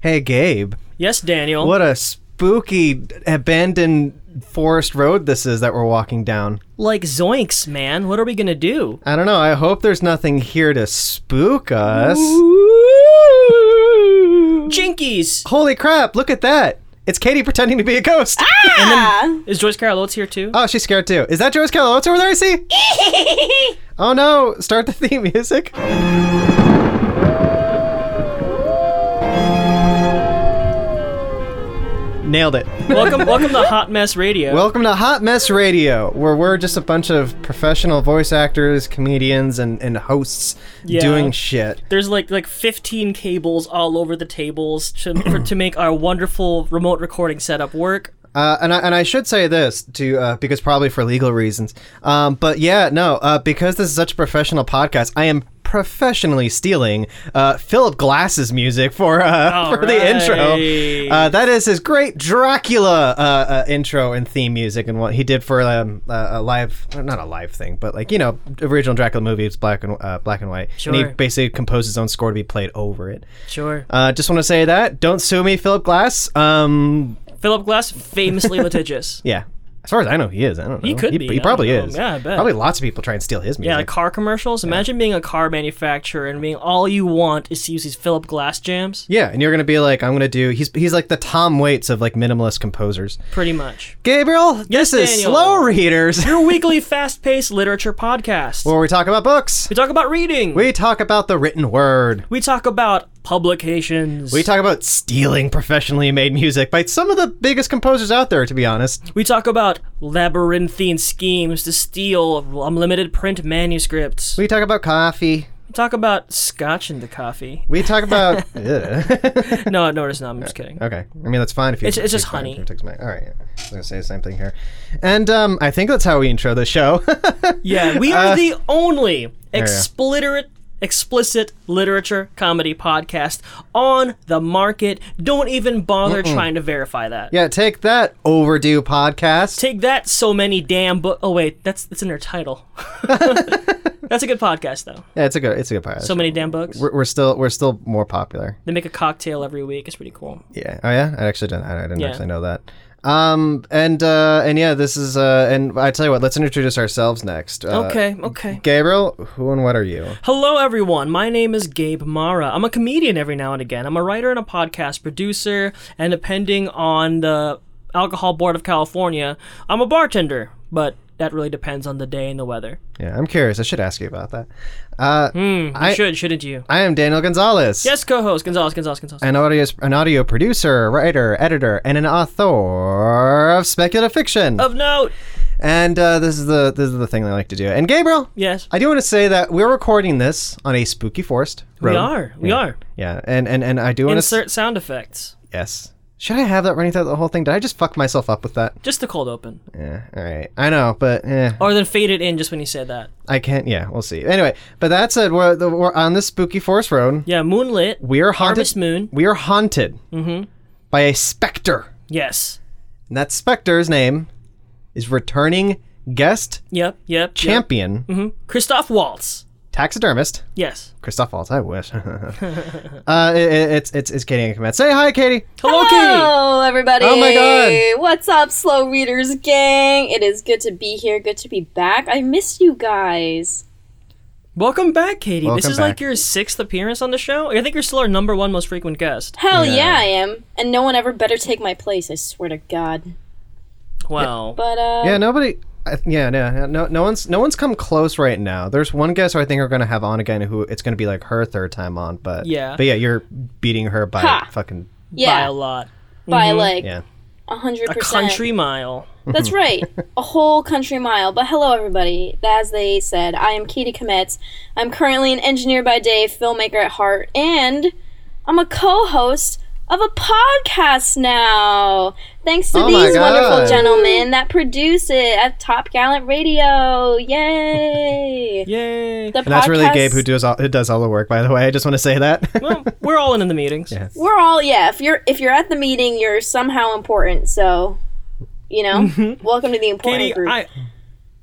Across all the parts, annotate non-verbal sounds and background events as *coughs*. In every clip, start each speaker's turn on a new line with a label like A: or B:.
A: Hey, Gabe.
B: Yes, Daniel.
A: What a spooky abandoned forest road this is that we're walking down.
B: Like zoinks, man. What are we gonna do?
A: I don't know. I hope there's nothing here to spook us.
B: Jinkies!
A: Holy crap, look at that. It's Katie pretending to be a ghost.
B: Is Joyce Carol Oates here too?
A: Oh, she's scared too. Is that Joyce Carol Oates over there I see? oh no, start the theme music. Nailed it.
B: welcome, welcome to Hot Mess Radio.
A: Welcome to Hot Mess Radio, where we're just a bunch of professional voice actors, comedians, and, and hosts
B: Yeah.
A: doing shit.
B: There's like like 15 cables all over the tables to for, to make our wonderful remote recording setup work.
A: Uh, and I and I should say this to uh, because probably for legal reasons. Um, but yeah, no, uh, because this is such a professional podcast, I am professionally stealing uh, Philip Glass's music for uh, *laughs*
B: All
A: for the intro.
B: right.
A: Uh, that is his great Dracula uh, uh, intro and theme music, and what he did for um, uh, a live not a live thing, but like you know original Dracula movie. It's black and uh, black and white, and he
B: Sure.
A: basically composed his own score to be played over it.
B: Sure.
A: Uh, just want to say that. Don't sue me, Philip Glass. Um,
B: Philip Glass famously litigious.
A: *laughs* yeah. As far as I know, he is. I don't know.
B: He could
A: he,
B: be.
A: He
B: I
A: probably
B: don't know.
A: is.
B: Yeah, I bet.
A: Probably lots of people try and steal his music.
B: Yeah, like car commercials. Imagine being a car manufacturer and being all you want is to use these Philip Glass jams.
A: yeah, and you're gonna be like, I'm gonna do. He's he's like the Tom Waits of like minimalist composers.
B: Pretty much.
A: Gabriel,
B: Yes,
A: this is
B: Daniel.
A: slow readers, *laughs*
B: Your weekly fast-paced literature podcast.
A: where we talk about books.
B: we talk about reading.
A: We talk about the written word.
B: we talk about publications.
A: We talk about stealing professionally made music by some of the biggest composers out there. To be honest,
B: We talk about labyrinthine schemes to steal unlimited print manuscripts.
A: we talk about coffee.
B: We talk about scotch in the coffee.
A: We talk
B: *laughs*
A: about. *laughs* Ugh.
B: No, no, it's not. I'm
A: *laughs*
B: just kidding.
A: Okay. I mean, that's fine if you.
B: It's- it's just
A: fine if
B: honey.
A: you take some- All right. yeah. I was gonna say the same thing here, and um, I think that's how we intro the show. *laughs*
B: Yeah, we
A: Uh,
B: are the only
A: you go.
B: explicit, explicit literature comedy podcast on the market. Don't even bother trying to verify that.
A: yeah. Take that overdue podcast.
B: Take that, so many damn book. Oh wait, that's that's in
A: *laughs*
B: their title. that's a good podcast though.
A: yeah, it's a good. It's a good podcast.
B: So many damn books.
A: we're, we're still we're still more popular.
B: They make a cocktail every week. It's pretty cool.
A: Yeah. Oh yeah. I actually didn't. I didn't
B: Yeah.
A: actually know that. Um. And uh. And yeah. This is uh. And I tell you what. Let's introduce ourselves next. Uh,
B: Okay, okay.
A: Gabriel, who and what are you?
B: Hello, everyone. My name is Gabe Mara. I'm a comedian every now and again. I'm a writer and a podcast producer, and depending on the Alcohol Board of California, I'm a bartender, but that really depends on the day and the weather.
A: Yeah. I'm curious. I should ask you about that. Uh.
B: You
A: I
B: should, shouldn't you?
A: I am Daniel Gonzalez.
B: Hmm. Yes, co host, Gonzalez, Gonzalez, Gonzalez.
A: an audio an audio producer, writer, editor, and an author of speculative fiction.
B: of note!
A: And uh, this is the this is the thing I like to do. And Gabriel,
B: Yes.
A: I do want to say that we're recording this on a spooky forest road.
B: we are. We
A: yeah.
B: are.
A: Yeah, and and and I do want to
B: Insert sound effects.
A: yes. Should I have that running throughout the whole thing? Did I just fuck myself up with that?
B: Just the cold open.
A: Yeah, all right. I know, but eh,
B: Or then fade it in just when you say that.
A: I can't. Yeah, we'll see. Anyway, but that said, we're, the, we're on this spooky forest road.
B: Yeah, moonlit.
A: We are haunted.
B: Harvest moon. Mm-hmm.
A: We are haunted by a specter.
B: Yes.
A: And that specter's name is returning guest
B: Yep, yep. Mm-hmm. yep.
A: champion
B: Christoph Waltz.
A: taxidermist
B: Yes.
A: Christoph Waltz. I
B: *laughs*
A: wish. *laughs* uh, it, it- it's it's it's Katie in command. Say hi, Katie.
B: Hello, Katie!
C: Hello, everybody.
A: Oh my God.
C: What's up, Slow Readers Gang? It is good to be here. Good to be back. I missed you guys.
B: Welcome back, Katie. this
A: Welcome
B: is
A: back.
B: like your sixth appearance on the show. I think you're still our number one most frequent guest.
C: Hell
A: Yeah.
C: yeah, I am. And no one ever better take my place, I swear to God.
B: Wow.
C: But, uh,
A: Yeah, nobody. I, yeah, no, no, no one's no one's come close right now. There's one guest who I think we're gonna have on again. Who it's gonna be like her third time on, but
B: Yeah.
A: but yeah, you're beating her by
C: Ha.
A: fucking
B: By
C: yeah,
B: a lot.
C: by like
A: yeah.
C: a 100%.
B: A country mile.
A: *laughs*
C: That's right. A whole country mile. But hello, everybody. As they said, I am Katie Kometz. I'm currently an engineer by day, filmmaker at heart, and I'm a co host of a podcast now. Thanks to
A: Oh my
C: these
A: God.
C: wonderful gentlemen that produce it at Top Gallant
B: *laughs*
C: Radio. Yay!
B: Yay.
C: The
A: And that's really
C: podcast-
A: Gabe who does all who does all the work. By the way, I just want to say that. *laughs*
B: well, *laughs* we're all in, in the meetings.
A: Yeah.
C: We're all yeah. If you're if you're at the meeting, you're somehow important. So, you know, welcome to the important
B: Katie,
C: group.
B: I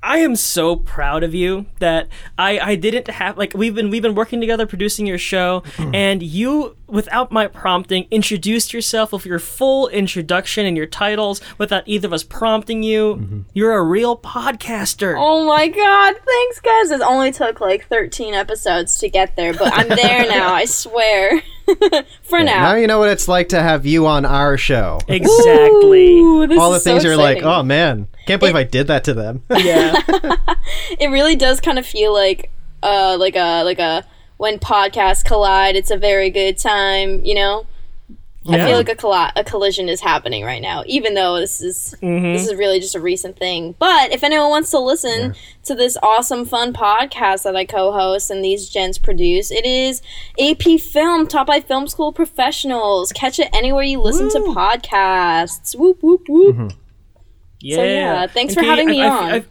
B: I am so proud of you that I, I didn't have like we've been we've been working together producing your show
A: Hmm.
B: and you without my prompting introduced yourself with your full introduction and your titles without either of us prompting you.
A: Mm-hmm.
B: You're a real podcaster.
C: Oh my god, thanks guys. It only took like 13 episodes to get there, but
A: *laughs*
C: I'm there now, I swear. *laughs* For
A: Now
C: now.
A: you know what it's like to have you on our show.
B: Exactly.
C: Ooh, this
A: All the
C: is so
A: things you're like,
C: exciting.
A: oh man, can't believe I did that to
C: *laughs*
A: them.
B: Yeah.
C: It really does kind of feel like uh like a like a when podcasts collide, it's a very good time, you know? I feel like a, colli- a collision is happening right now, even though this is this is really just a recent thing. But if anyone wants to listen to this awesome, fun podcast that I co-host and these gents produce, it is AP Film taught by film school professionals. Catch it anywhere you listen to podcasts. Whoop whoop whoop.
B: Yeah.
C: yeah, thanks for
B: Katie,
C: having me on.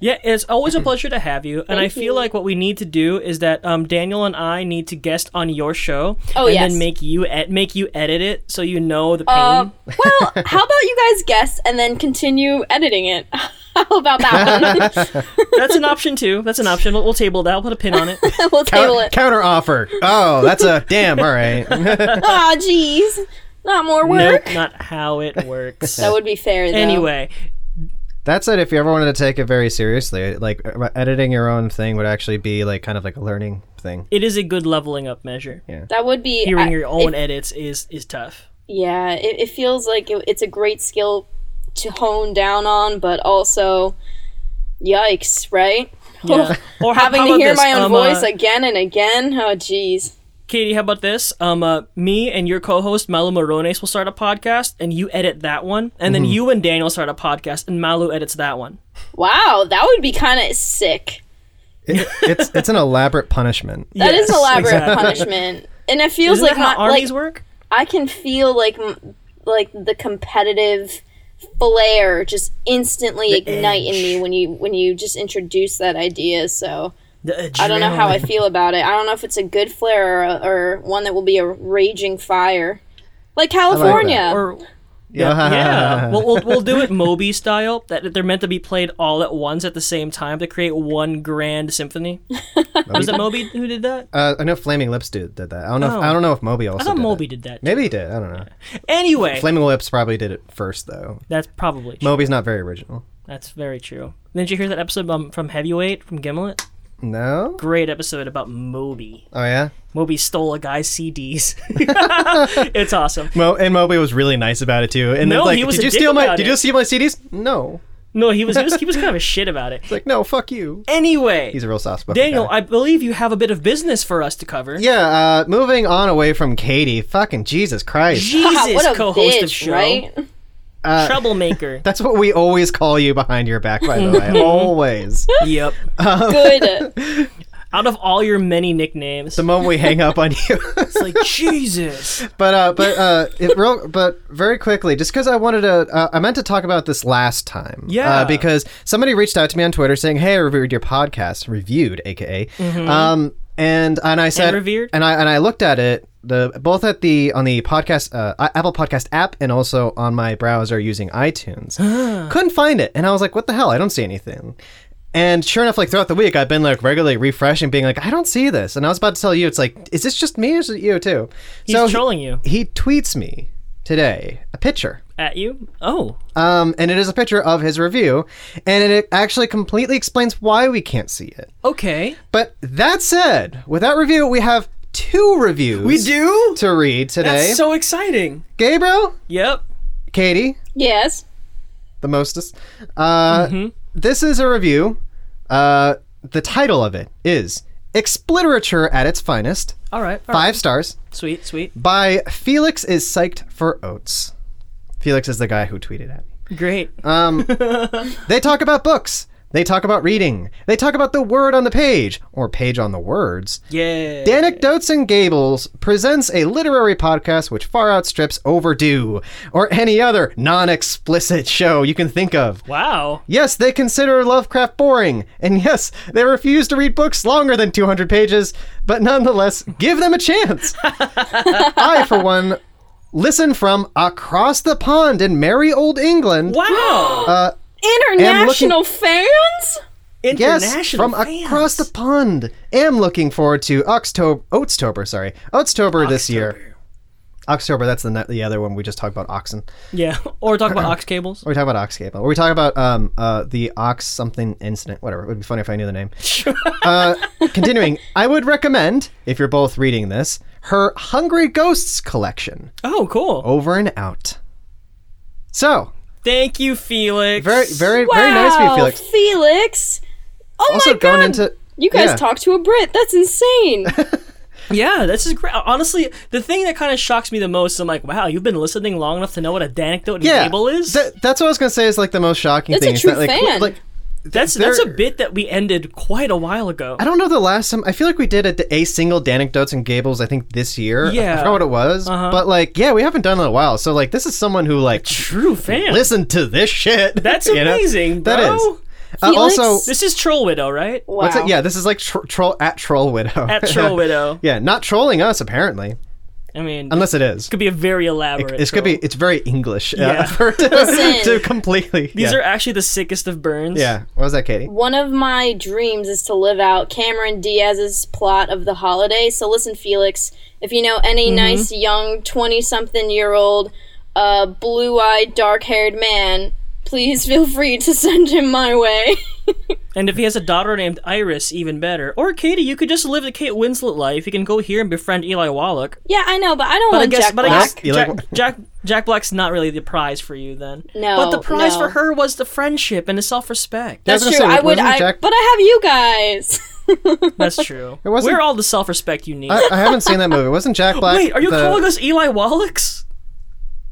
B: yeah, it's
C: *clears throat*
B: always a pleasure to have you. And I
C: Thank
B: feel
C: you.
B: like what we need to do is that um, Daniel and I need to guest on your show
C: Oh,
B: and
C: yes.
B: then make you ed- make you edit it so you know the pain.
C: *laughs* Uh, well, how about you guys guess and then continue editing it? *laughs* how about that
B: *laughs* That's an option too. That's an option. We'll, we'll table that. We'll put a pin
C: *laughs*
B: on it.
C: one? we'll table it.
A: Counter offer. Oh, that's a damn. All right. *laughs*
C: Ah, jeez, not more
B: nope,
C: work.
B: not how it works.
C: That would be fair. Though.
B: anyway,
A: That said, if you ever wanted to take it very seriously, like uh, editing your own thing would actually be like kind of like a learning thing.
B: it is a good leveling up measure.
C: That would be
B: Hearing
C: I-
B: your own
C: It,
B: edits is is tough.
C: yeah, it, it feels like it, it's a great skill to hone down on, but also, yikes, right? *laughs*
B: Yeah. Or how-
C: Having
B: how
C: to
B: about
C: hear
B: this?
C: my own
B: Um, uh,
C: voice again and again. Oh, jeez.
B: Katie, how about this? Um, uh, me and your co-host Malu Morones will start a podcast, and you edit that one, and then you and Daniel start a podcast, and Malu edits that one.
C: Wow, that would be kind of sick.
A: It, it's it's an elaborate punishment.
C: That is
B: Yes,
C: an elaborate
B: exactly.
C: punishment, and it feels
B: Isn't
C: like
B: that how
C: my,
B: armies
C: like
B: work?
C: I can feel like m- like the competitive flair just instantly ignite in me
B: edge.
C: when you when you just introduce that idea. So
B: The
C: I don't know how I feel about it. I don't know if it's a good flare or, or one that will be a raging fire, like California. *laughs*
B: Or *laughs* yeah, *laughs* yeah. We'll, we'll, we'll do it Moby style. That they're meant to be played all at once at the same time to create one grand
C: *laughs*
B: symphony. Was it Moby who did that?
A: *laughs* Uh, I know Flaming Lips dude did that. I don't know.
B: Oh.
A: If, I don't know if Moby also.
B: I thought
A: did
B: Moby
A: It.
B: did that.
A: Maybe he did. I don't know.
B: Anyway,
A: Flaming Lips probably did it first though.
B: that's probably true.
A: Moby's not very original.
B: that's very true. Didn't you hear that episode um, from Heavyweight from Gimlet?
A: No.
B: Great episode about Moby.
A: Oh yeah.
B: Moby stole a
A: *laughs*
B: guy's CDs. *laughs* it's awesome.
A: Mo and Moby was really nice about it too. And
B: No,
A: then, like,
B: he was
A: did
B: a
A: you
B: dick
A: steal my?
B: about
A: Did
B: it.
A: you steal my CDs? No.
B: No, he was he was, he was kind of a shit about it.
A: It's like no, fuck you.
B: Anyway,
A: He's a real soft spoken.
B: Daniel, I believe you have a bit of business for us to cover.
C: *laughs*
A: Yeah, uh, moving on away from Katie. Fucking Jesus Christ.
C: Ah,
B: Jesus,
C: what a
B: co-host
C: bitch,
B: of show,
C: right?
A: *laughs* Uh,
B: troublemaker.
A: That's what we always call you behind your back, by the
B: *laughs*
A: way. always.
B: yep.
A: *laughs*
C: Good.
B: Out of all your many nicknames,
A: The moment we hang up on you. *laughs*
B: it's like Jesus.
A: but uh, but uh, it real, but very quickly, just because I wanted to, uh, I meant to talk about this last time.
B: Yeah.
A: Uh, because somebody reached out to me on Twitter saying, "Hey, I reviewed your podcast, reviewed, aka."
B: Mm-hmm.
A: Um, and and I said,
B: revered?
A: and I and I looked at it. The, both at the on the podcast uh, I- Apple Podcast app and also on my browser using
B: *gasps*
A: iTunes, couldn't find it, and I was like, "What the hell? I don't see anything." And sure enough, like throughout the week, I've been like regularly refreshing, being like, "I don't see this," and I was about to tell you, it's like, "Is this just me or is it you too?"
B: He's trolling you
A: he tweets me today a picture
B: at you. Oh,
A: um, and it is a picture of his review and it actually completely explains why we can't see it
B: okay.
A: but that said with that review we have two reviews
B: do.
A: to read today
B: That's so exciting.
A: gabriel
B: Yep.
A: katie
C: yes.
A: the mostest uh,
B: Mm-hmm.
A: this is a review uh, the title of it is expliterature at its finest
B: All right. all right.
A: five stars
B: Sweet. Sweet.
A: by felix is psyched for oats felix is the guy who tweeted at me
B: Great. *laughs*
A: Um, they talk about books. They talk about reading. They talk about the word on the page, or page on the words.
B: yeah.
A: Anecdotes and Gables presents a literary podcast which far outstrips Overdue or any other non explicit show you can think of.
B: wow.
A: Yes, they consider Lovecraft boring, and yes, they refuse to read books longer than 200 pages, but nonetheless, give them a
B: *laughs*
A: chance. I, for one, listen from across the pond in merry old England
B: Wow.
A: uh,
C: International fans?
B: International
A: Yes, from
B: fans.
A: across the pond. Am looking forward to October, Oatstober, sorry, Oatstober this year. October, that's the ne- the other one we just talked about oxen.
B: Yeah, *laughs* or
A: *clears throat*
B: talk about ox cables.
A: Or we talk about ox cable. Or we talk about um uh the ox something incident. Whatever. It would be funny if I knew the name. uh, continuing, I would recommend if you're both reading this, her Hungry Ghosts collection.
B: Oh, cool.
A: Over and out. So
B: Thank you, Felix.
A: very very very nice of you,
C: Wow,
A: Felix.
C: Felix. Oh
A: Also
C: my god.
A: going into
C: you guys
A: yeah.
C: talked to a Brit. That's insane.
B: Yeah, this is great. Honestly, the thing that kind of shocks me the most, I'm like, wow, you've been listening long enough to know what a anecdote and
A: yeah,
B: cable is.
A: Th- that's what I was gonna say is like the most shocking
C: That's a
A: thing. It's
C: true
A: not, like,
C: fan.
A: like
B: that's that's a
A: they're-
B: bit that we ended quite a while ago.
A: I don't know the last time. I feel like we did a, a single Danecdotes and Gables. I think this year. I- I
B: Yeah. Uh-huh.
A: forgot what it was. But like, yeah, we haven't done it in a while. So like, this is someone who like
B: True
A: *laughs*
B: fan.
A: listen to this shit. *laughs*
B: that's
A: you know?
B: amazing, bro.
A: That is. Uh,
C: Felix-
A: also,
B: This is Troll Widow, right?
A: *laughs*
C: Wow.
A: what's it? Yeah, this is like tro- troll at troll widow. *laughs*
B: At Troll Widow.
A: yeah, not trolling us apparently,
B: I mean, this
A: unless it is.
B: could be a very elaborate.
A: This could be. It's very English. uh,
B: Yeah.
A: *laughs* for- to,
C: Listen.
A: completely.
B: These
A: yeah.
B: are actually the sickest of burns.
A: Yeah. What was that, Katie?
C: One of my dreams is to live out Cameron Diaz's plot of the holiday. So listen, Felix, if you know any
B: Mm-hmm.
C: nice young 20 something year old uh, blue eyed, dark haired man, please feel free to *laughs* send him my way. *laughs*
B: And if he has a daughter named Iris, even better. Or Katie, you could just live the Kate Winslet life. You can go here and befriend Eli Wallach.
C: yeah, I know, but I don't
B: But I
C: want
B: guess,
C: Jack
B: but I
C: Black.
B: guess
A: Black. Eli
B: Jack,
A: Wa-
B: Jack Jack Black's not really the prize for you then.
C: No,
B: But the prize
C: no.
B: for her was the friendship and the self-respect.
A: Yeah. I was
C: That's
A: gonna
C: true.
A: say,
C: I would.
A: wasn't
C: I,
A: Jack-
C: *laughs* But I have you guys. *laughs*
B: That's true.
A: wasn't-
B: We're all the self-respect you need.
A: I, I haven't seen that movie. Wasn't Jack Black?
B: Wait, are you
A: the-
B: calling us Eli Wallachs?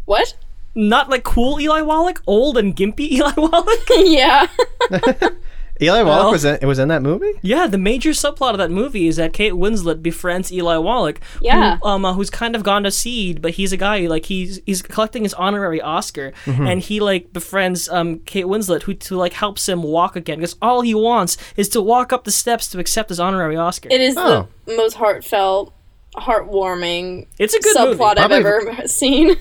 C: what? *laughs*
B: Not like cool Eli Wallach, old and gimpy *laughs* Eli Wallach?
C: yeah.
A: Eli Wallach
B: Well.
A: was in, it was in that movie?
B: Yeah, the major subplot of that movie is that Kate Winslet befriends Eli Wallach,
C: Yeah.
B: who, um, uh, who's kind of gone to seed, but he's a guy like he's he's collecting his honorary Oscar, and he like befriends um Kate Winslet, who to like helps him walk again because all he wants is to walk up the steps to accept his honorary Oscar.
C: It is
A: Oh.
C: the most heartfelt, heartwarming
B: it's a good
C: subplot
B: movie.
C: I've
A: Probably-
C: ever seen.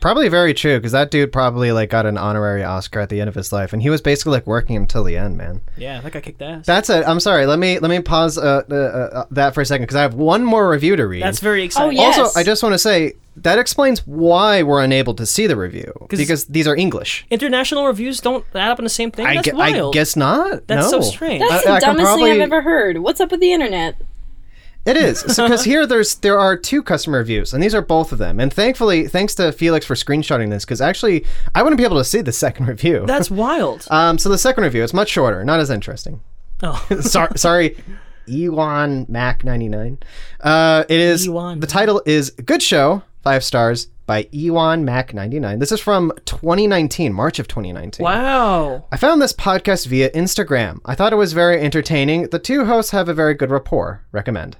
A: Probably very true because that dude probably like got an honorary Oscar at the end of his life, and he was basically like working until the end, man.
B: Yeah, that guy kicked ass.
A: That's it. I'm sorry. Let me let me pause uh, uh, uh, that for a second because I have one more review to read.
B: That's very exciting.
C: Oh, yeah.
A: Also,
C: Yes.
A: I just want to say that explains why we're unable to see the review because these are English.
B: International reviews don't add up in the same thing.
A: I,
B: That's
A: gue- I
B: wild.
A: guess not.
B: That's so
A: No.
B: strange.
C: That's
A: I- I
C: the
A: can
C: dumbest thing
A: probably-
C: I've ever heard. What's up with the internet?
A: It
C: *laughs*
A: is because here there's there are two customer reviews, and these are both of them. And thankfully, thanks to Felix for screenshotting this because actually I wouldn't be able to see the second *laughs* review.
B: That's *laughs* wild.
A: um, so the second review it's much shorter, not as interesting.
B: oh. *laughs*
A: sorry, sorry, Elon Mac ninety nine. Uh, it is
B: Ewan.
A: the title is "Good Show" five stars by Ewan Mac ninety nine. This is from 2019, March of 2019.
B: Wow.
A: I found this podcast via Instagram. I thought it was very entertaining. The two hosts have a very good rapport. Recommend.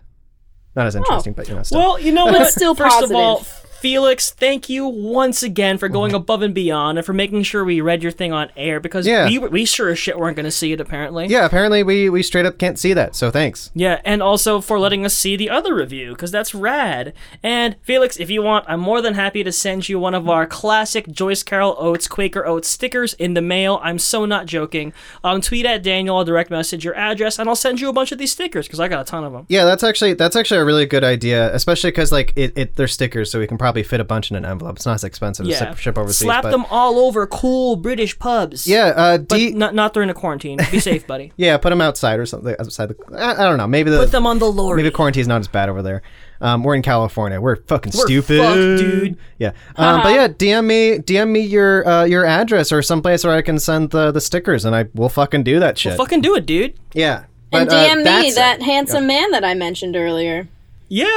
A: Not as interesting, but you know, still.
B: Oh. Well, you know what?
C: But still
B: First
C: positive.
B: of all, Felix, thank you once again for going
A: Mm-hmm.
B: above and beyond and for making sure we read your thing on air because
A: Yeah.
B: we, we sure as shit weren't going to see it apparently.
A: yeah, apparently we we straight up can't see that. So thanks.
B: Yeah, and also for letting us see the other review because that's rad. And Felix, if you want, I'm more than happy to send you one of our classic Joyce Carol Oates Quaker Oats stickers in the mail. I'm so not joking. Um, tweet at Daniel, I'll direct message your address, and I'll send you a bunch of these stickers because I got a ton of them.
A: Yeah, that's actually that's actually a really good idea, especially because like it, it they're stickers, so we can probably fit a bunch in an envelope. It's not as expensive to
B: Yeah,
A: ship- ship overseas.
B: slap
A: but-
B: them all over cool British pubs.
A: Yeah, uh, D,
B: Not not during the quarantine.
A: *laughs*
B: Be safe, buddy.
A: Yeah, put them outside or something. Outside the, I, I don't know. Maybe
B: Put
A: the
B: them on the lorry.
A: maybe quarantine's not as bad over there. Um, we're in California. We're fucking
B: We're
A: stupid,
B: fucked, dude. Uh-huh.
A: Yeah. Um, but yeah, DM me DM me your uh, your address or someplace where I can send the, the stickers, and I will fucking do that shit.
B: Fucking do it, dude.
A: yeah. But,
C: And
A: uh,
C: DM me
A: that's-
C: that handsome man that I mentioned earlier.
A: *laughs*
B: Yeah.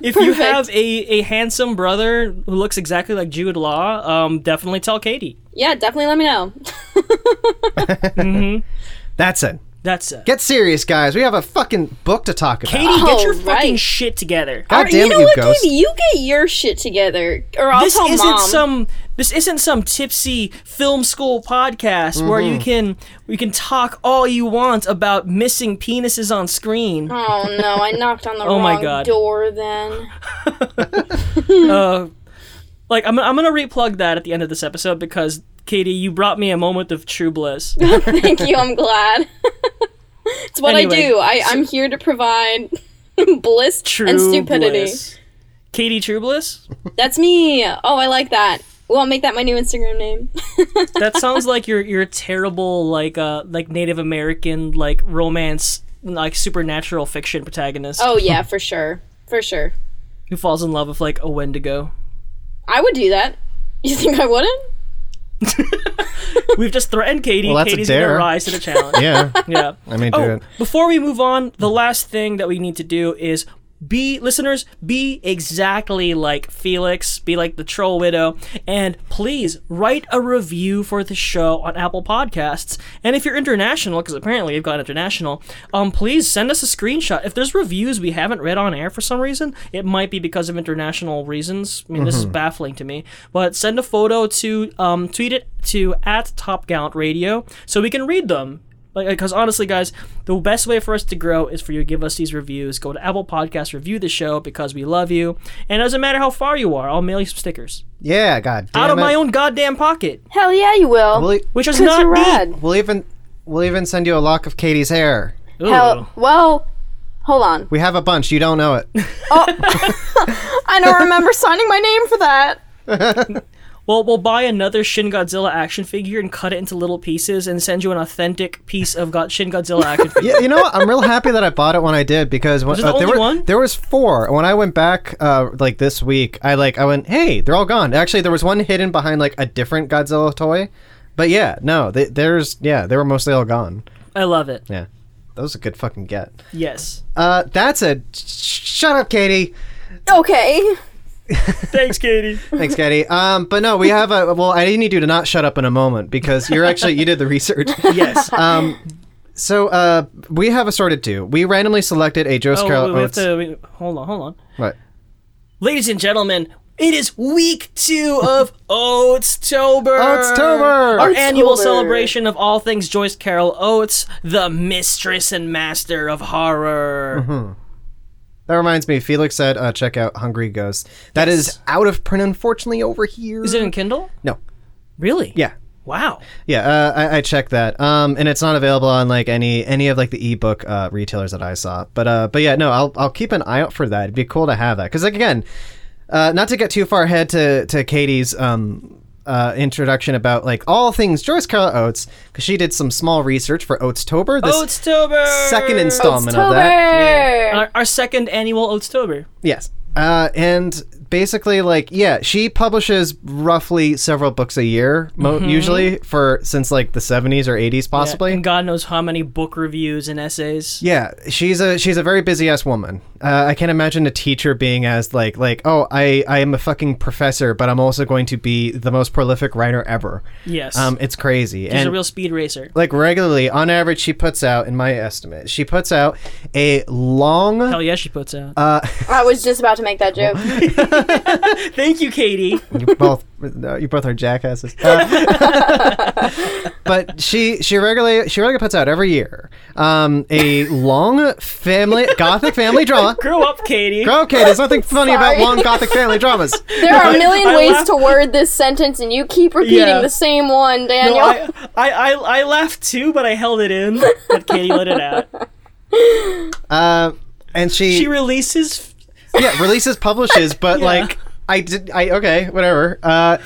B: if you have a, a handsome brother who looks exactly like Jude Law, um, definitely tell Katie.
C: Yeah, definitely let me know.
A: That's it.
B: That's it.
A: Get serious, guys. We have a fucking book to talk about.
B: Katie, get your
C: All
B: fucking
C: Oh, right.
B: shit together.
A: God
C: Or-
A: damn
C: you
A: it,
C: know
A: you
C: what,
A: ghost.
C: Katie? You get your shit together, or I'll
B: This
C: tell
B: isn't
C: mom.
B: some this isn't some tipsy film school podcast where you
A: Mm-hmm.
B: can we can talk all you want about missing penises on screen.
C: oh no, I knocked on
B: *laughs*
C: the
B: Oh
C: wrong
B: my God.
C: door. Then *laughs*
B: like I'm, I'm gonna replug that at the end of this episode because Katie, you brought me a moment of true bliss.
C: Thank you. I'm glad. *laughs* it's what I
B: Anyway,
C: do. I, I'm here to provide *laughs* bliss
B: True
C: and stupidity.
B: bliss. Katie True Bliss?
C: That's me. Oh, I like that. Well, I'll make that my new Instagram name.
B: That sounds like your your terrible like uh like Native American like romance like supernatural fiction protagonist
C: oh yeah, for sure, for sure.
B: who falls in love with like a Wendigo.
C: I would do that. You think I wouldn't?
B: We've just threatened Katie.
A: Well, that's a
B: Katie's gonna
A: dare.
B: rise to the challenge.
A: *laughs* Yeah,
B: yeah.
A: I mean, do
B: Oh,
A: it.
B: before we move on, the last thing that we need to do is be listeners, be exactly like Felix, be like the troll widow, and please write a review for the show on Apple Podcasts. And if you're international, because apparently you've gone international, um, please send us a screenshot. If there's reviews we haven't read on air for some reason, it might be because of international reasons. I mean, this is
A: Mm-hmm.
B: baffling to me. But send a photo to um, tweet it to at Top Gallant Radio so we can read them like because honestly guys the best way for us to grow is for you to give us these reviews go to apple podcast review the show because we love you and it doesn't matter how far you are i'll mail you some stickers
A: yeah. God damn
B: out of
A: it.
B: my own goddamn pocket
C: Hell yeah, you will.
A: We'll, e-,
B: which is
C: 'Cause
B: not
C: you're
B: me
C: rad.
A: we'll even we'll even send you a lock of Katie's hair.
B: Ooh.
C: Hell, well, hold on.
A: We have a bunch. You don't know
B: *laughs*
A: it.
C: I
A: *laughs*
C: don't remember signing my name for that.
B: well we'll buy another shin godzilla action figure and cut it into little pieces and send you an authentic piece of God- shin
A: *laughs*
B: godzilla action figure
A: yeah, you know what? I'm real happy that I bought it when I did because when,
B: it the
A: uh, there
B: only
A: were
B: one?
A: there was four. When I went back uh, like this week, I like I went, hey, they're all gone. Actually, there was one hidden behind like a different Godzilla toy, but yeah, no, they, there's yeah, they were mostly all gone.
B: i love it
A: Yeah, that was a good fucking get.
B: yes
A: Uh, that's a shut up, Katie.
C: Okay.
B: thanks katie
A: Thanks, Katie. Um, but no, we have a well. I need you to not shut up in a moment because you're actually you did the
B: *laughs*
A: research.
B: yes
A: So uh, we have assorted two. We randomly selected a Joe
B: oh,
A: Scarlett
B: we, we have
A: Oates.
B: to we, hold on hold on
A: What?
B: Ladies and gentlemen, it is week two of Oatstober.
A: Oatstober!
B: Our annual
C: Oatstober.
B: celebration of all things Joyce Carol Oates, the mistress and master of horror.
A: Mm-hmm. That reminds me, Felix said, uh, check out Hungry Ghost. That is out of print, unfortunately, over here.
B: Is it in Kindle?
A: No.
B: Really?
A: Yeah.
B: Wow.
A: Yeah, uh, I, I checked that, um, and it's not available on like any any of like the ebook uh, retailers that I saw. But uh, but yeah, no, I'll I'll keep an eye out for that. It'd be cool to have that because like again, uh, not to get too far ahead to to Katie's um, uh, introduction about like all things Joyce Carol Oates because she did some small research for Oatstober, this
B: Oatstober.
A: second installment of that.
C: Tober.
B: Our, our second annual Oatstober.
A: Yes. Uh, and basically, like, yeah, she publishes roughly several books a year, mo- usually for since like the seventies or eighties, possibly. Yeah.
B: And God knows how many book reviews and essays.
A: she's a she's a very busy ass woman. Uh, I can't imagine a teacher being as like like oh I I am a fucking professor, but I'm also going to be the most prolific writer ever.
B: Yes.
A: Um, it's crazy.
B: She's
A: and
B: a real speed racer.
A: like regularly, on average, she puts out, in my estimate, she puts out a long.
B: Hell yeah, she puts out.
A: Uh,
C: I was just about to make
B: *laughs*
C: that joke.
B: Thank
A: *laughs*
B: you, Katie.
A: you both no, you both are jackasses. Uh, *laughs* but she she regularly she regularly puts out every year um, a long family gothic family drama.
B: *laughs* Grow up, Katie.
A: Okay, there's nothing funny about
C: Sorry.
A: long gothic family
B: *laughs*
A: dramas.
C: There are a million
B: I
C: ways
B: laugh-
C: to word this sentence, and you keep repeating
B: Yeah.
C: the same one, Daniel.
B: No, I, I, I, I laughed too, but I held it in. But Katie let it out.
A: Uh, and she,
B: She releases.
A: yeah releases
B: *laughs*
A: publishes, but
B: Yeah.
A: like I did I okay whatever. Uh,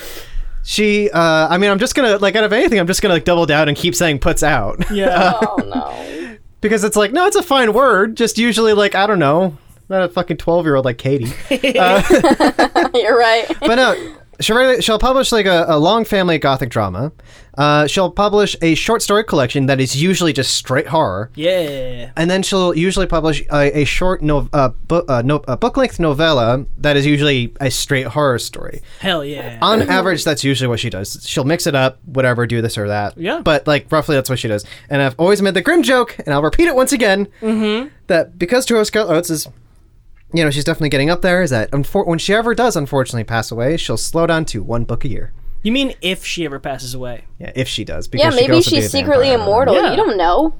A: she uh, I mean I'm just gonna like out of anything I'm just gonna like double down and keep saying puts out
B: Yeah.
C: *laughs* oh no.
A: *laughs*
C: *laughs*
A: because it's like no it's a fine word just usually like I don't know not a fucking twelve year old like
B: *laughs*
A: Katie.
C: You're right.
A: but no, she'll, really- she'll publish like a, a long family gothic drama. Uh, she'll publish a short story collection that is usually just straight horror,
B: yeah.
A: and then she'll usually publish a, a short no, uh, book uh, no, a book length novella that is usually a straight horror story.
B: Hell yeah.
A: On average, that's usually what she does. She'll mix it up, whatever, do this or that.
B: Yeah.
A: But like roughly, that's what she does. And I've always made the grim joke, and I'll repeat it once again,
C: Mm-hmm.
A: that because Joyce Carol Oates is, you know, she's definitely getting up there. Is that unfor- when she ever does unfortunately pass away, she'll slow down to one book a year.
B: you mean if she ever passes away?
A: Yeah, if she does. Because
C: Yeah,
A: she could
C: maybe
A: also be
C: she's
A: a
C: secretly
A: vampire.
C: immortal.
B: Yeah.
C: You don't know.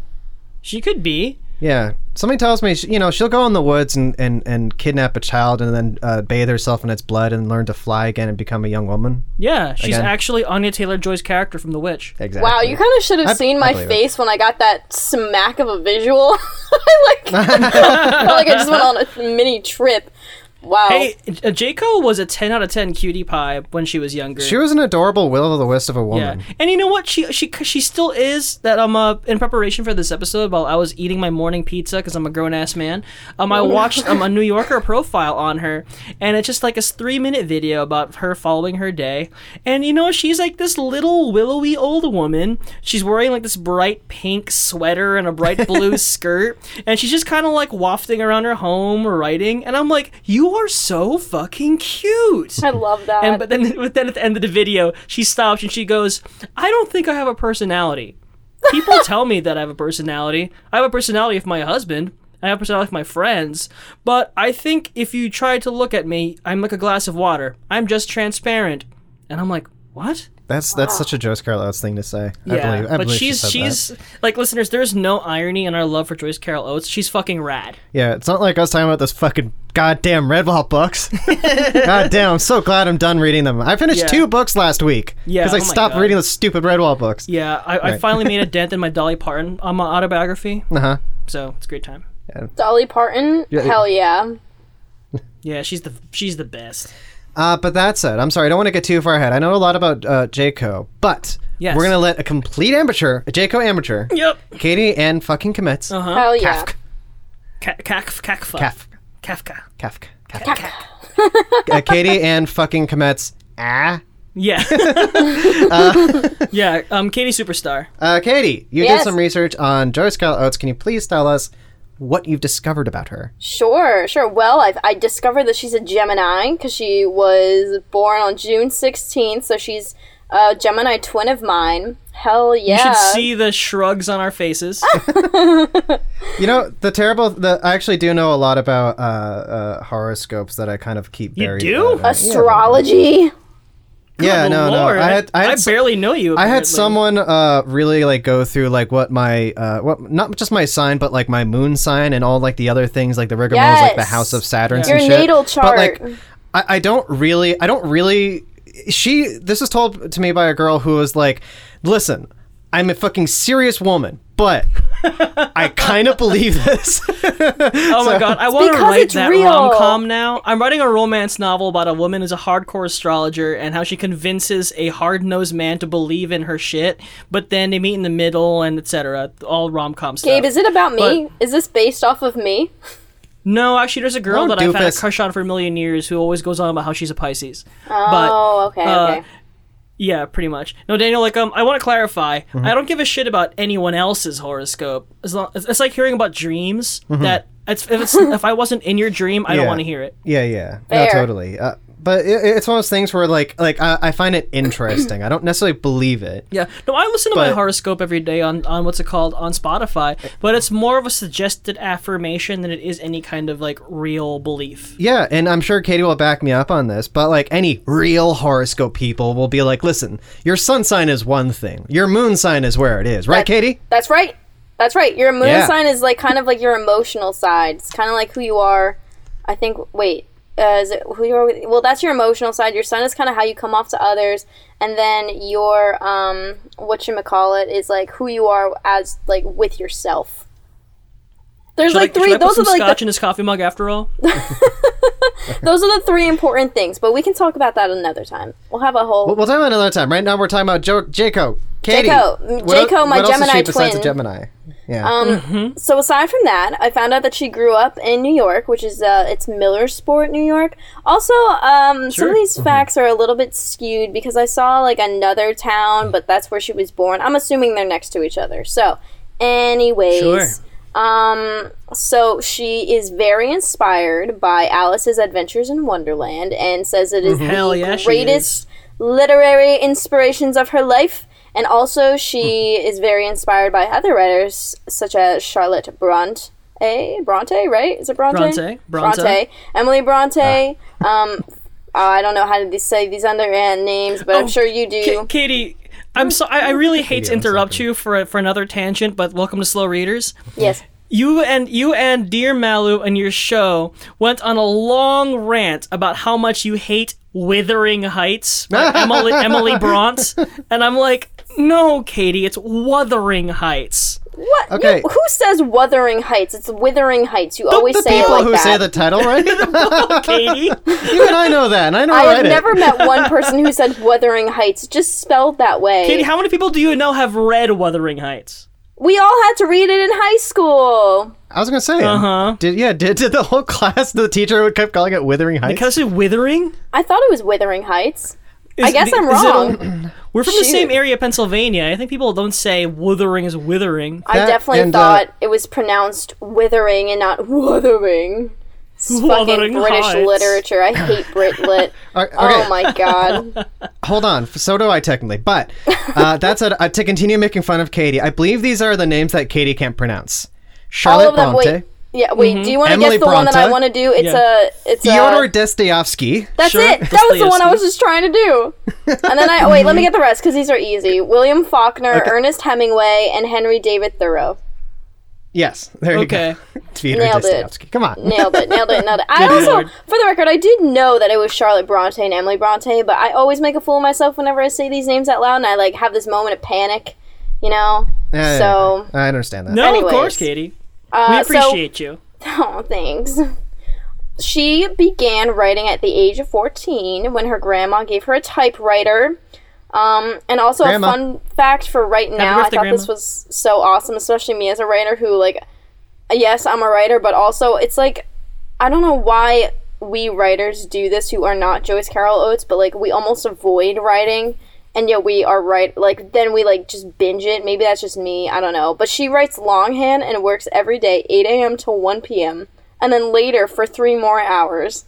B: She could be.
A: Yeah. Somebody tells me, sh- you know, she'll go in the woods and, and, and kidnap a child and then uh, bathe herself in its blood and learn to fly again and become a young woman.
B: Yeah, she's
A: Again.
B: actually Anya Taylor Joy's character from The Witch.
A: Exactly.
C: Wow, you kind of should have
A: I-
C: seen
A: I
C: my
A: believe it.
C: face when I got that smack of a visual. *laughs* I like, I felt like I just went on a mini trip. Wow.
B: Hey, uh, Jaco was a 10 out of 10 cutie pie when she was younger.
A: She was an adorable will o' the wisp of a
B: yeah,
A: woman.
B: and you know what? She she she still is. That um uh, in preparation for this episode, while I was eating my morning pizza because I'm a grown ass man, um I watched um a New Yorker profile on her, and it's just like a three minute video about her following her day, and you know she's like this little willowy old woman. She's wearing like this bright pink sweater and a bright blue skirt, and she's just kind of like wafting around her home writing, and I'm like, you are so fucking cute.
C: *laughs* I love that.
A: Uh,
B: And but then, *laughs* but then at the end of the video, she stops and she goes, "I don't think I have a personality.
A: *laughs*
B: People tell me that I have a personality. I have a personality with my husband. I have a personality with my friends. But I think if you try to look at me, I'm like a glass of water. I'm just transparent." And I'm like, "What?"
A: That's that's such a Joyce Carol Oates thing to say. I believe, I
B: but
A: believe she
B: she's
A: said that.
B: she's like listeners. There's no irony in our love for Joyce Carol Oates. She's fucking rad.
A: Yeah, it's not like us talking about those fucking goddamn Redwall
B: *laughs*
A: books. goddamn, I'm so glad I'm done reading them. I finished
B: Yeah.
A: two books last week.
B: Yeah,
A: Because I
B: oh my
A: stopped
B: God.
A: reading those stupid Redwall books.
B: Yeah, I, I
A: *laughs*
B: finally made a dent in my Dolly Parton on my autobiography,
A: Uh huh.
B: so it's a great time.
C: Dolly Parton? Hell yeah.
B: Yeah, she's the she's the best.
A: Uh, but that said, I'm sorry, I don't want to get too far ahead. I know a lot about uh, Jayco, but
B: Yes.
A: we're going to let a complete amateur, a Jayco amateur,
B: Yep.
A: Katie and fucking commits. Uh
B: Uh-huh.
A: huh.
C: Hell yeah.
B: Ka- Kaf- Kafka.
A: Kafka.
B: Kafka.
A: Kafka. Kafka. uh, Katie and fucking commits. Ah. *laughs*
B: Yeah. *laughs* yeah. Um, Katie Superstar.
A: Uh, Katie, you
C: Yes.
A: did some research on Joyce Carol Oates. Can you please tell us what you've discovered about her?
C: Sure, sure. Well, I, I discovered that she's a Gemini because she was born on June 16th, so she's a Gemini twin of mine. Hell yeah.
B: You should see the shrugs on our faces.
A: You know, the terrible. The, I actually do know a lot about uh, uh, horoscopes that I kind of keep buried.
B: do?
A: uh,
C: Astrology.
A: Yeah,
B: Good
A: no,
B: Lord,
A: no. *laughs* I had, I had, s-
B: barely know you.
A: I had
B: apparently.
A: someone uh, really like go through like what my uh, what not just my sign but like my moon sign and all like the other things like the rigmaroles like the
C: Yes.
A: house of Saturn
C: Your
A: and shit.
C: natal
A: But like
C: chart.
A: I, I don't really I don't really she this was told to me by a girl who was like, listen, I'm a fucking serious woman, but I kind of believe this. *laughs*
B: Oh my god, I want to
C: because
B: write
C: it's
B: that
C: real.
B: rom com now. I'm writing a romance novel about a woman who's a hardcore astrologer and how she convinces a hard nosed man to believe in her shit, but then they meet in the middle and etc. All rom com stuff.
C: Gabe, is it about me? is this based off of me?
B: No, actually, there's a girl
A: No,
B: that I've had a
A: doofus.
B: crush on for a million years who always goes on about how she's a Pisces.
C: oh, okay,
B: uh,
C: okay.
B: Yeah, pretty much. No, Daniel, like, um, I want to clarify.
A: Mm-hmm.
B: I don't give a shit about anyone else's horoscope. As long, it's, it's like hearing about dreams. That it's, if it's if I wasn't in your dream, I don't
A: Mm-hmm. Yeah.
B: want to hear it.
A: Yeah, yeah,
C: Fair.
A: no, totally. Uh, but it, it's one of those things where like like I, I find it interesting. I don't necessarily believe it.
B: Yeah, no, I listen to my
A: But-
B: horoscope every day on on what's it called on Spotify, but it's more of a suggested affirmation than it is any kind of like real belief.
A: Yeah, and I'm sure Katie will back me up on this, but like any real horoscope people will be like, listen, your sun sign is one thing, your moon sign is where it is, right, Katie?
C: That's right. That's right. Your moon
A: Yeah.
C: sign is like kind of like your emotional side. It's kind of like who you are. I think. Wait, uh, is it who you are? With, well, that's your emotional side. Your sun is kind of how you come off to others, and then your um, what you call it is like who you are as like with yourself. There's
B: Should
C: like
B: I- should
C: three.
B: I put
C: Those are
B: some
C: like
B: scotch
C: the,
B: in his coffee mug after
C: *laughs*
B: all.
C: those are the three important things. But we can talk about that another time. We'll have a whole.
A: We'll talk about it another time. Right now, we're talking about jo- Jaco. Katie.
C: Jaco. Mm,
A: What el-
C: Jaco, my
A: what else is
C: Gemini
A: she besides a
C: twin. Um,
A: Gemini. Yeah.
C: So aside from that, I found out that she grew up in New York, which is uh, it's Millersport, New York. Also, um, some
B: Sure. Mm-hmm.
C: of these facts are a little bit skewed because I saw like another town, but that's where she was born. I'm assuming they're next to each other. So, anyways,
B: Sure.
C: um, so she is very inspired by Alice's Adventures in Wonderland and says it is
B: Mm-hmm. Hell
C: the
B: yeah, she
C: greatest literary inspirations of her life. And also, she is very inspired by other writers such as Charlotte Bronte. Bronte, right? Is it Bronte?
B: Bronte, Bronte.
C: Emily Bronte. Um, I don't know how to de- say these underhand names, but I'm sure you do.
B: K- Katie, I'm so I, I really hate to
A: I'm
B: interrupt you for for another tangent, but welcome to Slow Readers.
C: yes.
B: you and you and dear Malu and your show went on a long rant about how much you hate Withering Heights by Emily Emily Bront, and I'm like, no, Katie, it's Wuthering Heights.
C: What? you-
A: Okay.
C: who says Wuthering Heights? It's Withering Heights. You always
A: the
C: say it
A: people
C: like
A: who
C: that.
A: say the title
C: *laughs*
A: right.
B: Katie,
A: you and I know that, and I know
C: I
A: I
C: have
A: read it.
C: never met one person who said Wuthering Heights. Just spelled that way.
B: Katie, how many people do you know have read Wuthering Heights?
C: we all had to read it in high school.
A: I was gonna say,
B: Uh-huh.
A: did yeah, did, did the whole class the teacher would kept calling it Withering Heights?
B: Because it's Withering.
C: I thought it was Withering Heights. I
B: Is-
C: guess
B: the-
C: I'm
B: is it a-
C: wrong.
B: *clears throat* We're from the
C: Shoot.
B: same area, Pennsylvania. I think people don't say Wuthering is Withering.
C: I
A: That
C: definitely
A: and, uh,
C: thought it was pronounced withering and not wuthering. It's
B: Wuthering
C: fucking British
B: Heights.
C: literature. I hate Brit lit.
A: *laughs* All right, okay,
C: Oh my god.
A: hold on. So do I technically, but
C: *laughs*
A: uh, that's a, uh, to continue making fun of Katie. I believe these are the names that Katie can't pronounce.
C: All
A: *laughs* Charlotte
C: of them.
A: Bronte,
C: Wait. Yeah, wait. Do you want to
A: Emily
C: guess the one that I
A: Bronte.
C: want to do? It's
B: Yeah.
C: a. It's
A: Fyodor
C: a.
A: Dostoevsky.
C: That's
B: Sure.
C: it. That was the one I was
B: Dostoevsky.
C: just trying to
A: *laughs*
C: do. And then I oh, wait. Let me get the rest because these are easy. William Faulkner, Ernest Hemingway, and Henry David Thoreau.
A: Yes, there you
B: Okay.
A: go. *laughs* Fyodor
C: Nailed it.
A: Dostoevsky. Come on.
C: Nailed it, nailed it, nailed it. I also,
B: lord.
C: for the record, I did know that it was Charlotte Bronte and Emily Bronte, but I always make a fool of myself whenever I say these names out loud, and I like have this moment of panic, you know. *laughs*
A: Yeah, yeah,
C: so,
A: yeah. I understand that.
B: No, of
C: Anyways.
B: course, Katie.
C: uh,
B: We appreciate you.
C: So, oh, thanks. She began writing at the age of fourteen when her grandma gave her a typewriter. Um, and also
A: Grandma.
C: a fun fact for right now, I
B: birthday,
C: thought this
B: Grandma.
C: was so awesome, especially me as a writer who like, yes, I'm a writer, but also it's like I don't know why we writers do this who are not Joyce Carol Oates, but like we almost avoid writing and yet we are right like then we like just binge it. Maybe that's just me, I don't know. But she writes longhand and works every day, eight AM to one PM and then later for three more hours.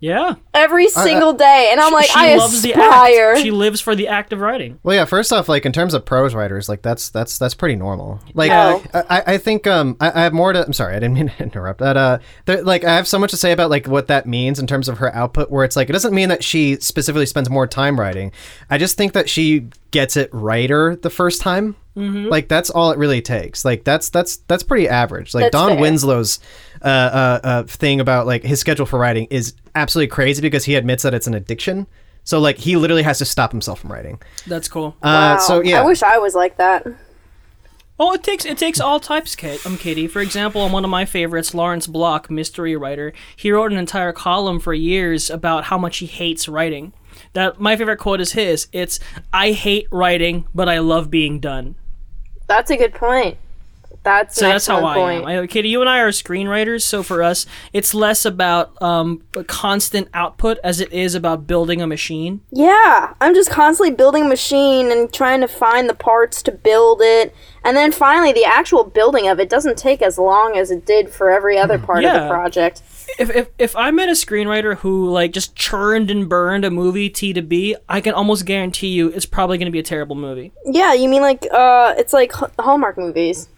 B: Yeah.
C: Every single day. And I'm like,
B: uh, she
C: I
B: loves
C: aspire.
B: the act. She lives for the act of writing.
A: Well, yeah. First off, like in terms of prose writers, like that's that's that's pretty normal. Like,
C: Yeah.
A: I, I think um, I, I have more to. I'm sorry, I didn't mean to *laughs* interrupt. That uh, there, like I have so much to say about like what that means in terms of her output. Where it's like it doesn't mean that she specifically spends more time writing. I just think that she gets it righter the first time.
C: Mm-hmm.
A: Like that's all it really takes. Like that's that's that's pretty average. Like
C: That's
A: Don
C: fair.
A: Winslow's uh, uh, uh, thing about like his schedule for writing is absolutely crazy because he admits that it's an addiction. So like he literally has to stop himself from writing.
B: That's cool.
A: Uh, so
C: Wow.
A: yeah,
C: I wish I was like that.
B: Oh, it takes it takes all types, Kate. Um, Katie. For example, on one of my favorites, Lawrence Block, mystery writer, he wrote an entire column for years about how much he hates writing. That my favorite quote is his. It's I hate writing, but I love being done.
C: That's a good point. That's
B: So
C: an
B: that's how
C: excellent
B: I
C: point.
B: am. I, Katie, you and I are screenwriters, so for us, it's less about um, a constant output as it is about building a machine.
C: Yeah, I'm just constantly building a machine and trying to find the parts to build it. And then finally, the actual building of it doesn't take as long as it did for every other part of
B: Yeah.
C: the project.
B: if, if if I met a screenwriter who like just churned and burned a movie T to B, I can almost guarantee you it's probably going to be a terrible movie.
C: Yeah, you mean like, uh, it's like H- Hallmark movies.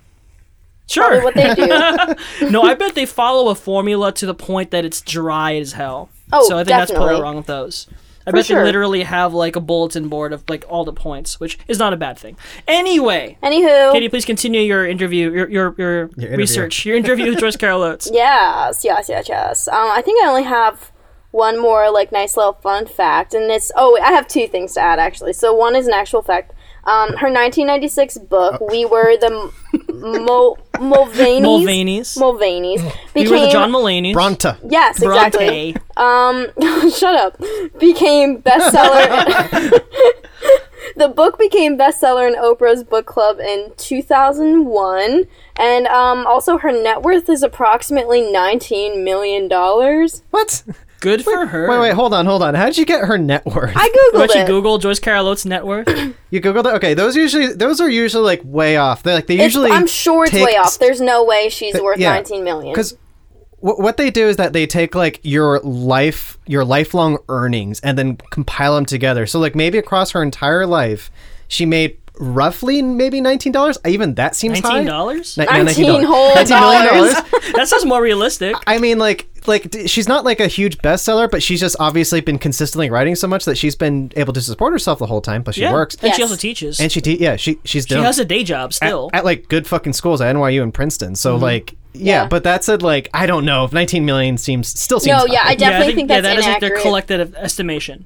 B: Sure.
C: What
B: *laughs*
C: they do.
B: no, I bet they follow a formula to the point that it's dry as hell.
C: Oh,
B: so I think that's probably
C: definitely.
B: wrong with those. I bet they
C: sure.
B: literally have like a bulletin board of like all the points, which is not a bad thing. Anyway,
C: Anywho.
B: Katie, please continue your interview, your your, your,
A: interview.
B: research, your interview with Joyce Carol Oates.
C: *laughs* Yes, yes, yes, yes. Um, I think I only have one more like nice little fun fact, and it's oh, I have two things to add actually. So one is an actual fact. Um, her 1996 book, "We Were the M- Mo- Mulvaneys,"
B: Mulvaneys.
C: Mulvaneys
B: You
C: became
B: were the John Mulaney.
A: Bronte.
C: yes, exactly.
B: Bronte.
C: Um, *laughs* shut up. Became bestseller. *laughs* the book became bestseller in Oprah's book club in 2001, and um, also her net worth is approximately 19 million dollars.
A: What?
B: Good for her.
A: Wait, wait, hold on, hold on. How did you get her net worth?
C: I
B: Why
C: googled
B: don't you
C: it.
B: Google Joyce Carol Oates' net
C: *coughs*
B: worth?
A: you googled that? Okay, those usually those are usually like way off. They're like they
C: It's-
A: usually.
C: I'm sure it's
A: take-
C: way off. There's no way she's worth
A: yeah.
C: 19 million.
A: Because wh- what they do is that they take like your life, your lifelong earnings, and then compile them together. So like maybe across her entire life, she made roughly maybe nineteen dollars. Even that seems high.
B: Nineteen dollars?
A: Ni- no,
C: Nineteen
A: $19. *laughs*
C: whole
A: $19
C: dollars.
B: That sounds
A: *laughs*
B: more realistic.
A: I mean, like, like d- she's not like a huge bestseller, but she's just obviously been consistently writing so much that she's been able to support herself the whole time. Plus, she
B: yeah.
A: works
B: And she
C: Yes.
B: also teaches.
A: and she, te- yeah, she she's
B: she
A: doing
B: has a day job
A: at,
B: still.
A: at, like good fucking schools at NYU and Princeton. So
B: Mm-hmm.
A: like, yeah,
C: Yeah.
A: But that said, like, I don't know if 19 million seems still seems.
C: No, yeah,
A: high.
B: yeah,
C: I
B: I
C: definitely
B: think,
C: think,
B: yeah,
C: that's
B: that is like
C: inaccurate.
B: their collective estimation.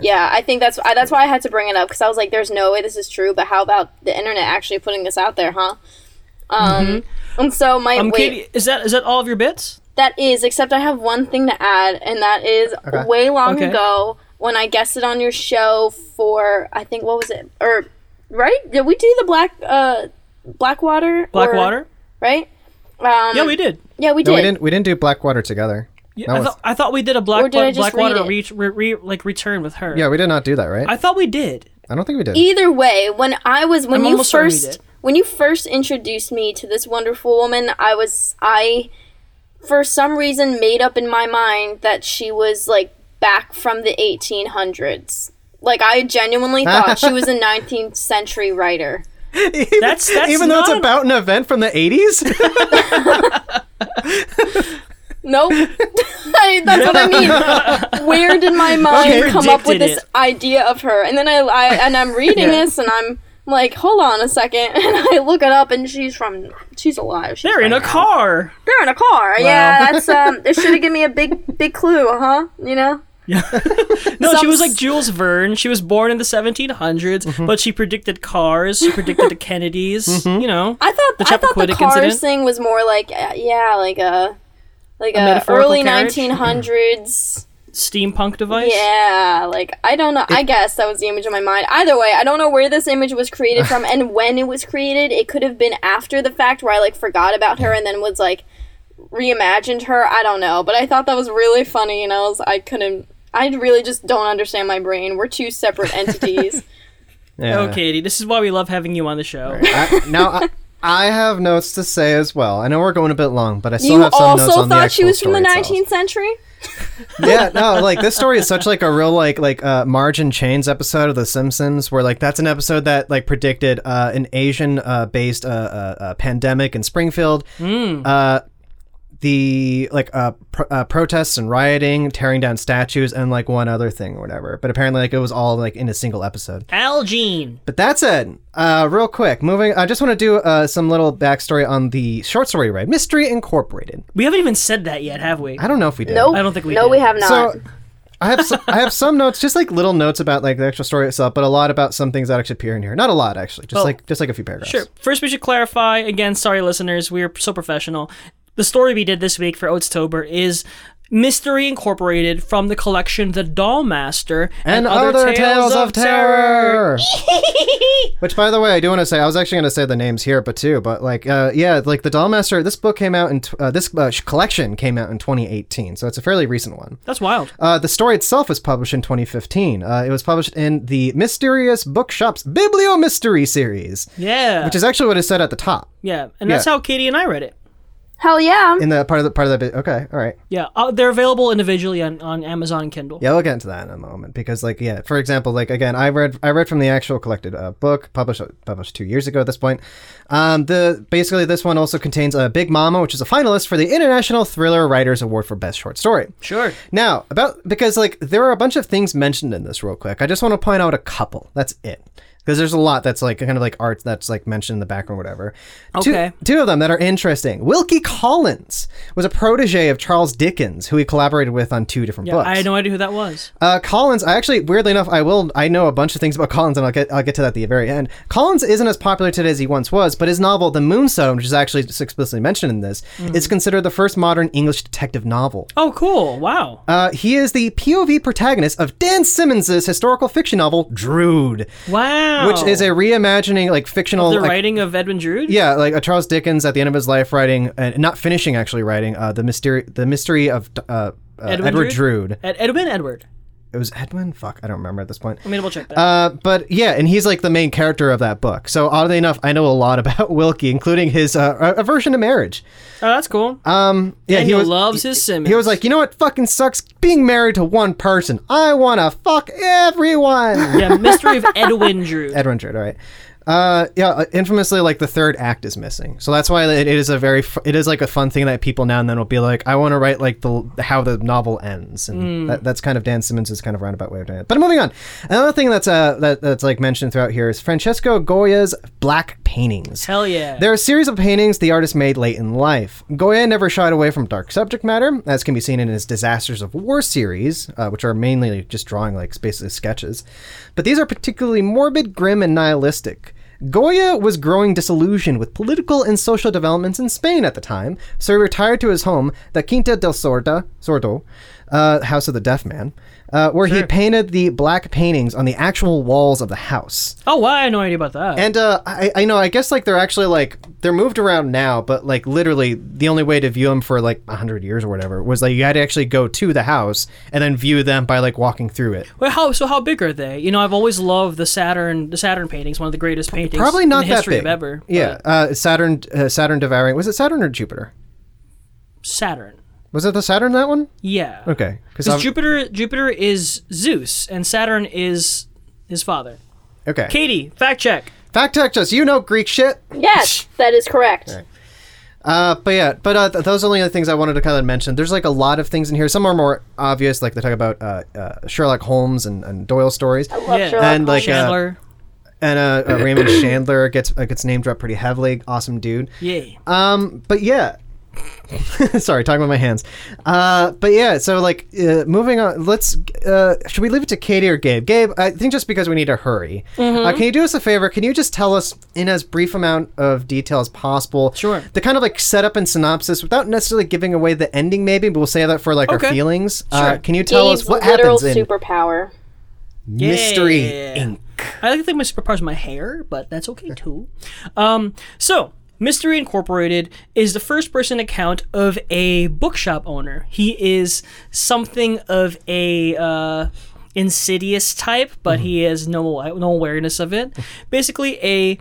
C: yeah, I think that's I, that's why I had to bring it up because I was like, "There's no way this is true." But how about the internet actually putting this out there, huh? Um, and so my
B: Um,
C: wait,
B: Katie, is that is that all of your bits?
C: That is, except I have one thing to add, and that is
A: Okay.
C: way long
B: Okay.
C: ago when I guested on your show for I think what was it or right? Did we do the black uh Blackwater? or-
B: Blackwater?
C: right? Um,
B: yeah, we did.
C: Yeah, we did.
A: No, we didn't. We didn't do Blackwater together.
B: Yeah,
A: That
B: I,
A: was-
B: thought I thought we did a Black,
C: Or did I just
B: Blackwater
C: read
B: reach, re, re, like return with her.
A: Yeah, we did not do that, right?
B: I
A: I,
B: thought we did.
A: don't think we did.
C: Either way, when I was when
B: I'm
C: you
B: almost certain we
C: first
B: did.
C: when you first introduced me to this wonderful woman, I was I for some reason made up in my mind that she was like back from the 1800s. Like I genuinely thought she
B: *laughs*
C: was a 19th century writer.
B: That's- that's
A: *laughs* even though it's
B: not an-
A: about an event from the 80s.
B: *laughs*
C: Nope. *laughs* I, that's what I mean. Where did my mind
A: Okay.
C: come up with
B: Predicted
C: this
B: it.
C: idea of her? And then I, I and I'm reading
B: Yeah.
C: this and I'm like, hold on a second, *laughs* and I look it up and she's from she's alive. She's
B: They're in a
C: right now.
B: car.
C: They're in a car.
B: *laughs*
C: Yeah, that's um. They should have given me a big big clue, huh? You know.
B: No, she
C: Some
B: was like
C: s-
B: Jules Verne. She was born in the 1700s,
A: Mm-hmm.
B: but she predicted cars. She predicted the Kennedys. You know,
C: I thought I thought the
B: Chappaquiddick
C: cars
B: incident?
C: thing was more like uh, yeah, like a like
B: A
C: a,
B: metaphorical
C: early
B: carriage? *laughs*
C: 1900s.
B: steampunk device.
C: Yeah, like I don't know. I guess that was the image in my mind. Either way, I don't know where this image was created
B: *laughs*
C: from and when it was created. It could have been after the fact where I like forgot about her and then was like reimagined her. I don't know, but I thought that was really funny and I was I couldn't I really just don't understand my brain. We're two separate
B: *laughs*
C: entities.
A: *laughs* Yeah.
B: Oh, Katie, this is why we love having you on the show.
A: I, now I, I have notes to say as well. I know we're going a bit long, but I still
C: you
A: have some notes
C: also
A: on the
C: thought she
A: actual
C: was from the
A: story itself.
C: 19th century?
A: yeah, no, like this story is such like a real like like uh, Marge and Chains episode of The Simpsons, where like that's an episode that like predicted uh, an Asian uh, based uh, uh, uh, pandemic in Springfield.
C: Hmm.
A: Uh, the like uh, pr- uh protests and rioting, tearing down statues, and like one other thing or whatever. But apparently, like it was all like in a single episode.
B: Al Jean.
A: But that's it. Uh, real quick, moving. I just want to do uh, some little backstory on the short story read, Mystery Incorporated.
B: We haven't even said that yet, have we?
A: I don't know if we did.
C: Nope.
B: I don't think we
C: No,
B: did.
C: we have not.
A: So I have some, I have some notes, just like little notes about like the actual story itself, but a lot about some things that actually appear in here. Not a lot actually, just like just like a few paragraphs.
B: Sure. First, we should clarify again. Sorry, listeners, we are so professional. The story we did this week for Oatstober is Mystery Incorporated from the collection The Doll Master
A: And, other, tales, of terror. *laughs* Which, by the way, I do want to say I was actually going to say the names here, but too, but like, uh, yeah, like the Dollmaster. This book came out in tw- uh, this uh, sh- collection came out in 2018, so it's a fairly recent one.
B: That's wild.
A: Uh, the story itself was published in 2015. Uh, it was published in the Mysterious Bookshop's Biblio Mystery series,
B: Yeah.
A: which is actually what is said at the top
B: yeah. And that's
A: yeah.
B: how Katie and I read it.
C: Hell yeah.
A: in the part of the part of the bit. Okay, all right.
B: Yeah. Uh, they're available individually on, on Amazon and Kindle.
A: Yeah, we'll get into that in a moment because, like, yeah, for example, like again, I read I read from the actual collected uh, book published published two years ago at this point. Um, the basically this one also contains uh, Big Mama, which is a finalist for the International Thriller Writers Award for Best Short Story.
B: Sure.
A: Now about because like there are a bunch of things mentioned in this real quick. I just want to point out a couple. That's it. Because there's a lot that's like kind of like art that's like mentioned in the background, or whatever. Two-
B: Okay.
A: Two of them that are interesting. Wilkie Collins was a protege of Charles Dickens, who he collaborated with on two different books.
B: I had no idea who that was.
A: Uh, Collins, I actually, weirdly enough, I will, I know a bunch of things about Collins, and I'll get, I'll get to that at the very end. Collins isn't as popular today as he once was, but his novel, The Moonstone, which is actually just explicitly mentioned in this,
B: Hmm.
A: is considered the first modern English detective novel.
B: Oh, cool. Wow.
A: Uh, he is the POV protagonist of Dan Simmons' historical fiction novel, Drood,
B: Wow.
A: which is a reimagining, like, fictional.
B: the
A: like,
B: writing Oh. of Edwin Drood?
A: yeah, like uh, Charles Dickens at the end of his life writing, uh, not finishing actually writing, uh, the mystery, the mystery of uh, uh,
B: Edwin
A: Edward
B: Drood?
A: Drood.
B: Ed- Edwin Edward.
A: It was Edwin. Fuck, I don't remember at this point.
B: Let me double check that.
A: Uh, but yeah, and he's like the main character of that book. So oddly enough, I know a lot about *laughs* Wilkie, including his uh, a- aversion to marriage.
B: oh, that's cool.
A: Um, yeah, he
B: Daniel
A: was.
B: loves his Simmons.
A: he was like, you know what fucking sucks? Being married to one person. I wanna fuck everyone.
B: *laughs* *laughs* Yeah, Mystery of Edwin Drood.
A: *laughs* Edwin Drood, all right. Uh, yeah, uh, infamously, like the third act is missing, so that's why it, it is a very fu- it is like a fun thing that people now and then will be like, I want to write like the how the novel ends, and that, that's kind of Dan Simmons' kind of roundabout way of doing it. But moving on, another thing that's uh that, that's like mentioned throughout here is Francesco Goya's black paintings.
B: Hell yeah.
A: They're a series of paintings the artist made late in life. Goya never shied away from dark subject matter, as can be seen in his Disasters of War series, uh, which are mainly just drawing like basically sketches. But these are particularly morbid, grim, and nihilistic. Goya was growing disillusioned with political and social developments in Spain at the time, so he retired to his home, the Quinta del Sorda, Sordo, uh, House of the Deaf Man, uh, where he painted the black paintings on the actual walls of the house.
B: oh, wow. I had no idea about that.
A: And uh, I, I know, I guess like they're actually like they're moved around now, but like literally the only way to view them for like hundred years or whatever was like you had to actually go to the house and then view them by like walking through it.
B: Well, how so? How big are they? You know, I've always loved the Saturn. The Saturn paintings, one of the greatest paintings.
A: Probably not
B: in the
A: that
B: history
A: big.
B: of ever.
A: yeah, uh, Saturn, uh, Saturn devouring. Was it Saturn or Jupiter?
B: but Saturn.
A: Was it the Saturn that one?
B: Yeah.
A: Okay,
B: Because
A: I've-
B: Jupiter, Jupiter is Zeus, and Saturn is his father.
A: okay.
B: Katie, fact check.
A: Fact check us. You know Greek shit.
C: Yes,
A: *laughs*
C: that is correct.
A: Uh, but yeah, but uh, th- those are only the things I wanted to kind of mention. There's like a lot of things in here. Some are more obvious, like they talk about uh, uh, Sherlock Holmes and, and Doyle stories.
C: Love
B: Yeah.
C: Sherlock
A: And, like,
C: Holmes.
A: uh,
B: Chandler.
A: and uh, uh, Raymond Chandler gets uh, gets named up pretty heavily. Awesome dude.
B: Yay.
A: Um, but yeah. *laughs* Sorry, talking about my hands. Uh, but yeah, so like, uh, moving on. Let's. Uh, should we leave it to Katie or Gabe? Gabe, I think just because we need to hurry,
B: Mm-hmm.
A: uh, can you do us a favor? Can you just tell us in as brief amount of detail as possible?
B: Sure.
A: The kind of like setup and synopsis without necessarily giving away the ending. Maybe but we'll save that for like
B: Okay.
A: our feelings. Uh,
B: Sure.
A: can you tell us
C: Gabe's
A: what
C: literal
A: happens in
C: superpower.
A: Mystery
B: Yeah.
A: Inc.
B: I like to think my superpower is my hair, but that's okay too. Um, so, Mystery Incorporated is the first person account of a bookshop owner. He is something of a uh, insidious type, but he has no no awareness of it. Basically, a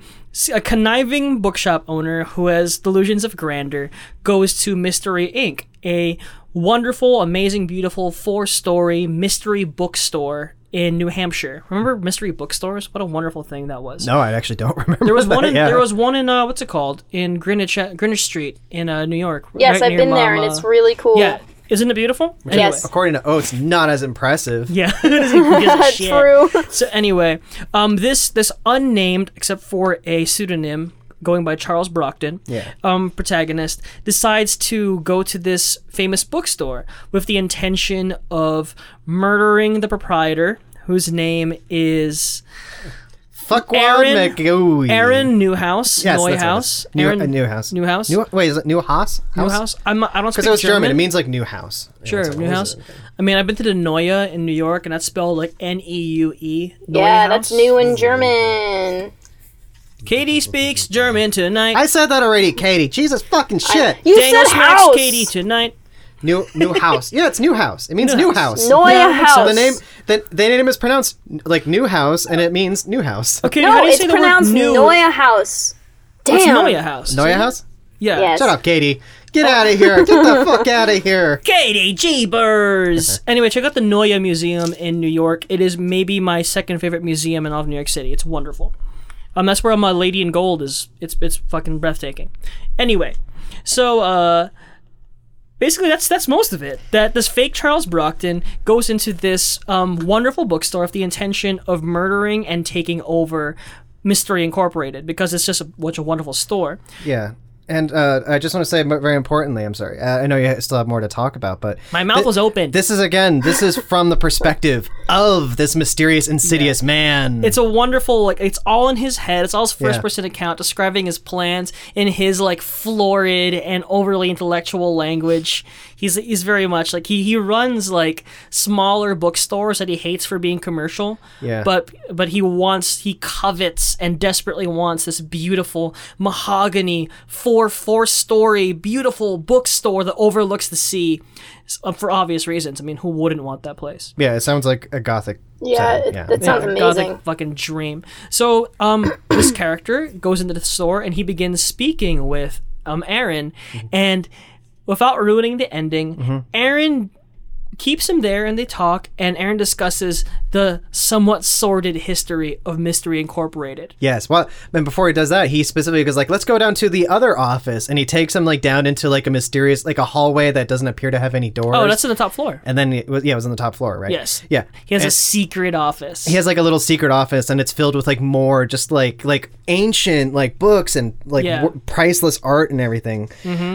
B: a conniving bookshop owner who has delusions of grandeur goes to Mystery Inc., a wonderful, amazing, beautiful four-story mystery bookstore in New Hampshire. Remember mystery bookstores? What a wonderful thing that was.
A: No, I actually don't *laughs* remember.
B: There was one. In,
A: yeah.
B: There was one in uh, what's it called in Greenwich uh, Greenwich Street in uh, New York.
C: Yes,
B: right
C: I've
B: near
C: been there, and
B: Mama-
C: it's really cool.
B: yeah. Isn't it beautiful?
C: Yes.
A: According to Oates, not as impressive.
B: *laughs* Yeah. *laughs* It doesn't give a shit.
C: *laughs* True.
B: So anyway, um, this this unnamed, except for a pseudonym going by Charles Brockden,
A: Yeah.
B: um, protagonist decides to go to this famous bookstore with the intention of murdering the proprietor, whose name is
A: Fuck
B: Aaron-
A: Warren McGooey.
B: Aaron Newhouse.
A: Yes, that's what it
B: Newhouse.
A: is. New,
B: Aaron
A: uh, Newhouse.
B: Newhouse?
A: New, wait, is it Newhouse?
B: Newhouse. I'm not, I don't speak
A: Because it was German. It means like new house. Yeah,
B: Sure,
A: it's like, what is
B: Newhouse.
A: it?
B: I mean, I've been to the Neue in New York, and that's spelled like N E U E.
C: Yeah, that's new in German.
B: Katie speaks German tonight.
A: I said that
B: *laughs*
A: already, Katie. Jesus fucking shit.
C: You
B: Daniel
C: said
B: smacks
C: house.
B: Katie tonight.
A: new new house. Yeah, it's new house. It means new house.
C: Neue
B: No, it's-
C: house.
A: The name the, the name is pronounced like new house, and it means new house. *laughs*
B: Okay,
C: No,
B: how do you
C: it's
B: say the word
C: pronounced
B: new?
C: Neue house.
B: It's
C: Damn.
B: Neue house.
A: Neue house.
B: Yeah.
C: Yes.
A: Shut up, Katie. Get
B: Oh.
A: out of here. Get the
B: *laughs*
A: fuck out of here.
B: Katie Jeebers. anyway, check out the Neue Museum in New York. It is maybe my second favorite museum in all of New York City. It's wonderful. Um, that's where my Lady in Gold is. It's it's fucking breathtaking. Anyway, so uh, basically that's that's most of it. That this fake Charles Brockton goes into this um, wonderful bookstore with the intention of murdering and taking over Mystery Incorporated because it's just a, such a wonderful store.
A: Yeah. And uh, I just want to say, but very importantly, I'm sorry. Uh, I know you still have more to talk about, but
B: My mouth was open.
A: This is again. This
B: *laughs*
A: is from the perspective of this mysterious, insidious man.
B: It's a wonderful like it's all in his head. It's all his first
A: Yeah.
B: person account describing his plans in his like florid and overly intellectual language. He's he's very much like he he runs like smaller bookstores that he hates for being commercial.
A: Yeah.
B: But but he wants he covets and desperately wants this beautiful mahogany four four story beautiful bookstore that overlooks the sea. s- uh, For obvious reasons. I mean, who wouldn't want that place?
A: yeah. It sounds like a gothic.
C: Yeah,
A: setting.
C: it, that sounds
B: Yeah,
C: amazing. *laughs*
B: Gothic fucking dream. So, um, *coughs* this character goes into the store and he begins speaking with
A: Mm-hmm.
B: um Aaron, and without ruining the ending, Aaron keeps him there and they talk and Aaron discusses the somewhat sordid history of Mystery Incorporated.
A: Yes. Well, and before he does that, he specifically goes like, "Let's go down to the other office," and he takes him like down into like a mysterious like a hallway that doesn't appear to have any doors.
B: Oh, that's in the top floor.
A: And then it was, yeah, it was on the top floor, right?
B: Yes.
A: Yeah.
B: He has
A: And-
B: a secret office.
A: he has like a little secret office and it's filled with like more just like like ancient like books and like
B: Yeah. Mm-hmm.
A: w- priceless art and everything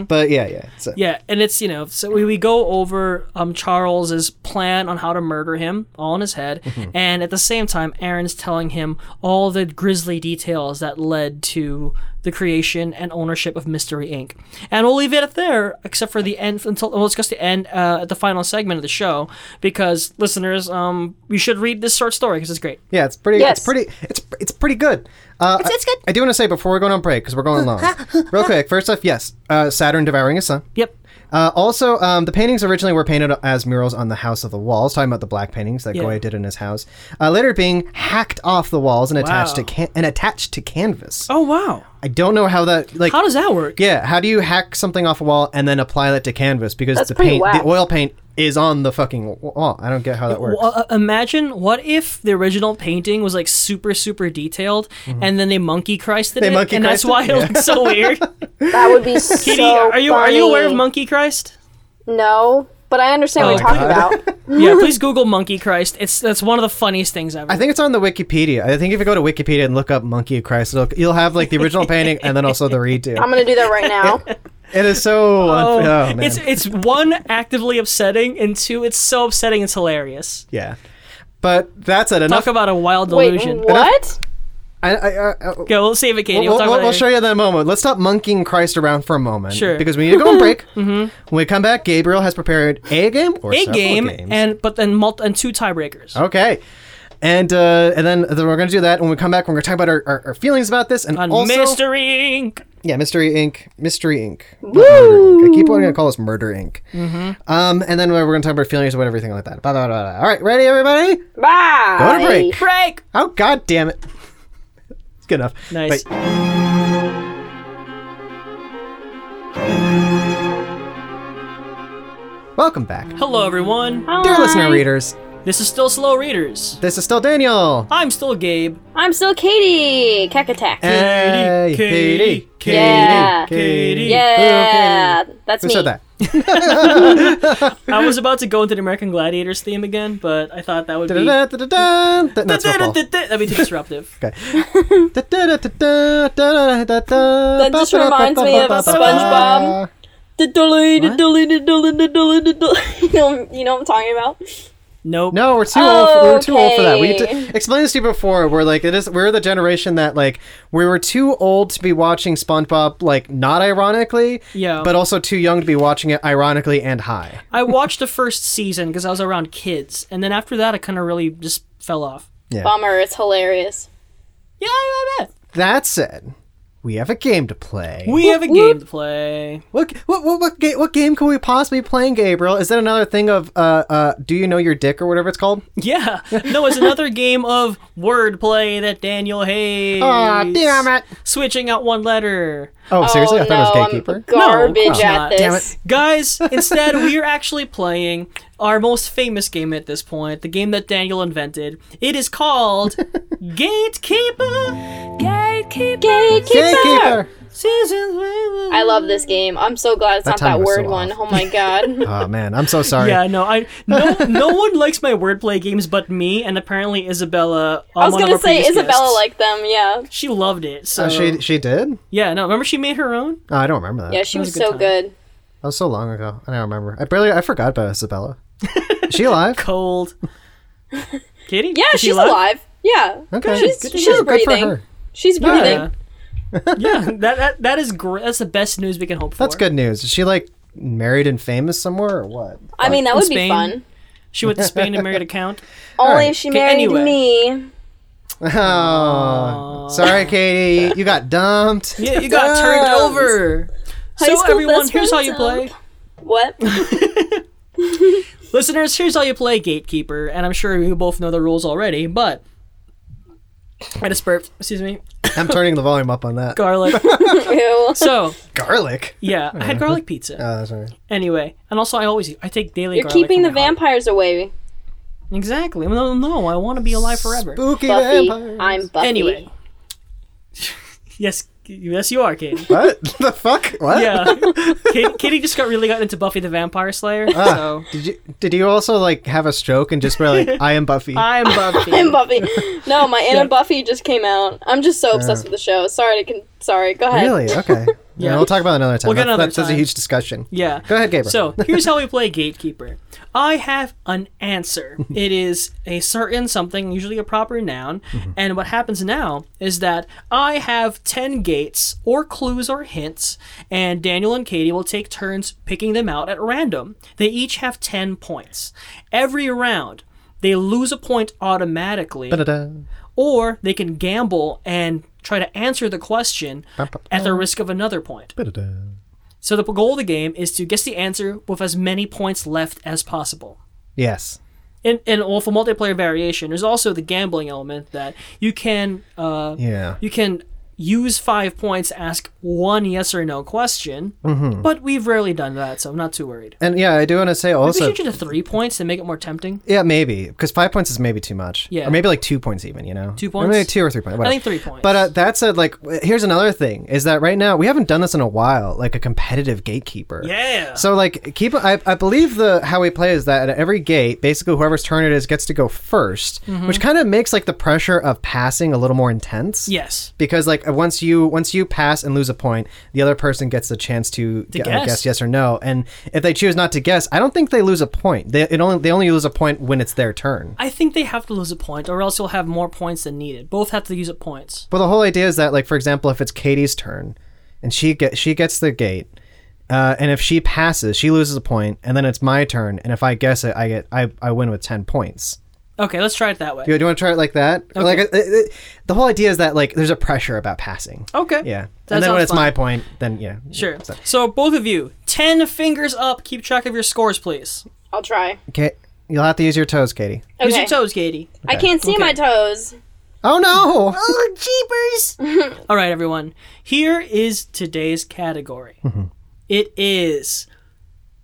A: but yeah yeah so
B: yeah, and it's you know, so we, we go over um Charles's plan on how to murder him, all in his head, and at the same time, Aaron's telling him all the grisly details that led to the creation and ownership of Mystery Inc. And we'll leave it at there, except for the end until we'll discuss the end uh, at the final segment of the show, because listeners, um, you should read this short story because it's great.
A: yeah it's pretty
C: Yes.
A: it's pretty it's it's pretty good uh, it's,
B: it's good.
A: I, do want to say before we go on break because we're going long real quick first off yes uh, Saturn devouring his son
B: Yep.
A: Uh, also, um, the paintings originally were painted as murals on the House of the Walls, talking about the black paintings that
B: Yeah.
A: Goya did in his house. Uh, later, being hacked off the walls and attached to
B: Wow.
A: can- and attached to canvas.
B: Oh wow.
A: I don't know how that like.
B: How does that work?
A: Yeah, how do you hack something off a wall and then apply that to canvas? Because
C: That's
A: the
C: pretty
A: paint,
C: whack.
A: the oil paint is on the fucking wall. I don't get how that works.
B: Well, uh, imagine what if the original painting was like super super detailed,
A: Mm-hmm.
B: and then they monkey Christed it,
A: monkey
B: and that's
A: Christed
B: why
A: it?
B: it looks
A: *laughs*
B: so weird.
C: That would be so
B: Kitty, are you are you aware of
C: funny.
B: monkey
C: *laughs*
B: Christ?
C: No, but I understand what
B: Oh,
C: you're talking about.
B: yeah, please Google monkey Christ. It's that's one of the funniest things ever.
A: I think it's on the Wikipedia. I think if you go to Wikipedia and look up Monkey of Christ, it'll, you'll have like the original painting and then also the
B: *laughs*
C: I'm
A: redo.
C: gonna do that right now.
A: It is so.
B: Oh,
A: unf- oh, man.
B: it's it's one actively upsetting, and two, it's so upsetting it's hilarious.
A: yeah. But that's it. Enough.
B: Talk about a wild
C: *laughs* Wait,
B: delusion.
C: what?
A: I, I, I, I-
B: Go, we'll save it, Katie. We'll,
A: we'll,
B: talk
A: we'll-
B: about
A: we'll
B: it.
A: show you that in a moment. Let's stop monkeying Christ around for a moment.
B: Sure. Mm-hmm.
A: Because we need to
B: *laughs*
A: go on break. When we come back, Gabriel has prepared a game or
B: a
A: several
B: game,
A: games. Oh.
B: and but then multi and two tiebreakers.
A: Okay. And uh, and then, then we're gonna do that. When we come back, we're gonna talk about our, our, our feelings about this and
B: On
A: also
B: Mystery Inc.
A: yeah, Mystery Inc. Mystery Inc. not Murder Inc. I keep wanting to call this Murder Inc. Mm-hmm. Um, and then we're gonna talk about feelings about everything like that. Blah, blah, blah, blah. All right, ready everybody?
C: Bye.
A: Go to break.
B: Break.
A: Oh god damn it! It's good enough.
B: Nice.
A: But- welcome back,
B: Hello, everyone.
A: dear
C: Hi.
A: listener readers.
B: This is still Slow Readers.
A: This is still Daniel.
B: I'm still Gabe.
C: I'm still Katie. Cack attack.
A: Hey,
B: Katie,
A: Katie,
C: Yeah.
A: Katie.
C: yeah, that's
A: Who
C: me.
A: said that? *laughs*
B: I was about to go into the American Gladiators theme again, but I thought that would be
A: Da-da-da-da-da. That's football.
B: that'd be too
A: *laughs*
B: disruptive.
A: Okay. That
C: just reminds me of SpongeBob. Da-dolly, da-dolly, da-dolly, da-dolly, da-dolly. *laughs* You know, you know what I'm talking about?
B: Nope.
A: No, we're too old. For, we're too old for that. We
C: Okay.
A: d- explained this to you before. We're like it is. We're the generation that like we were too old to be watching SpongeBob, like not ironically,
B: Yeah.
A: but also too young to be watching it ironically and high.
B: I watched the first season because I was around kids, and then after that, I kind of really just fell off.
C: Bummer, it's hilarious.
B: Yeah, I bet.
A: That said, we have a game to play.
B: We have a game to play.
A: What what what what, ga- what game could we possibly be playing, Gabriel? Is that another thing of uh uh? Do you know your dick or whatever it's called?
B: Yeah. No, it's
A: *laughs*
B: another game of wordplay that Daniel hates.
A: Aw, damn it!
B: Switching out one letter.
A: Oh, seriously? I
C: oh,
A: thought it
C: no,
A: was gatekeeper.
C: I'm garbage
B: No, of course
C: at
B: not.
C: this.
A: Damn it.
B: Guys, instead, we are actually playing our most famous game at this point, the game that Daniel invented. It
A: *laughs*
B: is called Gatekeeper
C: Gatekeeper. Gatekeeper.
A: Gatekeeper.
B: Season.
C: I love this game. I'm so glad it's
A: That
C: not
A: time
C: that
A: was so
C: word one.
A: off.
C: Oh
A: *laughs*
C: my god.
A: Oh man, I'm so sorry.
B: Yeah, no, I no no one likes my wordplay games but me, and apparently Isabella.
C: I was gonna say Isabella liked them. Yeah,
B: She loved it. So
A: Oh, she she did.
B: yeah, no, remember she made her own.
A: Oh, I don't remember that.
C: yeah, she
B: was
C: was,
B: a good
C: so
B: time.
C: good.
A: That was so long ago. I don't remember. I barely I forgot about Isabella. Is she alive? *laughs*
B: *laughs* Cold. Kitty.
C: Yeah,
B: Is she
C: she's alive. Yeah,
A: Okay.
C: she's
A: Good to
C: she's
A: hear. Good for
C: breathing.
A: her.
C: She's breathing.
B: Yeah. yeah, that, that that is great. That's the best news we can hope for.
A: That's good news. Is she like married and famous somewhere or what? *laughs*
C: I mean, that
B: In
C: would
B: Spain.
C: be fun.
B: She went to Spain and married a count.
C: Only
A: right.
C: if she
B: Okay,
C: married
B: anyway.
C: me.
A: Oh, sorry,
B: *laughs*
A: Katie. You got dumped.
B: Yeah,
A: *laughs*
B: you got turned
C: Dumb.
B: over.
C: High
B: So
C: school
B: everyone,
C: best
B: here's how you
C: friends
B: play. *laughs*
C: What?
B: Listeners, here's how you play Gatekeeper, and I'm sure you both know the rules already, but I just burped. Excuse me.
A: I'm turning the volume up on that.
B: Garlic.
C: *laughs* Ew.
B: so
A: Garlic.
B: yeah, I had garlic pizza.
A: Oh, sorry.
B: Anyway, and also I always I take daily.
C: You're
B: garlic
C: keeping
B: for
C: the
B: my heart.
C: vampires away,
B: Exactly. No, no, I want to be alive forever.
A: Spooky
C: Buffy.
A: vampire.
C: I'm Buffy.
B: Anyway. yes, yes, you are, Katie.
A: What *laughs* the fuck? What?
C: *laughs*
B: Yeah, Katie, Katie just got really got into Buffy the Vampire Slayer.
A: Ah,
B: So
A: Did you did you also like have a stroke and just be
B: *laughs*
A: like, I am Buffy?
B: I'm Buffy.
C: *laughs* I'm Buffy. No, my Anna
B: Yeah.
C: Buffy just came out. I'm just so obsessed with the show. Sorry to con- sorry. Go ahead.
B: *laughs*
A: Really? Okay.
B: Yeah.
A: yeah. We'll talk about it another time.
B: We'll get
A: That-
B: another
A: that's, that's
B: time.
A: a huge discussion.
B: Yeah.
A: Go ahead, Gabriel. *laughs*
B: So here's how we play Gatekeeper. I have an
A: *laughs*
B: answer. It is a certain something, usually a proper noun.
A: Mm-hmm.
B: And what happens now is that I have 10 gates or clues or hints, and Daniel and Katie will take turns picking them out at random. They each have 10 points. Every round, they lose a point automatically
A: Da-da-da.
B: or they can gamble and try to answer the question
A: bum,
B: at the risk of another point.
A: Ba-da-da.
B: So the goal of the game is to guess the answer with as many points left as possible.
A: Yes.
B: And, and well, for multiplayer variation, there's also the gambling element that you can uh,
A: Yeah.
B: you can use five points to ask one yes or no question.
A: Mm-hmm.
B: But we've rarely done that, so I'm not too worried.
A: And yeah, I do want to say
B: We
A: also.
B: should do the three points to make it more tempting.
A: Yeah, maybe because five points is maybe too much.
B: Yeah.
A: or maybe like two points even. You know,
B: Two
A: or maybe
B: points?
A: two or three points.
B: I
A: whatever.
B: think three points.
A: But uh, that said, like, w- here's another thing: is that right now we haven't done this in a while, like a competitive gatekeeper.
B: Yeah.
A: So like, keep. I, I believe the how we play is that at every gate, basically whoever's turn it is gets to go 1st
B: Mm-hmm.
A: which kind of makes like the pressure of passing a little more intense.
B: yes.
A: Because like once you once you pass and lose a point, the other person gets the chance to, gu- uh,
B: guess.
A: yes or no. And if they choose not to guess, I don't think they lose a point. They it only they only lose a point when it's their turn.
B: I think they have to lose a point, or else you'll have more points than needed. Both have to use up points.
A: Well, the whole idea is that, like, for example, if it's Katie's turn, and she get she gets the gate, uh, and if she passes, she loses a point, and then it's my turn, and if I guess it, I get I, I win with ten points.
B: Okay, let's try it that way.
A: Do you, want to try it like that? Or, Like, it, it, the whole idea is that like there's a pressure about passing.
B: Okay.
A: Yeah,
B: That
A: and then when
B: sounds
A: it's
B: fun.
A: my point, then yeah,
B: Sure. So both of you, ten fingers up. Keep track of your scores, please.
C: I'll try.
A: Okay, you'll have to use your toes, Katie.
C: Okay.
B: Use your toes, Katie.
C: I can't see my toes.
A: Oh no!
B: All right, everyone. Here is today's category. It is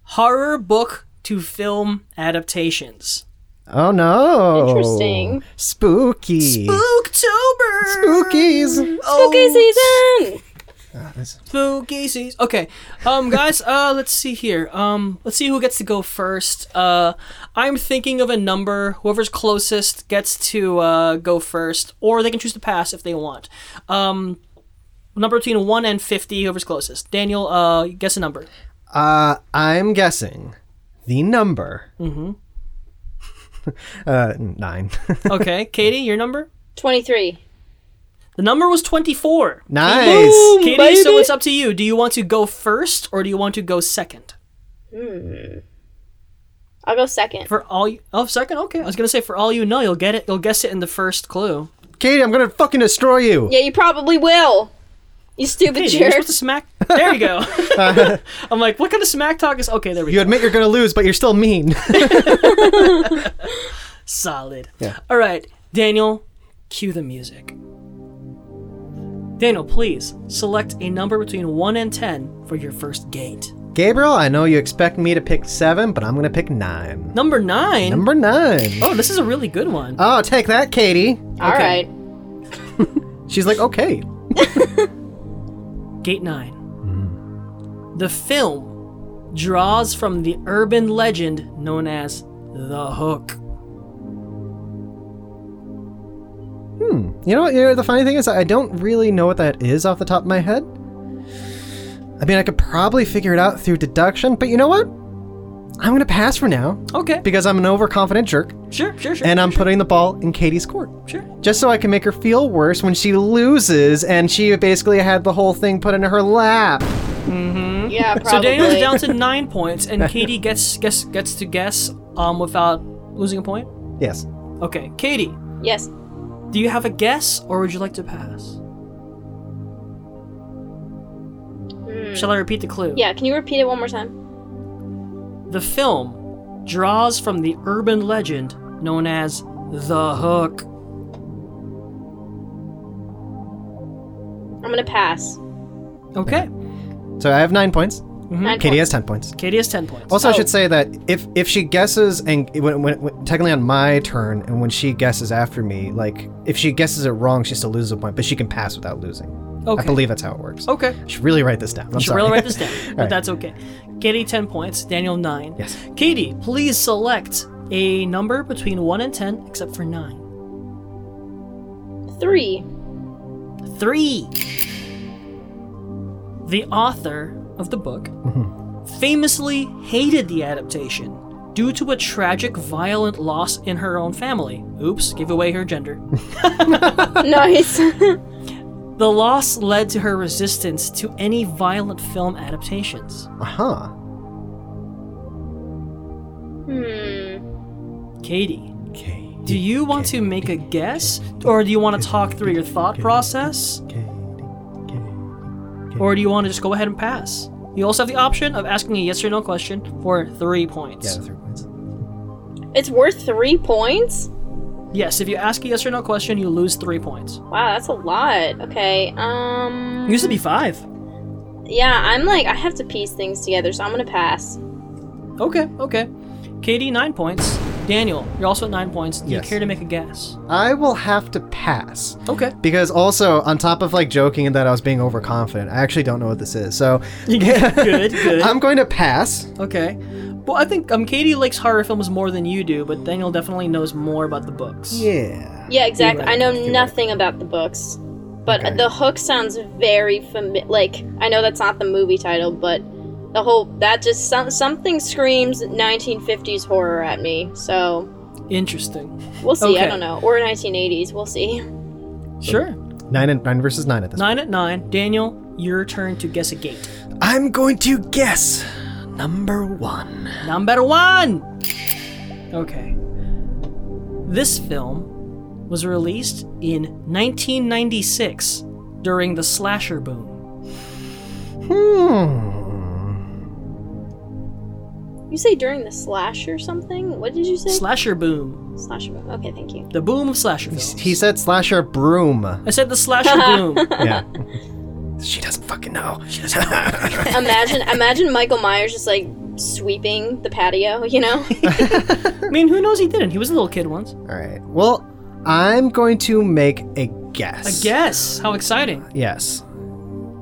B: horror book to film adaptations.
A: Oh no!
C: Interesting.
A: Spooky.
B: Spooktober.
A: Spookies.
B: Oh,
C: Okay, season.
B: Spooky season. Okay, um, guys, uh, let's see here. Um, let's see who gets to go first. Uh, I'm thinking of a number. Whoever's closest gets to uh, go first, or they can choose to pass if they want. Um, number between one and fifty. Whoever's closest. Daniel, uh, guess a number.
A: Uh, I'm guessing the number. Mm-hmm. *laughs* uh, nine. *laughs*
B: Okay, *laughs* Katie, your number.
C: Twenty-three.
B: The number was twenty-four.
A: nice.
B: Katie, so
C: baby.
B: it's up to you. Do you want to go first, or do you want to go second?
C: I'll go second.
B: For all you, oh, second. Okay, I was gonna say for all you know, you'll get it. You'll guess it in the first clue.
A: Katie, I'm gonna fucking destroy you.
C: Yeah, you probably will. You stupid
B: Hey, you're
C: jerk.
B: supposed to smack. There you go. *laughs* I'm like, what kind of smack talk is? Okay, there we
A: You
B: go.
A: admit you're gonna lose, but you're still mean. *laughs*
B: Solid.
A: Yeah.
B: All right, Daniel, cue the music. Daniel, please select a number between one and ten for your first gate.
A: Gabriel, I know you expect me to pick seven, but I'm gonna pick nine.
B: Number nine.
A: Number nine.
B: oh, this is a really good one.
A: Oh, take that, Katie.
C: All
B: Okay.
C: right.
A: She's like, okay.
B: Gate 9.
A: mm.
B: The film draws from the urban legend known as The Hook.
A: You know what? You know, the funny thing is, I don't really know what that is off the top of my head. I mean, I could probably figure it out through deduction, but you know what? I'm gonna pass for now
B: Okay.
A: because I'm an overconfident jerk,
B: Sure, sure, sure.
A: and I'm putting the ball in Katie's court.
B: sure.
A: just so I can make her feel worse when she loses, and she basically had the whole thing put in her lap.
C: Yeah, probably.
B: Hmm? So Daniel's down to nine
A: *laughs*
B: points, and Katie gets gets gets to guess um without losing a point.
A: Yes.
B: Okay, Katie,
C: Yes.
B: do you have a guess, or would you like to pass? Shall I repeat the clue?
C: Yeah. Can you repeat it one more time?
B: The film draws from the urban legend known as the Hook.
C: I'm gonna pass.
B: Okay.
A: So I have nine points.
C: Nine
A: Katie has
C: points.
A: ten points.
B: Katie has 10 points.
A: Also, I
C: Oh.
A: should say that if if she guesses and when, when, when technically on my turn, and when she guesses after me, like if she guesses it wrong, she still loses a point, but she can pass without losing.
B: Okay.
A: I believe that's how it works.
B: Okay.
A: I should really write this down. I'm
B: You should
A: sorry.
B: really write
A: *laughs*
B: this down, but
A: right.
B: that's okay. Katie, 10 points. Daniel, 9.
A: Yes.
B: Katie, please select a number between 1 and 10, except for 9.
C: Three.
B: 3. The author of the book famously hated the adaptation due to a tragic, violent loss in her own family. Oops, give away her gender.
C: nice.
B: The loss led to her resistance to any violent film adaptations.
A: Uh huh.
C: hmm.
B: Katie,
A: Okay.
B: Do you want to make a guess, or do you want to talk through your thought process, or do you want to just go ahead and pass? You also have the option of asking a yes or no question for three
A: Yeah,
B: points.
A: three points.
C: It's worth three points?
B: Yes, if you ask a yes or no question, you lose three points.
C: Wow, that's a lot. Okay. Um.
B: It used to be five.
C: Yeah, I'm like I have to piece things together, so I'm gonna pass.
B: Okay, okay. Katie, nine points. Daniel, you're also at nine points. Do
A: Yes.
B: you care to make a guess?
A: I will have to pass.
B: Okay.
A: Because also, on top of like joking and that I was being overconfident, I actually don't know what this is. So,
B: *laughs* good,
A: *laughs*
B: good.
A: I'm going to pass.
B: Okay. Well, I think um, Katie likes horror films more than you do, but Daniel definitely knows more about the books.
A: Yeah.
C: Yeah, exactly.
B: right,
C: I know
A: you're right.
C: nothing about the books, but
A: Okay.
C: the hook sounds very familiar. Like I know that's not the movie title, but the whole that just some, something screams 1950s horror at me. So
B: Interesting.
C: we'll see. I
B: Okay.
C: don't know, or 1980s. We'll see.
B: Sure.
A: Nine and nine versus nine at this.
B: Nine at nine. Daniel, your turn to guess a gate.
A: point. I'm going to guess number one.
B: Number one! Okay. This film was released in 1996 during the slasher boom.
A: Hmm.
C: You say during the slash or something? What did you say?
B: Slasher boom.
C: slash. Okay, thank you.
B: The boom of slasher films.
A: He said slasher broom.
B: I said the slasher boom.
A: Yeah. *laughs* she doesn't fucking know. *laughs* She doesn't know.
C: Imagine, imagine Michael Myers just like sweeping the patio. You know?
B: I mean, who knows he didn't? He was a little kid once.
A: All right. Well, I'm going to make a
B: A
A: guess.
B: guess. How exciting.
A: Yes.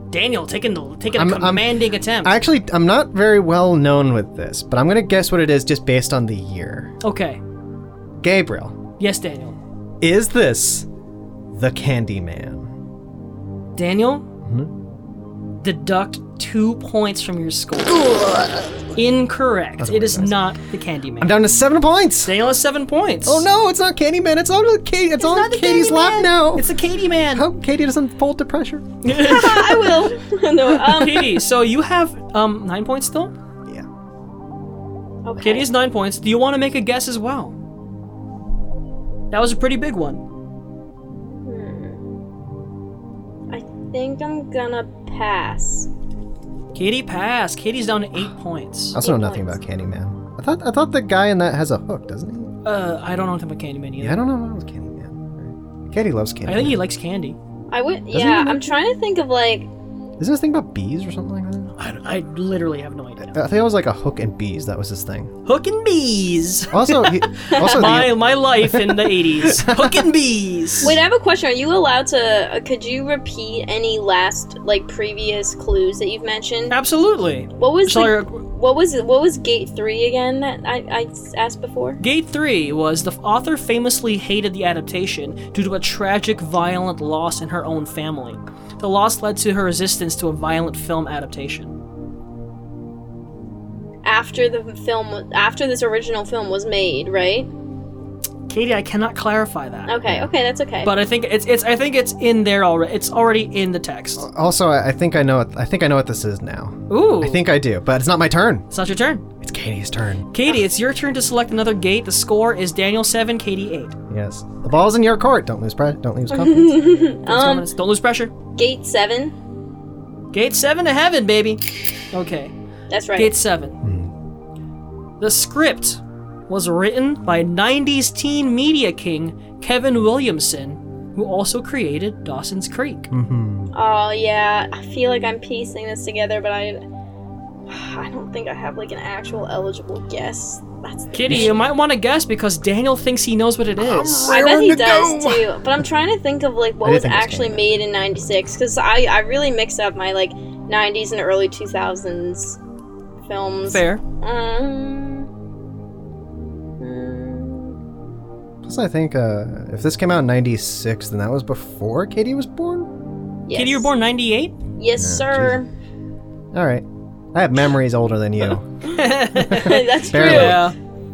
B: Daniel taking the taking
A: I'm-
B: a
A: I'm-
B: commanding attempt.
A: Actually, I'm not very well known with this, but I'm going to guess what it is just based on the year.
B: okay.
A: Gabriel,
B: Yes, Daniel.
A: is this the Candyman?
B: Daniel,
A: Mm-hmm.
B: deduct two points from your score. Incorrect. It is not the
A: I'm
B: Candyman.
A: down to seven points.
B: Daniel has seven points.
A: Oh no, it's not Candyman. It's on Katie. It's, on
B: not the
A: Katie's
B: Candyman.
A: lap now.
B: It's the Candyman.
A: How Katie doesn't fold to pressure?
C: *laughs*
A: Oh. *laughs*
C: I *laughs* will. no. Um.
B: *laughs* Katie, so you have um nine points still.
A: Yeah.
C: Okay.
B: Katie has nine points. Do you want to make a guess as well? That was a pretty big one.
C: Hmm. I think I'm gonna pass.
B: Katie passed. Katie's down to eight points.
A: I also know
C: Eight
A: nothing
C: points.
A: about Candyman. I thought I thought the guy in that has a hook, doesn't he?
B: Uh, I don't know anything about Candyman either.
A: Yeah, I don't know about Candyman. All right. Katie loves Candyman.
B: I think he likes candy.
C: I would.
A: he
C: Yeah,
A: make-
C: I'm trying to think of like.
A: Isn't this thing about bees or something like that?
B: I, I literally have no
A: *laughs*
B: idea.
A: I think it was like a hook and bees. That was his thing.
B: Hook and bees.
A: Also,
B: *laughs*
A: he, also
B: my
A: the,
B: my life in
A: *laughs*
B: the 80s. Hook and bees.
C: Wait, I have a question. Are you allowed to? Uh, could you repeat any last like previous clues that you've mentioned?
B: Absolutely.
C: What was
B: So
C: the,
B: your-
C: what was what was gate three again that I, I asked before?
B: Gate 3 was the author famously hated the adaptation due to a tragic, violent loss in her own family. The loss led to her resistance to a violent film adaptation.
C: After the film, after this original film was made, right?
B: Katie, I cannot clarify that.
C: Okay, okay, that's okay.
B: But I think it's it's I think it's in there already. It's already in the text.
A: also I I think I know. What, I think I know what this is now.
B: Ooh.
A: I think I do, but it's not my turn.
B: it's not your turn.
A: It's Katie's turn.
B: Katie, it's your turn to select another gate. The score is Daniel 7, Katie 8.
A: Yes, the ball's in your court. Don't lose pride. Don't lose confidence.
B: *laughs* That's all minutes. Don't lose pressure.
C: gate seven.
B: Gate 7 to heaven, baby. Okay.
C: That's right.
B: Gate 7. The script was written by 90s teen media king Kevin Williamson who also created Dawson's Creek.
A: Mm-hmm.
C: Oh yeah, I feel like I'm piecing this together, but I, *sighs* I don't think I have like an actual eligible guess. That's the
B: Kitty, you might want to guess because Daniel thinks he knows what it is.
C: I bet he
A: Raring to
C: does
A: go.
C: too. But I'm trying to think of like what
A: I do
C: was
A: think it's
C: actually
A: Canada.
C: made in '96 because I I really mix up my like '90s and early 2000s films.
B: Fair.
C: Um, mm,
A: Plus, I think uh, if this came out in '96, then that was before Katie was born.
C: yes.
B: Kitty, you were born *laughs* 98?
C: Yes,
A: Yeah,
C: sir.
A: All right, I have memories older than
B: *laughs*
A: you.
C: *laughs* That's true.
A: Barely.
B: yeah.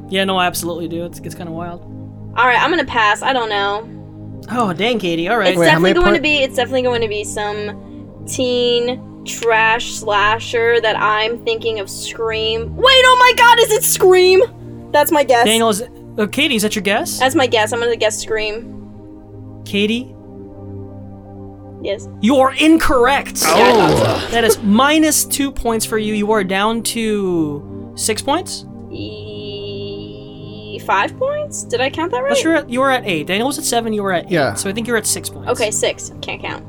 B: Yeah, no, I absolutely do. It's, it's kind of wild.
C: All right, I'm gonna pass. I don't know.
B: Oh, dang, Katie. All
C: It's
B: right.
A: Wait, how
C: definitely
A: many
C: going
A: part-
C: to be. It's definitely going to be some teen trash slasher that I'm thinking of. Scream. Wait, oh my God, is it Scream? That's my guess.
B: Daniel, is, uh, Katie, is that your guess?
C: That's my guess. I'm gonna guess Scream.
B: Katie,
C: Yes.
B: you are incorrect. Oh. That is minus two points for you. You are down to six points.
C: E- five points? Did I count that right?
B: That's your, you were at eight. Daniel was at seven. You were at eight.
A: Yeah.
B: So I think you're at six points.
C: Okay, six. Can't count.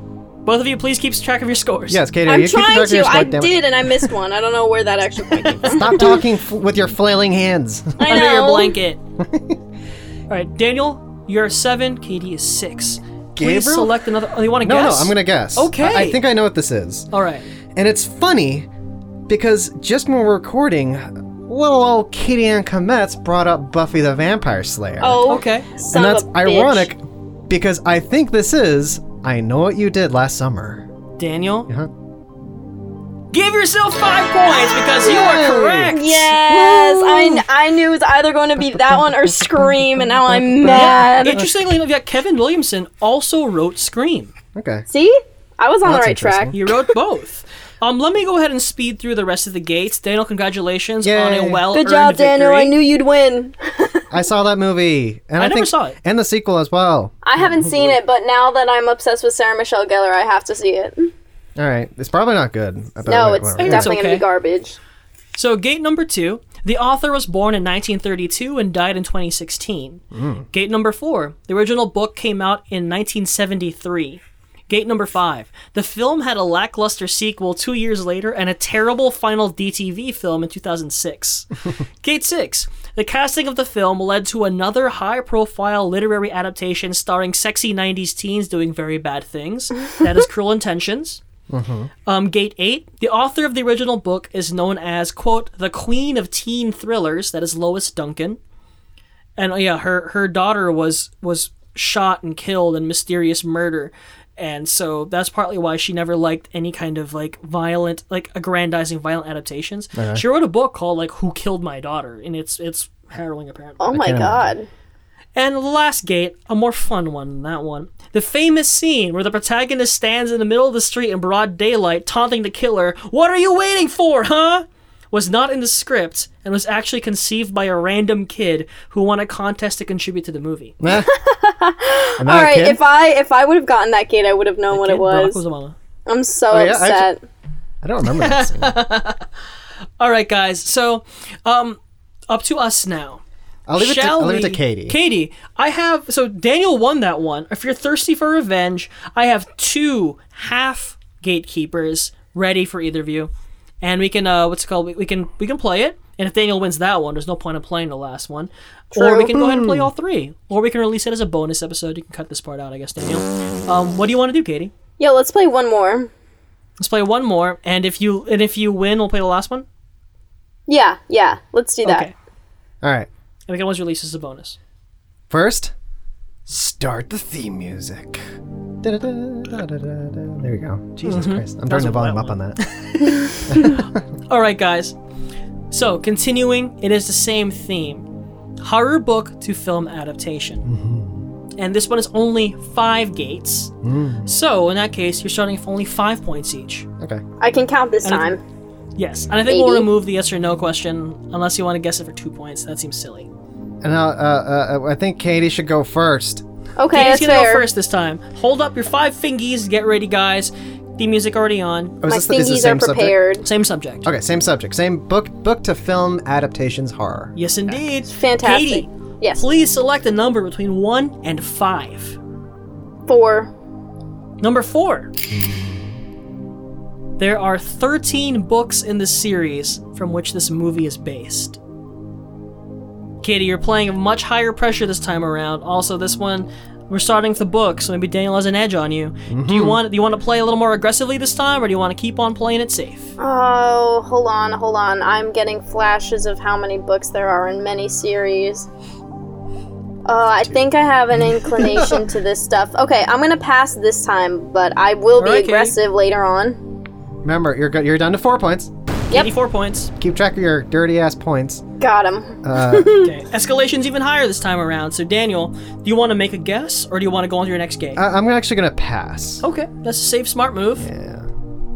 B: Both of you, please keep track of your scores.
A: yes, Katie,
C: I'm
A: you keep track
C: trying
A: of your
C: to.
A: score,
C: I
A: damn it.
C: did, and I missed one. I don't know where
A: *laughs*
C: that extra point came from. *laughs*
A: Stop talking f- with your flailing hands.
C: I
B: Under
C: know.
B: your blanket. All right, Daniel, you're seven. Katie is six.
A: Gabriel?
B: Please select another. Oh, you want
A: *laughs*
B: to
A: No,
B: guess?
A: no, I'm gonna guess.
B: Okay.
A: I-, I think I know what this is,
B: All right.
A: and it's funny because just when we're recording, little old Katie Ann Comets brought up Buffy the Vampire Slayer.
C: Oh,
B: Okay.
C: son
A: and
C: of
A: that's
C: a bitch.
A: ironic because I think this is I know what you did last summer.
B: Daniel,
A: Uh-huh.
B: give yourself five points because you
A: Yay!
B: are correct.
C: Yes, I, kn- I knew it was either going to be that one or Scream, and now I'm mad.
B: Interestingly enough, yeah, Kevin Williamson also wrote Scream.
A: Okay.
C: See, I was on the
A: That's
C: right track.
A: interesting.
B: He
C: *laughs*
B: wrote both. Um, let me go ahead and speed through the rest of the gates. Daniel, congratulations on
A: Yay.
B: a well
C: Good job, Daniel. I knew you'd win.
A: I saw that movie, and I,
B: never
A: think
B: saw it.
A: and the sequel as well.
C: I haven't seen
A: Oh,
C: it, but now that I'm obsessed with Sarah Michelle Gellar, I have to see it.
A: All right, it's probably not good. I bet
C: No,
A: I-
C: it's
A: whatever.
C: definitely gonna
B: okay.
C: be garbage.
B: So, gate number two. The author was born in 1932 and died in 2016. Gate number four. The original book came out in 1973. Gate number five. The film had a lackluster sequel two years later and a terrible final DTV film in 2006. Gate six. The casting of the film led to another high profile literary adaptation starring sexy 90s teens doing very bad things. That is Cruel Intentions. Um, Gate 8, the author of the original book is known as, quote, the queen of teen thrillers, that is Lois Duncan. And uh, yeah, her, her daughter was, was shot and killed in mysterious murder. And so that's partly why she never liked any kind of like violent, like aggrandizing violent adaptations. She wrote a book called like Who Killed My Daughter, and it's it's harrowing apparently.
C: Oh my god.
B: And the last gate, a more fun one than that one. The famous scene where the protagonist stands in the middle of the street in broad daylight, taunting the killer, What are you waiting for, huh? Was not in the script and was actually conceived by a random kid who won a contest to contribute to the movie.
C: *laughs*
A: Nah. Am I
C: All
A: a
C: right,
A: kid?
C: if I if I would have gotten that gate, I would have known what
B: Kid
C: it was.
B: Barack Obama.
C: I'm so
A: Oh, yeah, I
C: upset.
A: I don't remember that scene.
B: All right, guys. So, um, up to us now.
A: I'll leave it, to,
B: Shall
A: I'll leave it to
B: we-
A: Katie.
B: Katie, I have so Daniel won that one. If you're thirsty for revenge, I have two half gatekeepers ready for either of you, and we can uh, what's it called? We, we can we can play it. And if Daniel wins that one, there's no point in playing the last one. Or we can go ahead and play all three. Or we can release it as a bonus episode. You can cut this part out, I guess, Daniel. Um, what do you want to do, Katie?
C: Yo, let's play one more.
B: Let's play one more, and if you and if you win, we'll play the last one.
C: Yeah, yeah, let's do that.
B: Okay.
A: All right.
B: And we can always release as a bonus.
A: First, start the theme music. Da-da-da, da-da-da-da. There you go. Jesus
C: Mm-hmm.
A: Christ. I'm turning the volume up on that.
B: All right, guys. So, continuing, it is the same theme horror book to film adaptation. And this one is only five gates. So, in that case, you're starting with only five points each.
A: Okay.
C: I can count this
B: And I-
C: time.
B: Yes. And I think we'll
C: Maybe.
B: remove the yes or no question unless you want to guess it for two points. That seems silly.
A: And now, uh, uh, I think Katie should go first. Oh,
C: Okay,
B: Katie's going
C: that's
B: to go
C: fair.
B: first this time. Hold up your five fingies. Get ready, guys. The music already on.
A: Oh, is
C: My
A: this the- is the
C: thingies
A: same
C: are
A: subject?
C: prepared.
B: Same subject.
A: Okay, same subject, same book book to film adaptations horror.
B: Yes, indeed.
C: Fantastic.
B: Katie,
C: Yes.
B: please select a number between one and five.
C: Four.
B: Number four. There are 13 books in the series from which this movie is based. Katie, you're playing much higher pressure this time around. Also, this one, we're starting with the book, so maybe Daniel has an edge on you. Do you want do you want to play a little more aggressively this time, or do you want to keep on playing it safe?
C: Oh, hold on, hold on. I'm getting flashes of how many books there are in many series. Oh, I think I have
B: *laughs*
C: an inclination to this stuff. Okay, I'm gonna pass this time, but I will be
B: Alright, Katie.
C: aggressive later on.
A: Remember, you're go- you're down to four points.
C: Yep.
B: 84 points.
A: Keep track of your dirty ass points.
C: Got him.
A: Uh,
B: Okay. Escalation's even higher this time around. So, Daniel, do you want to make a guess, or do you want to go on to your next game?
A: I- I'm actually gonna pass.
C: Oh,
B: okay, that's a safe, smart move.
A: Yeah.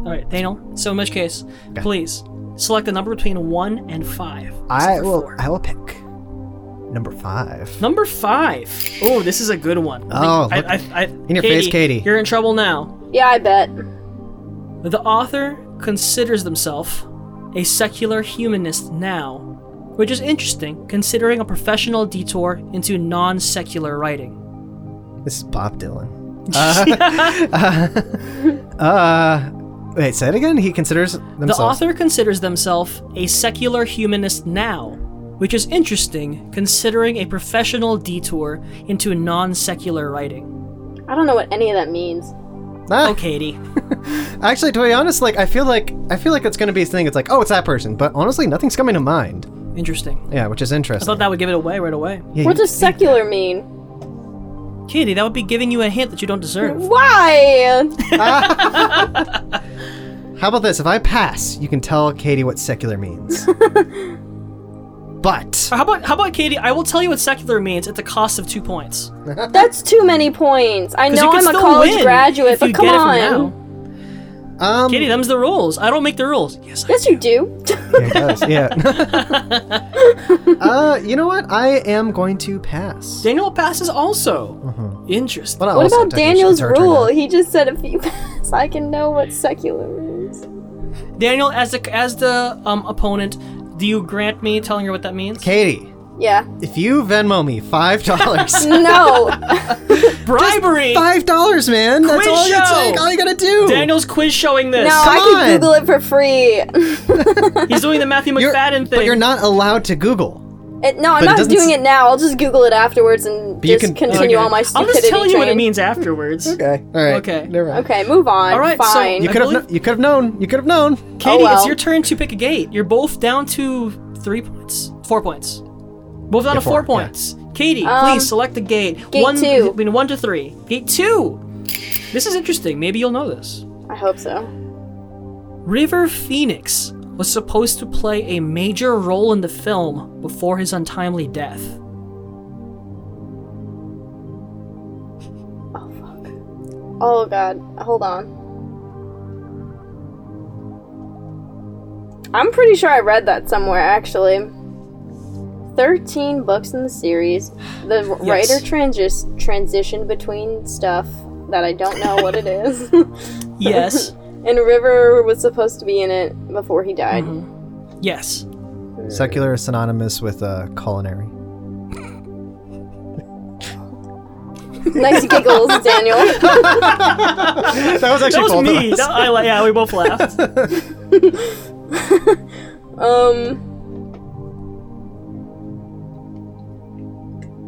B: All right, Daniel. So in which case, please select a number between one and five.
A: I
B: Except for
A: will.
B: four.
A: I will pick number five.
B: Number five. Oh, this is a good one.
A: Oh,
B: I,
A: look-
B: I, I,
A: in your face, Katie.
B: You're in trouble now.
C: Yeah, I bet.
B: The author considers himself a secular humanist now, which is interesting considering a professional detour into non-secular writing.
A: This is Bob Dylan. Uh-huh.
B: *laughs*
A: Uh, uh, wait, say it again. He considers
B: The
A: themselves.
B: author considers themselves a secular humanist now, which is interesting considering a professional detour into non-secular writing.
C: *laughs* I don't know what any of that means.
A: Ah,
B: Oh, Katie.
A: Actually, to be honest, like I feel like I feel like it's gonna be a thing. It's like, oh, it's that person, but honestly, nothing's coming to mind.
B: Interesting.
A: Yeah, which is
B: I
A: interesting.
B: thought that would give it away right away.
A: Yeah,
C: What
A: you-
C: does secular mean?
B: Katie, that would be giving you a hint that you don't
C: *laughs*
B: deserve.
C: Why?
A: How about this? If I pass, you can tell Katie what secular
B: *laughs*
A: means. but
B: How about how about Katie? I will tell you what secular means at the cost of two points.
C: That's too many points. I
B: 'Cause
C: know
B: you can
C: I'm a
B: still
C: college
B: win
C: graduate,
B: if you
C: but come
B: get it from
C: on.
A: um,
B: Katie, them's the rules. I don't make the rules. Yes, I
C: *laughs* Yes, you do.
A: yeah, it does.
B: *laughs*
A: Yeah. uh, you know what? I am going to pass.
B: Daniel passes also.
C: Uh-huh.
B: Interesting.
A: Well, not
C: what
A: also,
C: about
A: technically,
C: Daniel's
A: it's her turn now.
C: rule? He just said if *laughs* you pass, I can know what secular is.
B: Daniel, as the as the um opponent, do you grant me telling her what that means?
A: Katie,
B: *laughs*
C: Yeah.
A: if you Venmo me five dollars,
C: No.
B: Bribery.
A: five dollars, man. That's
B: Quiz
A: all you
B: show!
A: take. All you gotta do.
B: Daniel's quiz showing this.
C: No, I
A: on.
C: could Google it for free.
B: *laughs* He's doing the Matthew
A: You're-
B: McFadden thing.
A: but you're not allowed to Google.
C: It, no,
A: it
C: I'm not
A: doesn't
C: doing
A: s-
C: it now. I'll just Google it afterwards and
A: But you
C: just
A: can-
B: Okay.
C: continue on my stupidity
B: I'll just tell you what it
C: train.
B: means afterwards.
A: Okay. All right.
B: Okay.
A: Never mind.
C: Okay, move on.
B: All right, so-
C: Fine.
A: You could have.
B: believe-
A: kno- you could have known. You could have known.
B: Katie, it's
C: well.
B: your turn to pick a gate. You're both down to three points. Four points. Both down to
A: four,
B: four,
A: yeah.
B: points. Katie,
C: Um,
B: please select the gate.
C: gate
B: one,
C: two.
B: Between one to three. Gate two. This is interesting. Maybe you'll know this.
C: I hope so.
B: River Phoenix was supposed to play a major role in the film before his
A: *laughs*
B: untimely death.
C: Oh god, hold on. I'm pretty sure I read that somewhere actually. 13 books in the series. The w-
B: Yes.
C: writer transis- transitioned between stuff that I don't know what it is. *laughs*
B: Yes.
C: and River was supposed to be in it before he died.
B: yes.
A: Secular is synonymous with uh, culinary.
C: Nice giggles, Daniel.
A: *laughs*
C: *laughs*
A: that was actually
B: That was
A: both of
B: me.
A: us.
B: That- I, yeah, we both laughed.
C: Um.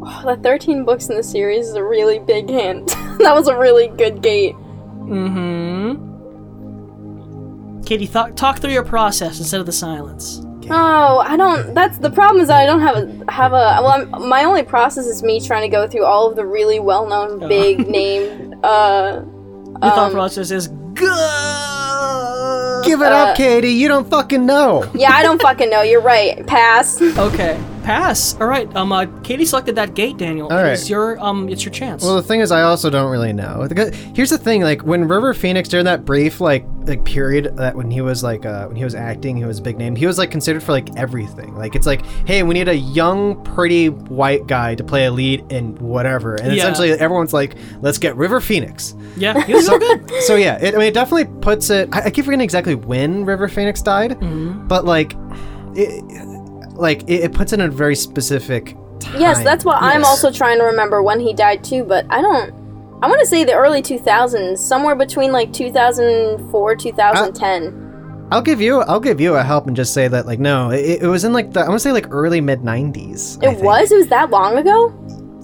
C: Oh, the 13 books in the series is a really big hint. *laughs* that was a really good gate.
B: mm-hmm. Katie, th- talk through your process instead of the silence.
C: Oh, I don't. That's the problem is that I don't have a have a. Well, I'm, my only process is me trying to go through all of the really
A: *laughs*
C: well-known, big name. Uh,
B: Your thought
C: Um,
B: process is good.
A: Give it
C: Uh,
A: up, Katie. You don't fucking know.
C: yeah, I don't fucking know. You're right. Pass.
B: Okay, pass. All right. Um, uh, Katie selected that gate, Daniel.
A: All
B: It
A: right.
B: is your um, it's your chance.
A: Well, the thing is, I also don't really know. Because- Here's the thing: like when River Phoenix during that brief like like period that when he was like uh, when he was acting, he was a big name. He was like considered for like everything. Like it's like, hey, we need a young, pretty white guy to play a lead in whatever. And
B: Yeah.
A: essentially, everyone's like, let's get River Phoenix. *laughs*
B: yeah, he was so good.
A: So yeah, it, I mean, it definitely puts it. I, I keep forgetting exactly when River Phoenix died, but like, it like it, it puts it in a very specific. Time.
C: Yes, that's what I'm
A: Yes.
C: also trying to remember when he died too. But I don't. I want to say the early 2000s, somewhere between like 2004
A: Uh,
C: 2010.
A: I'll give you I'll give you a help and just say that like no, it, it was in like the I want to say like early mid 90s. I
C: it
A: think.
C: was. It was that long ago.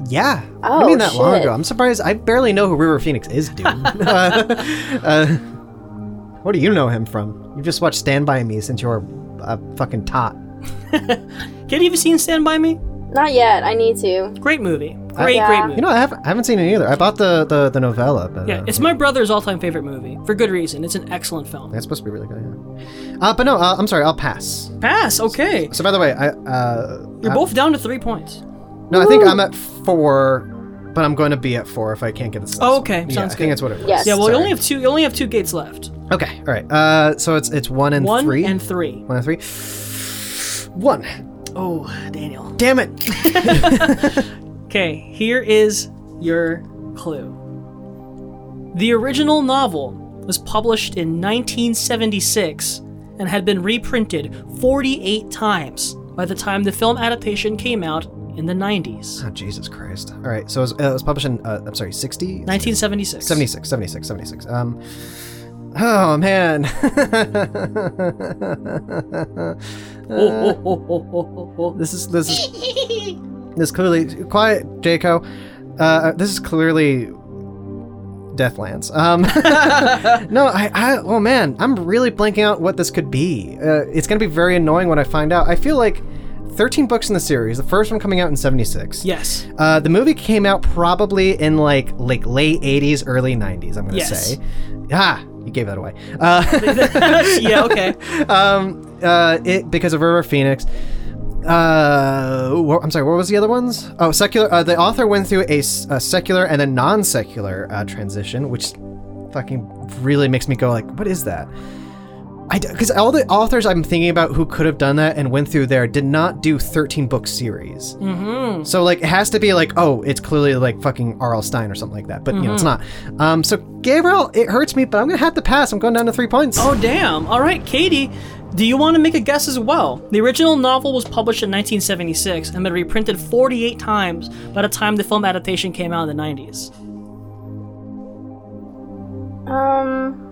A: Yeah. I
C: Oh,
A: mean that long
C: shit.
A: ago. I'm surprised I barely know who River Phoenix is, dude. *laughs* uh, uh, what do you know him from? You just watched Stand By Me since you were a fucking tot.
B: Kid, have you seen Stand By Me?
C: Not yet. I need to.
B: Great movie. Great,
C: Yeah.
B: great
A: You
B: movie.
A: know, I, have, I haven't seen it either. I bought the the, the novella, but
B: Yeah,
A: uh,
B: it's my brother's all-time favorite movie for good reason. It's an excellent film.
A: That's supposed to be really good. Yeah. Uh, but no, uh, I'm sorry. I'll pass.
B: Pass. Okay,
A: So by the way, I uh,
B: you're
A: I-
B: both down to three points.
A: no, I think I'm at four, but I'm going to be at four if I can't get this.
B: Oh,
A: last
B: okay,
A: one. yeah,
B: sounds
A: I think
B: good.
A: that's what it was.
C: Yes.
B: Yeah, well, you
A: Sorry.
B: only have two. You only have two gates left.
A: okay. All right. Uh, so it's it's one and
B: One
A: three.
B: and three.
A: one and three. One.
B: Oh, Daniel.
A: Damn it. *laughs*
B: Okay, here is your clue. The original novel was published in 1976 and had been reprinted 48 times by the time the film adaptation came out in the 90s.
A: Oh, Jesus Christ. All right. So it was, uh, it was published in uh, I'm sorry, 60,
B: 1976.
A: 76, 76, 76. Um. Oh man. *laughs*
B: Oh, oh, oh, oh, oh, oh.
A: This is this is this clearly quiet, Jaco. Uh, this is clearly Deathlands. Um, *laughs* no, I, I, oh man, I'm really blanking out what this could be. Uh, it's gonna be very annoying when I find out. I feel like 13 books in the series. The first one coming out in 76.
B: Yes. *laughs*
A: Uh, the movie came out probably in like like late 80s, early 90s. I'm gonna
B: Yes.
A: say. Ah, you gave that away. Uh,
B: yeah, okay.
A: um, uh, it because of River Phoenix. Uh, wh- I'm sorry. What was the other ones? Oh, secular. Uh, the author went through a, s- a secular and a non-secular uh, transition, which fucking really makes me go like, what is that? I because all the authors I'm thinking about who could have done that and went through there did not do 13 book series.
B: Mm-hmm.
A: So like it has to be like oh it's clearly like fucking R.L. Stein or something like that, but you know it's not. Um, so Gabriel, it hurts me, but I'm gonna have to pass. I'm going down to three points.
B: Oh, damn. All right, Katie, do you want to make a guess as well? The original novel was published in 1976 and been reprinted 48 times by the time the film adaptation came out in the 90s.
C: Um.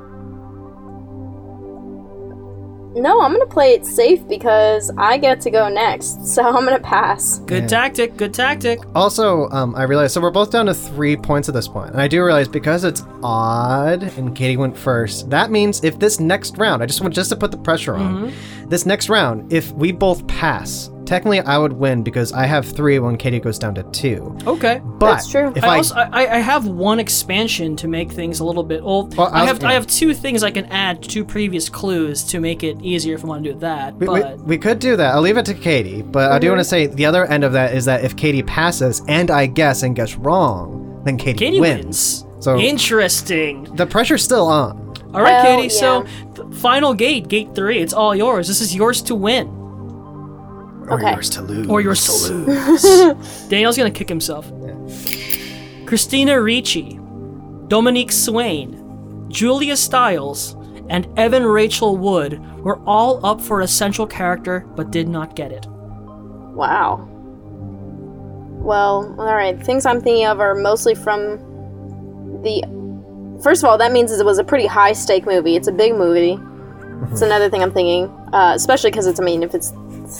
C: No, I'm gonna play it safe because I get to go next, *laughs* so I'm gonna pass.
B: Good
A: Yeah.
B: tactic, good tactic.
A: Also, um, I realized so we're both down to three points at this point, and I do realize because it's odd and Katie went first. That means if this next round, I just want just to put the pressure on
B: Mm-hmm.
A: this next round, if we both pass, technically I would win because I have three when Katie goes down to two.
B: Okay.
A: But
C: That's true.
A: if
B: I,
A: I,
B: also, I, I have one expansion to make things a little bit. Well,
A: Well, I
B: I
A: was-
B: have I
A: yeah.
B: have two things I can add to previous clues to make it easier if I want to do that.
A: We, we-
B: But Mm-hmm.
A: we could do that. I'll leave it to Katie, but I do want to say the other end of that is that if Katie passes and I guess and guess wrong, then Katie,
B: Katie
A: wins.
B: wins.
A: So-
B: interesting.
A: The pressure's still on.
B: All right,
C: Well,
B: Katie. So, th- final gate, gate three. It's all yours. This is yours to win
A: Or
C: Okay.
A: yours to lose.
B: or yours to lose. Daniel's gonna kick himself. Christina Ricci, Dominique Swain, Julia Stiles, and Evan Rachel Wood were all up for a central character but did not get it.
C: Wow. Well, all right. Things I'm thinking of are mostly from the. First of all, that means it was a pretty high stake movie. It's a big movie. It's another thing I'm thinking, uh, especially because it's. I mean, if it's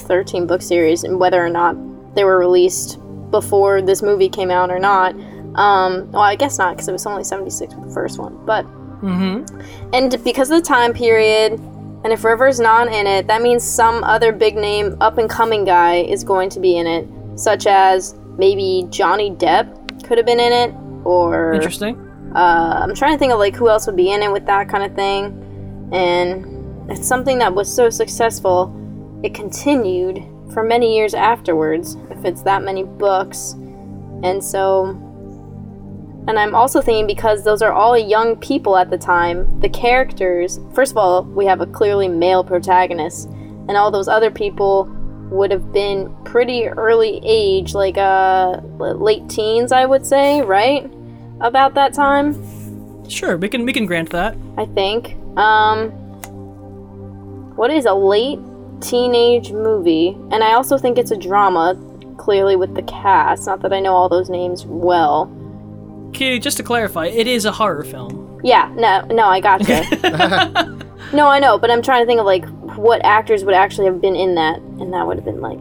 C: 13 book series and whether or not they were released before this movie came out or not. Um, well, I guess not because it was only 76 with the first one, but. And because of the time period, and if River's not in it, that means some other big name up and coming guy is going to be in it, such as maybe Johnny Depp could have been in it, or
B: Interesting.
C: uh, I'm trying to think of like who else would be in it with that kind of thing. And it's something that was so successful, it continued for many years afterwards. If it's that many books, and so, and I'm also thinking because those are all young people at the time. The characters, first of all, we have a clearly male protagonist, and all those other people would have been pretty early age, like uh, l- late teens, I would say, right? about that time,
B: Sure, we can we can grant that.
C: I think. Um, what is a late teenage movie? And I also think it's a drama, clearly with the cast. Not that I know all those names well.
B: Kitty, just to clarify, it is a horror film.
C: Yeah, no, no,
A: *laughs*
C: I gotcha. no, I know, but I'm trying to think of like what actors would actually have been in that, and that would have been like,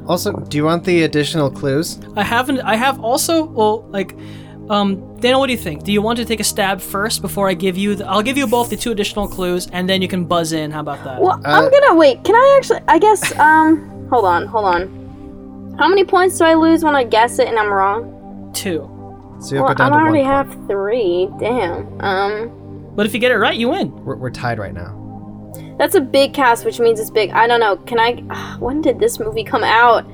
C: *sighs*
A: Also, do you want the additional clues?
B: I haven't. I have also. Well, like, um, Daniel, what do you think? Do you want to take a stab first before I give you? The, I'll give you both the two additional clues, and then you can buzz in. How about that?
C: well,
A: Uh,
C: I'm gonna wait. Can I actually? I guess. Um, hold on, hold on. How many points do I lose when I guess it and I'm wrong?
B: Two.
A: So you'll
C: Well,
A: go
C: I
A: down to one.
C: already
A: point.
C: have three. Damn. Um,
B: But if you get it right, you win.
A: We're, we're tied right now.
C: that's a big cast, which means it's big. I don't know. Can I? *sighs* When did this movie come out?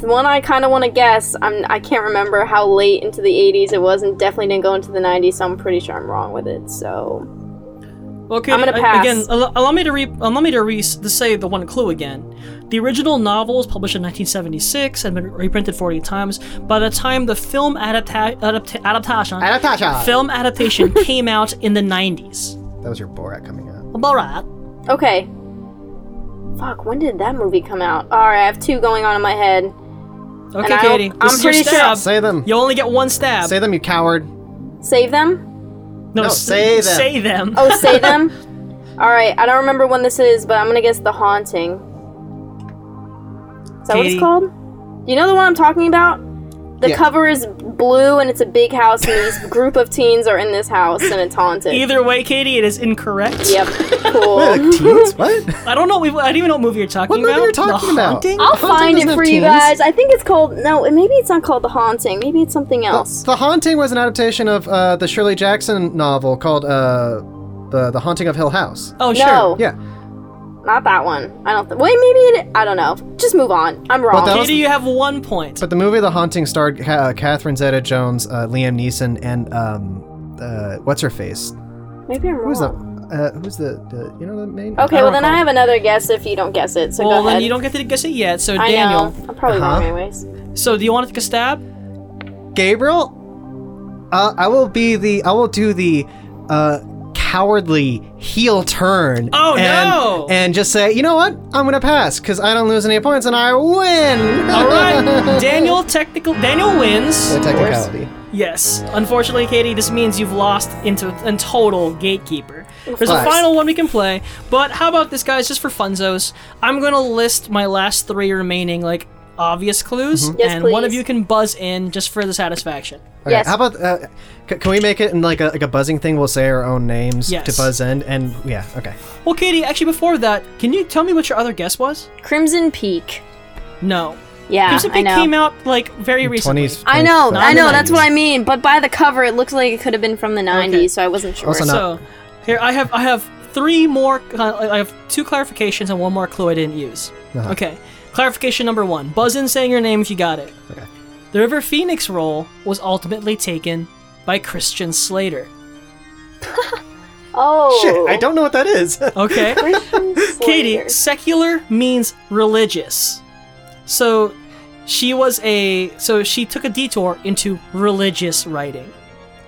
C: The one I kind of want to guess. I'm. I can't remember how late into the 80s it was, and definitely didn't go into the 90s. So I'm pretty sure I'm wrong with it. So.
B: Okay.
C: I'm gonna pass.
B: Again, al- allow me to re- allow me to re- to say the one clue again. The original novel was published in 1976 and been reprinted 40 times. By the time the film adapta- adapta- adaptation
A: That
B: film
C: *laughs*
B: adaptation came out in the 90s.
A: was your Borat coming out.
B: All right.
C: Okay. Fuck, when did that movie come out? Alright, I have two going on in my head. And
B: Okay,
C: I don't-
B: Katie. This
C: I'm
B: is your
C: pretty sure-
B: stab.
A: Say them.
B: You only get one stab.
A: Say them, you *laughs* coward.
C: Save them?
B: no,
A: no,
B: s-
A: say them.
B: Say them.
C: Oh, save them? *laughs* Alright, I don't remember when this is, but I'm gonna guess The Haunting. Is that what
B: Katie.
C: it's called? You know the one I'm talking about? The
A: Yeah.
C: cover is blue and it's a big house, and
A: *laughs*
C: these group of teens are in this house and it's haunted.
B: Either way, Katie, it is incorrect.
C: Yep,
A: *laughs* Wait,
C: cool.
A: like teens? What?
B: I don't know. I don't even know what movie you're talking
A: What
B: about.
A: movie are you
B: The
A: talking about?
B: Haunting?
C: I'll
A: Haunting
C: find
A: doesn't
C: it
A: have
C: for you
A: teens.
C: guys. I think it's called. No, maybe it's not called The Haunting. Maybe it's something else.
A: *laughs* The Haunting was an adaptation of uh, the Shirley Jackson novel called uh, the The Haunting of Hill House.
B: Oh, sure.
C: No.
A: Yeah,
C: Not that one. I don't. Th- Wait, maybe it. I don't know. Just move on. I'm wrong.
A: that was-
B: Katie, you have one point.
A: but the movie The Haunting starred Ca- uh, Catherine Zeta-Jones, uh, Liam Neeson, and um, uh, what's her face?
C: maybe I'm
A: Who's the
C: wrong.
A: uh, Who's the, the you know the main?
C: Okay,
B: I
C: well
B: don't
C: then I have another guess if you don't guess it. So
B: well,
C: go
B: then
C: ahead.
B: you don't get to guess it yet. So,
C: I
B: Daniel.
C: know. I'm probably wrong
A: Uh-huh.
C: anyways.
B: So, do you want to take a stab?
A: Gabriel. Uh, I will be the I will do the uh, cowardly heel turn.
B: Oh,
A: and,
B: no.
A: And just say, you know what? I'm gonna pass because I don't lose any points and I win. *laughs*
B: All
C: *laughs*
B: right. Daniel, technical. Daniel wins.
A: The technicality.
B: Yes. Unfortunately, Katie, this means you've lost into in total gatekeeper. There's a
A: course.
B: final one we can play, but how about this, guys? Just for funzos, I'm gonna list my last three remaining like obvious clues,
C: Yes,
B: and one of
C: please.
B: you can buzz in just for the satisfaction.
A: Okay,
C: Yes.
A: How about uh, c- can we make it in like a like a buzzing thing? We'll say our own names
B: Yes.
A: to buzz in, and yeah, okay.
B: Well, Katie, actually, before that, can you tell me what your other guess was?
C: Crimson Peak.
B: No,
C: Yeah,
B: Crimson
C: I
B: Peak
C: know.
B: came out like very recently.
A: Twenties.
C: I know. I know.
B: the
C: That's what I mean. But by the cover, it looks like it could have been from the '90s,
B: Okay.
C: so I wasn't sure.
A: Also not-
B: So here I have I have three more I have two clarifications and one more clue I didn't use.
A: Uh-huh.
B: Okay. Clarification number 1. Buzz in saying your name if you got it.
A: Okay.
B: The River Phoenix role was ultimately taken by Christian Slater.
C: oh,
A: Shit, I don't know what that is. *laughs*
B: Okay.
C: *laughs*
B: Katie,
C: Katie.
B: secular means religious. So she was a so she took a detour into religious writing.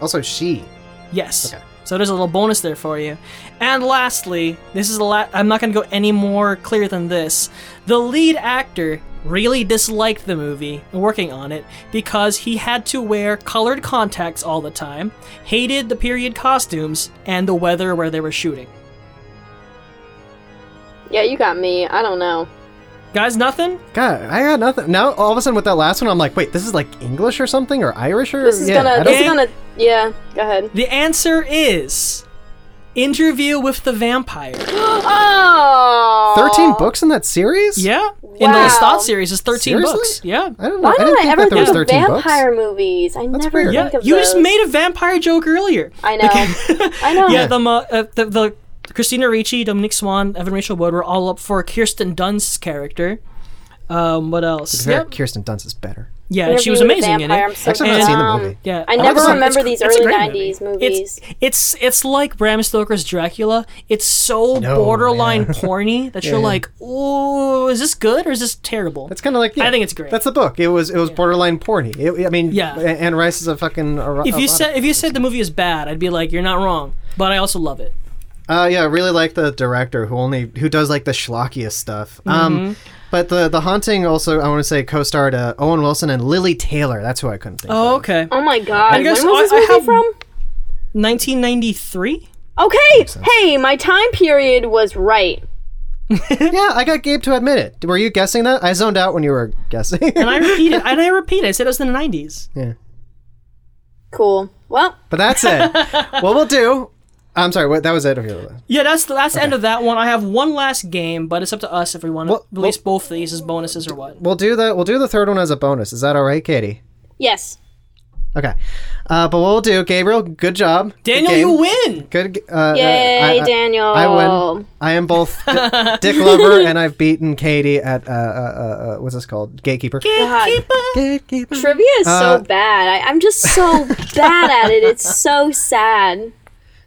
A: also, she.
B: Yes.
A: Okay.
B: So there's a little bonus there for you. And lastly, this is the la- I'm not going to go any more clear than this. The lead actor really disliked the movie working on it because he had to wear colored contacts all the time, hated the period costumes and the weather where they were shooting.
C: Yeah, you got me. I don't know.
B: Guys, nothing?
A: God, I got nothing. Now all of a sudden with that last one, I'm like, wait, this is like English or something or Irish or
C: This is
A: yeah, I
C: gonna.
A: don't-
C: This is gonna. Yeah. Go
B: *gasps*
C: ahead.
B: The answer is Interview with the Vampire.
C: Oh.
A: Thirteen books in that series.
B: Yeah? In the
C: Wow.
B: Lestat series is 13
A: Seriously?
B: books. Yeah.
A: I don't know.
C: Why
A: I
C: did
A: didn't
C: I,
A: think
C: ever
A: that there
C: think
A: was
C: of
A: thirteen
C: vampire movies? I
A: That's
C: never
A: weird.
C: think
B: Yeah,
C: of
B: you
C: those.
B: just made a vampire joke earlier.
C: I know. *laughs* I know.
B: yeah, the, mo- uh, the the Christina Ricci, Dominic Swan, Evan Rachel Wood were all up for Kirsten Dunst's character. Um, what else?
A: books. Yeah,
B: Yep.
A: Kirsten Dunst is better.
B: Yeah, she was
C: Interview with
B: amazing in
C: Vampire, I'm
B: it.
C: so
A: Actually, I've not seen the
C: dumb.
A: movie.
B: Yeah,
C: I
B: Oh,
C: never
B: it's a-
C: remember
B: it's-
C: these
B: it's a
C: early
B: great
C: 90s
B: movie.
C: movies.
B: It's, it's it's like Bram Stoker's Dracula. It's so
A: No,
B: borderline *laughs*
A: yeah.
B: porny that you're
A: Yeah.
B: like, oh, is this good or is this terrible?
A: That's kind of like.
B: I
A: yeah,
B: think it's great.
A: That's the book. It was. It was borderline porny. It, I mean.
B: Yeah.
A: A- Anne Rice is a fucking. ero-
B: if you
A: erotic.
B: said if you said the movie is bad, I'd be like, you're not wrong. But I also love it. Mm-hmm.
A: Uh, yeah, I really like the director who only who does like the schlockiest stuff. Um, But the the haunting also I want to say co-starred uh, Owen Wilson and Lily Taylor. That's who I couldn't think.
B: Oh, okay.
C: Oh my god.
B: I guess
C: when was
B: I- I
C: this movie
B: have-
C: from?
B: 1993?
C: Okay. Hey, my time period was right.
A: of. Yeah, I got Gabe to admit it. Were you guessing that? I zoned out when you were guessing.
B: And I repeat it. And I repeat it. I said it was in the 90s.
A: yeah.
C: Cool. Well,
A: *laughs* But that's
B: *laughs*
A: it. what we'll do. I'm sorry. What, that was it. Okay.
B: Yeah, that's the last end of that one. I have one last game, but it's up to us if we want to
A: Well,
B: release both these as bonuses or what.
A: We'll do the we'll do the third one as a bonus. Is that all right, Katie?
C: yes.
A: Okay. Uh, but what we'll do, Gabriel. Good job. Good
B: Daniel,
A: game.
B: you win!
A: Good. Uh,
C: Yay,
A: uh, I- I-
C: Daniel.
A: I win. I am
B: *laughs*
A: both d- Dick Lover and I've beaten Katie at uh, uh, uh, uh what's this called? Gatekeeper.
C: God.
A: Gatekeeper.
C: Trivia is
A: Uh,
C: so bad. I, I'm just
A: *laughs*
C: so bad at it. It's so sad.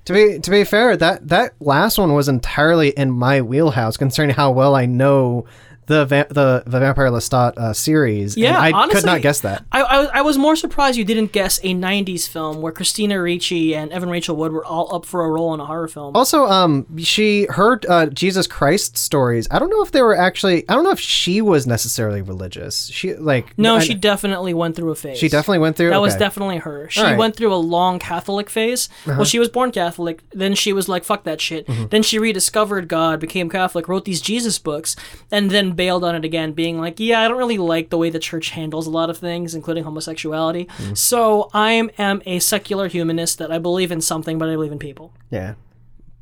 A: To be to be fair, that that last one was entirely in my wheelhouse concerning how well I know the va- the the Vampire Lestat uh, series. and
B: Yeah,
A: I
B: honestly,
A: could not guess that.
B: I, I, I was more surprised you didn't guess a 90s film where Christina Ricci and Evan Rachel Wood were all up for a role in a horror film.
A: Also, um, she heard uh, Jesus Christ stories. I don't know if they were actually. I don't know if she was necessarily religious. She like
B: no,
A: I-
B: she definitely went through a phase.
A: she definitely went through.
B: That was
A: okay.
B: definitely her. She
A: Alright.
B: went through a long Catholic phase.
A: Uh-huh.
B: Well, she was born Catholic. Then she was like, fuck that shit.
A: Mm-hmm.
B: Then she rediscovered God, became Catholic, wrote these Jesus books, and then bailed on it again, being like, yeah, I don't really like the way the church handles a lot of things, including homosexuality.
A: Mm-hmm.
B: So I am a secular humanist that I believe in something, but I believe in people.
A: yeah.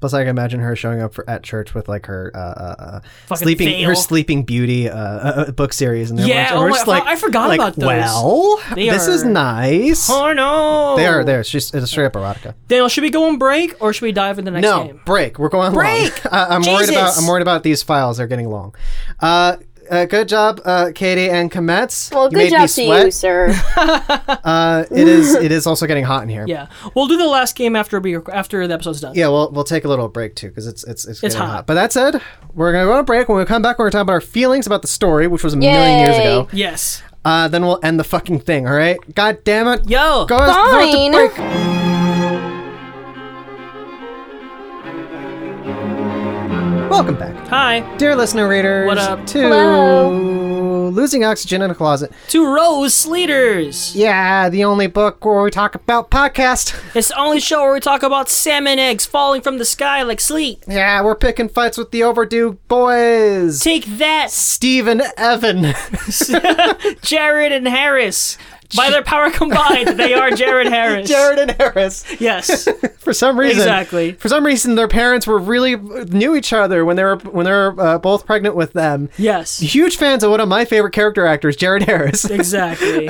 A: Plus, I can imagine her showing up for, at church with like her uh, uh, uh,
B: Fucking
A: sleeping
B: veil.
A: her Sleeping Beauty uh, uh, uh, book series, and they're
B: Yeah,
A: like, and
B: oh
A: we're
B: my-
A: just
B: fu-
A: like,
B: I forgot
A: like,
B: about those.
A: Well,
B: They
A: this is
B: are-
A: nice.
B: Oh, no!
A: They are there. It's just it's a straight up erotica.
B: Daniel, should we go on break or should we dive into the next
A: No
B: game?
A: break. We're going
B: Break!
A: *laughs* long. Uh, I'm worried about
B: Jesus!
A: I'm worried about these files. They're getting long. Uh, uh, good job, uh, Katie and Kometz.
C: Well,
A: you
C: good
A: made me
C: job to
A: sweat.
C: you, sir.
A: *laughs* Uh, it is it is also getting hot in
C: *laughs*
A: here.
B: Yeah. We'll do the last game after we after the episode's done.
A: Yeah, we'll, we'll take a little break too because it's it's it's, getting
B: hot.
A: hot. But that said, we're gonna go on a break. When we come back, we're gonna talk about our feelings about the story, which was a million years
C: Yay.
A: ago.
B: Yes.
A: Uh, then we'll end the fucking thing. All right? God damn it!
B: Yo!
A: Go us throw it
C: Fine.
A: to break. Welcome back,
B: Hi.
A: dear listener readers.
B: What up?
A: To
C: Um,
A: losing oxygen in a closet.
B: To Rose Sleeters.
A: Yeah, the only book where we talk about podcast.
B: It's the only show where we talk about salmon eggs falling from the sky like sleet.
A: Yeah, we're picking fights with the overdue boys.
B: Take
A: *laughs*
B: that, *laughs*
A: Stephen Evan. *laughs*
B: Jared and Harris. By their power combined, they
A: *laughs*
B: are Jared Harris.
A: Jared and Harris.
B: Yes.
A: For some reason,
B: Exactly.
A: For some reason, their parents were really knew each other when they were when they were uh, both pregnant with them. *laughs*
B: Yes.
A: Huge fans of one of my favorite character actors, Jared Harris.
B: Exactly.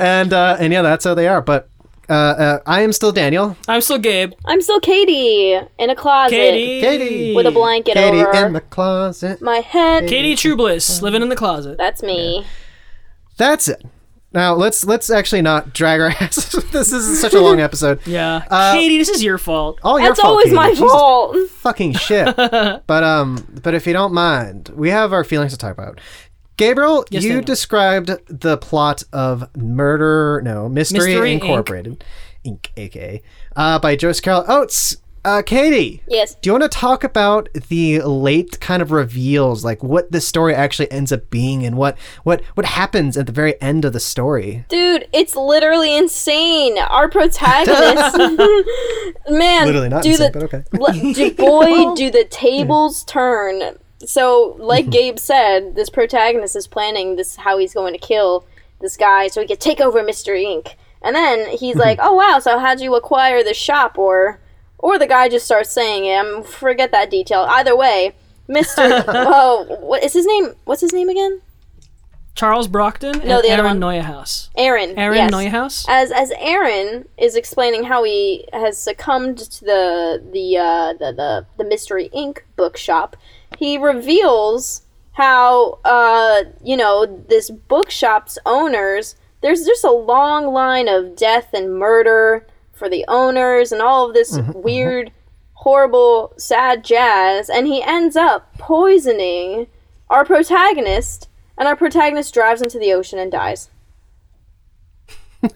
A: *laughs* and uh, and yeah, that's how they are. But uh, uh, I am still Daniel.
B: I'm still Gabe.
C: I'm still Katie in a closet
B: Katie.
A: Katie.
C: with a blanket
A: Katie
C: over
A: in the closet.
C: my head.
B: Katie Trubliss, living in the closet.
C: That's me.
A: That's it. Now let's let's actually not drag our *laughs* asses. this is such a
B: *laughs*
A: long episode.
B: Yeah.
A: Uh, oh.
B: Katie, this is your fault.
A: All your
C: That's
A: fault,
C: always
A: Katie.
C: my
A: Jesus
C: fault.
A: fucking
B: *laughs*
A: shit. but um, but if you don't mind, we have our feelings to talk about. Gabriel, you
B: Daniel.
A: described the plot of Murder, no Mystery,
B: Mystery, Inc.
A: Incorporated, Inc. aka uh, by Joseph Carroll Oates. Uh, Katie,
C: Yes.
A: do you want to talk about the late kind of reveals, like what the story actually ends up being, and what what what happens at the very end of the story?
C: Dude, it's literally insane. Our protagonist, man, do the
A: okay.
C: le-
B: *laughs*
C: do- boy, do the tables turn. So, like Gabe said, this protagonist is planning this how he's going to kill this guy so he could take over Mystery Inc. And then he's like, "Oh wow, so how'd you acquire this shop?" Or, or the guy just starts saying it. I'm forget that detail. Either way, Mister, oh, what is his name? What's his name again?
B: Charles Brockton
C: No,
B: and
C: the other
B: Aaron
C: one.
B: Neuhaus.
C: Aaron.
B: Aaron
C: yes.
B: Neuhaus?
C: *laughs* as as Aaron is explaining how he has succumbed to the the uh, the, the the Mystery Inc. bookshop, he reveals how uh, you know this bookshop's owners. There's just a long line of death and murder for the owners and all of this
A: Mm-hmm,
C: weird, horrible, sad jazz, and he ends up poisoning our protagonist, and our protagonist drives into the ocean and dies.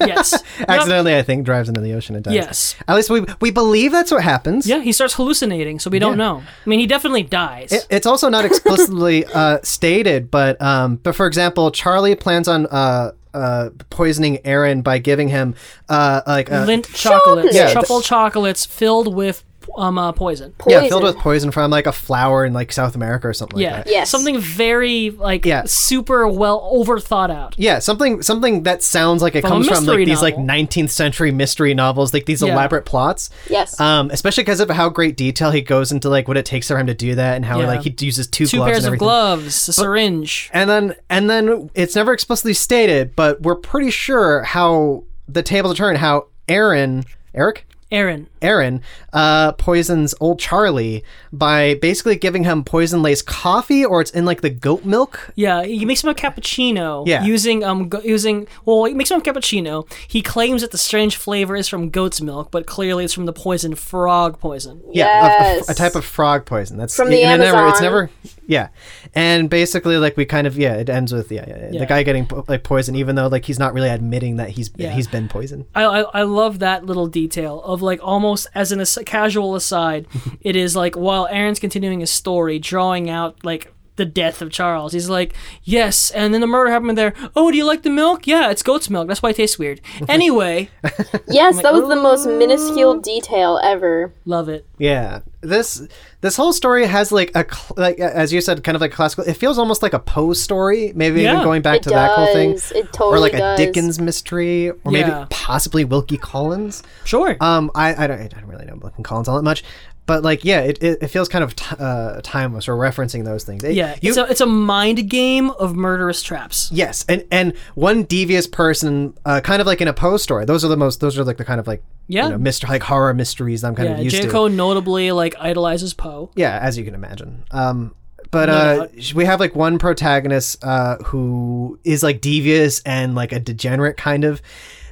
B: Yes. Yep.
A: Accidentally, I think drives into the ocean and dies.
B: Yes.
A: At least we we believe that's what happens.
B: Yeah, he starts hallucinating, so we don't
A: Yeah.
B: know. I mean, he definitely dies.
A: It- It's also not explicitly *laughs* uh, stated, but um, but for example, Charlie plans on uh, uh, poisoning Aaron by giving him uh, like uh,
B: Lint chocolates,
A: Yeah,
B: truffle chocolates filled with um uh, poison.
C: Poison.
A: yeah, filled with poison from like a flower in like South America or something
B: Yeah,
A: like that.
C: Yes.
B: something very like
A: Yeah.
B: super well over thought out.
A: Yeah, something something that sounds like it
B: From a
A: comes from like
B: mystery
A: these like
B: novel.
A: 19th century mystery novels, like these
B: Yeah.
A: elaborate plots.
C: Yes.
A: Um, especially because of how great detail he goes into like what it takes for him to do that and how
B: Yeah.
A: like he uses two,
B: Two
A: gloves
B: pairs
A: and
B: of
A: everything.
B: gloves, a syringe.
A: and then and then it's never explicitly stated, but we're pretty sure how the tables turn how Aaron Eric
B: Aaron,
A: Aaron uh, poisons old Charlie by basically giving him poison laced coffee, or it's in like the goat milk.
B: Yeah, he makes him a cappuccino.
A: Yeah.
B: Using um go- using well, he makes him a cappuccino. He claims that the strange flavor is from goat's milk, but clearly it's from the poison frog poison.
A: Yeah, a- a-
C: Yes.
A: a, type of frog poison. That's
C: From the
A: and it Never, it's
C: Amazon.
A: never, yeah. And basically, like we kind of yeah, it ends with yeah, yeah,
B: Yeah.
A: the guy getting po- like poisoned, even though like he's not really admitting that he's
B: Yeah.
A: he's been poisoned.
B: I, I I love that little detail of like almost as an as-
A: *laughs*
B: casual aside, it is like while Aaron's continuing his story, drawing out like the death of Charles. He's like, yes, and then the murder happened there. Oh, do you like the milk? Yeah, it's goat's milk. That's why it tastes
A: *laughs*
B: weird. Anyway,
C: yes, that was the most minuscule detail ever.
B: love it.
A: Yeah, this this whole story has like a cl- like a- as you said, kind of like classical. It feels almost like a Poe story, maybe
B: Yeah.
A: even going back
C: It
A: to
C: does.
A: that whole thing,
C: It totally
A: or like
C: does.
A: a Dickens mystery, or maybe
B: Yeah.
A: possibly Wilkie Collins.
B: Sure.
A: Um, I I don't, I don't really know Wilkie Collins all that much, but like yeah, it, it, it feels kind of t- uh, timeless or referencing those things. It-
B: yeah,
A: Uh, you-
B: it's a it's a mind game of murderous traps.
A: Yes, and and one devious person, uh, kind of like in a Poe story. Those are the most. Those are like the kind of like
B: Yeah.
A: you know, mystery, like horror mysteries that I'm kind
B: Yeah,
A: of used to.
B: Janko notably like idolizes Poe.
A: Yeah, as you can imagine. Um, but
B: No
A: uh, sh we have like one protagonist uh, who is like devious and like a degenerate kind of,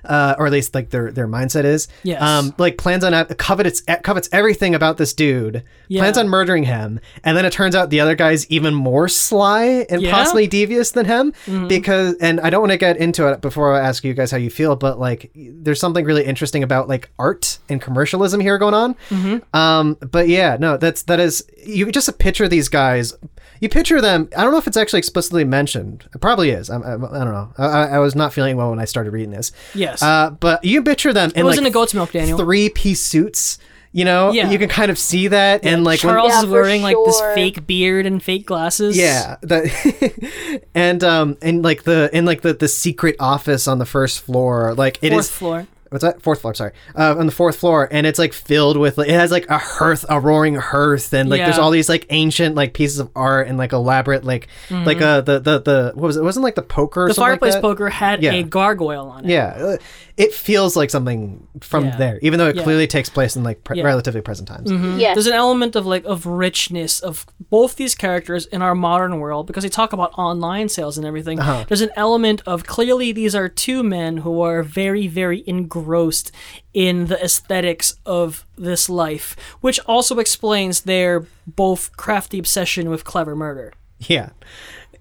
A: uh, or at least like their their mindset is.
B: Yes.
A: Um, like plans on covets eh, covets everything about this dude. Plans
B: Yeah.
A: on murdering him, and then it turns out the other guy's even more sly and
B: Yeah?
A: possibly devious than him
B: Mm-hmm.
A: because. And I don't want to get into it before I ask you guys how you feel, but like there's something really interesting about like art and commercialism here going on.
B: Mm-hmm.
A: Um, but yeah, no, that's that is you could just picture these guys. You picture them. I don't know if it's actually explicitly mentioned. It probably is. I, I, I don't know. I, I- I was not feeling well when I started reading this.
B: Yes.
A: Uh, but you picture them in
B: it was in
A: like
B: a goat's milk, Daniel.
A: three piece suits. You know,
B: Yeah.
A: you can kind of see that, and like when-
B: Charles
C: Yeah,
B: is
C: for
B: wearing like this
C: sure.
B: fake beard and fake glasses.
A: Yeah, that *laughs* and um and like the and like the the secret office on the first floor, like it is
B: Fourth floor.
A: what's that fourth floor? Sorry, uh, on the fourth floor, and it's like filled with like, it has like a hearth, a roaring hearth, and like there's
B: Yeah.
A: all these like ancient like pieces of art and like elaborate like like uh the the the what was it? it wasn't like the poker or
B: Mm-hmm. The
A: something like
B: fireplace
A: that?
B: poker had
A: Yeah.
B: a gargoyle on it.
A: Yeah, uh, it feels like something from
B: Yeah.
A: there, even though it
B: Yeah.
A: clearly takes place in like pre-
B: Yeah. Mm-hmm.
A: relatively present times.
C: Yes.
B: There's an element of like of richness of both these characters in our modern world because they talk about online sales and everything.
A: Uh-huh.
B: There's an element of clearly these are two men who are very very engrossed in the aesthetics of this life, which also explains their both crafty obsession with clever murder.
A: Yeah,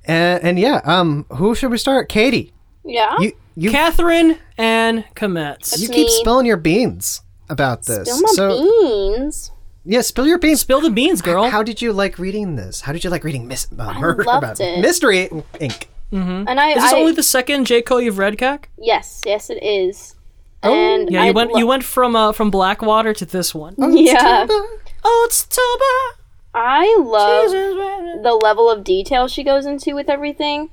A: and, and yeah, um, who should we start? Katie,
C: yeah.
A: you you
B: Catherine and Kometz.
A: you keep
C: me.
A: spilling your beans about this.
C: Spill my
A: so
C: beans.
A: yeah, spill your beans.
B: Spill the beans, girl.
A: How did you like reading this? How did you like reading Miss uh, Murder
C: loved
A: about
C: it.
A: Mystery Inc.
C: And I,
B: Hmm? Is this
C: I
B: only the second J. Cole you've read, Cac?
C: yes, yes, it is. and
B: Oh, Yeah, you
C: I
B: went
C: lo-
B: you went from uh, from Blackwater to this one.
C: *laughs* Yeah,
B: Oh, it's Toba.
C: I love the level of detail she goes into with everything.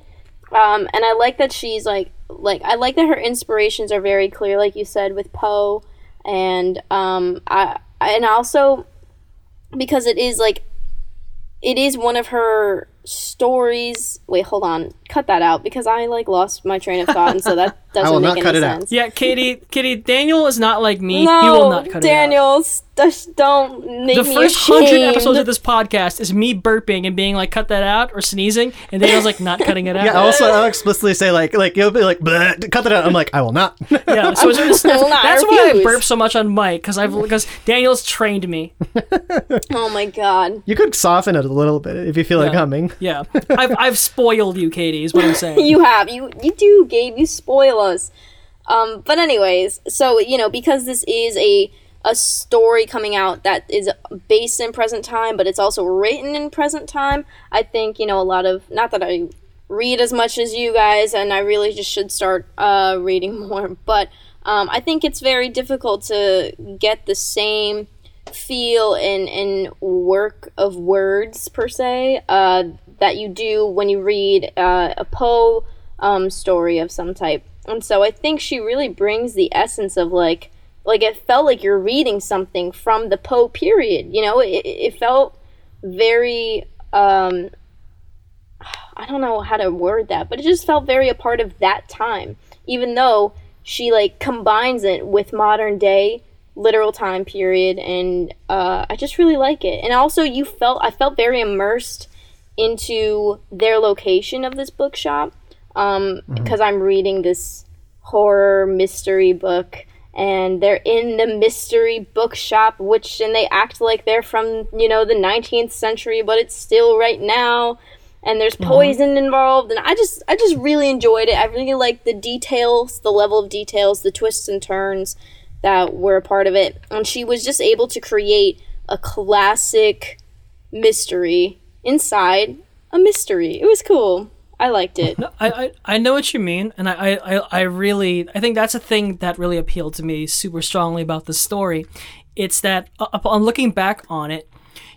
C: Um, and I like that she's like like I like that her inspirations are very clear, like you said with Poe, and um, I and also because it is like it is one of her stories. Wait, hold on, cut that out because I like lost my train of thought, and so that
A: *laughs*
C: doesn't
A: will
C: make
A: not
C: any
A: cut it out.
C: sense.
B: Yeah, Katie, Katie, Daniel is not like me.
C: No,
B: he will not cut it out.
C: Daniels, just don't make
B: The
C: me
B: first hundred
C: ashamed.
B: episodes of this podcast is me burping and being like, "Cut that out" or sneezing, and Daniel's like, "Not cutting it out."
A: Yeah. Also, I'll explicitly say like like you'll be like "Bleh," cut that out. I'm like I will not. *laughs*
B: Yeah, so it's-
C: *laughs*
B: it's-
C: Well, I
B: that's why I
C: refuse.
B: burp so much on Mike because I've because Daniel's trained me.
C: Oh my god.
A: you could soften it a little bit if you feel like
B: Yeah.
A: humming.
B: Yeah,
C: *laughs*
B: I've I've spoiled you, Katie. Is what I'm saying.
C: You have you you do, Gabe. You spoil us. Um, but anyways, so you know, because this is a a story coming out that is based in present time, but it's also written in present time. I think you know a lot of not that I read as much as you guys, and I really just should start uh, reading *laughs* more. But um, I think it's very difficult to get the same feel and and work of words per se uh, that you do when you read uh, a Poe um, story of some type. And so I think she really brings the essence of like like it felt like you're reading something from the Poe period. You know, it, it felt very um, I don't know how to word that, but it just felt very a part of that time. Even though she like combines it with modern day literal time period, and uh, I just really like it. And also, you felt I felt very immersed into their location of this bookshop because um, because I'm reading this horror mystery book and they're in the mystery bookshop which and they act like they're from you know the 19th century but it's still right now and there's
B: Uh-huh.
C: poison involved and i just i just really enjoyed it i really liked the details the level of details the twists and turns that were a part of it and she was just able to create a classic mystery inside a mystery it was cool i
B: *laughs*
C: liked it
B: No, I, I, I know what you mean, and I, I, I- I really I think that's a thing that really appealed to me super strongly about this story. It's that u- upon looking back on it,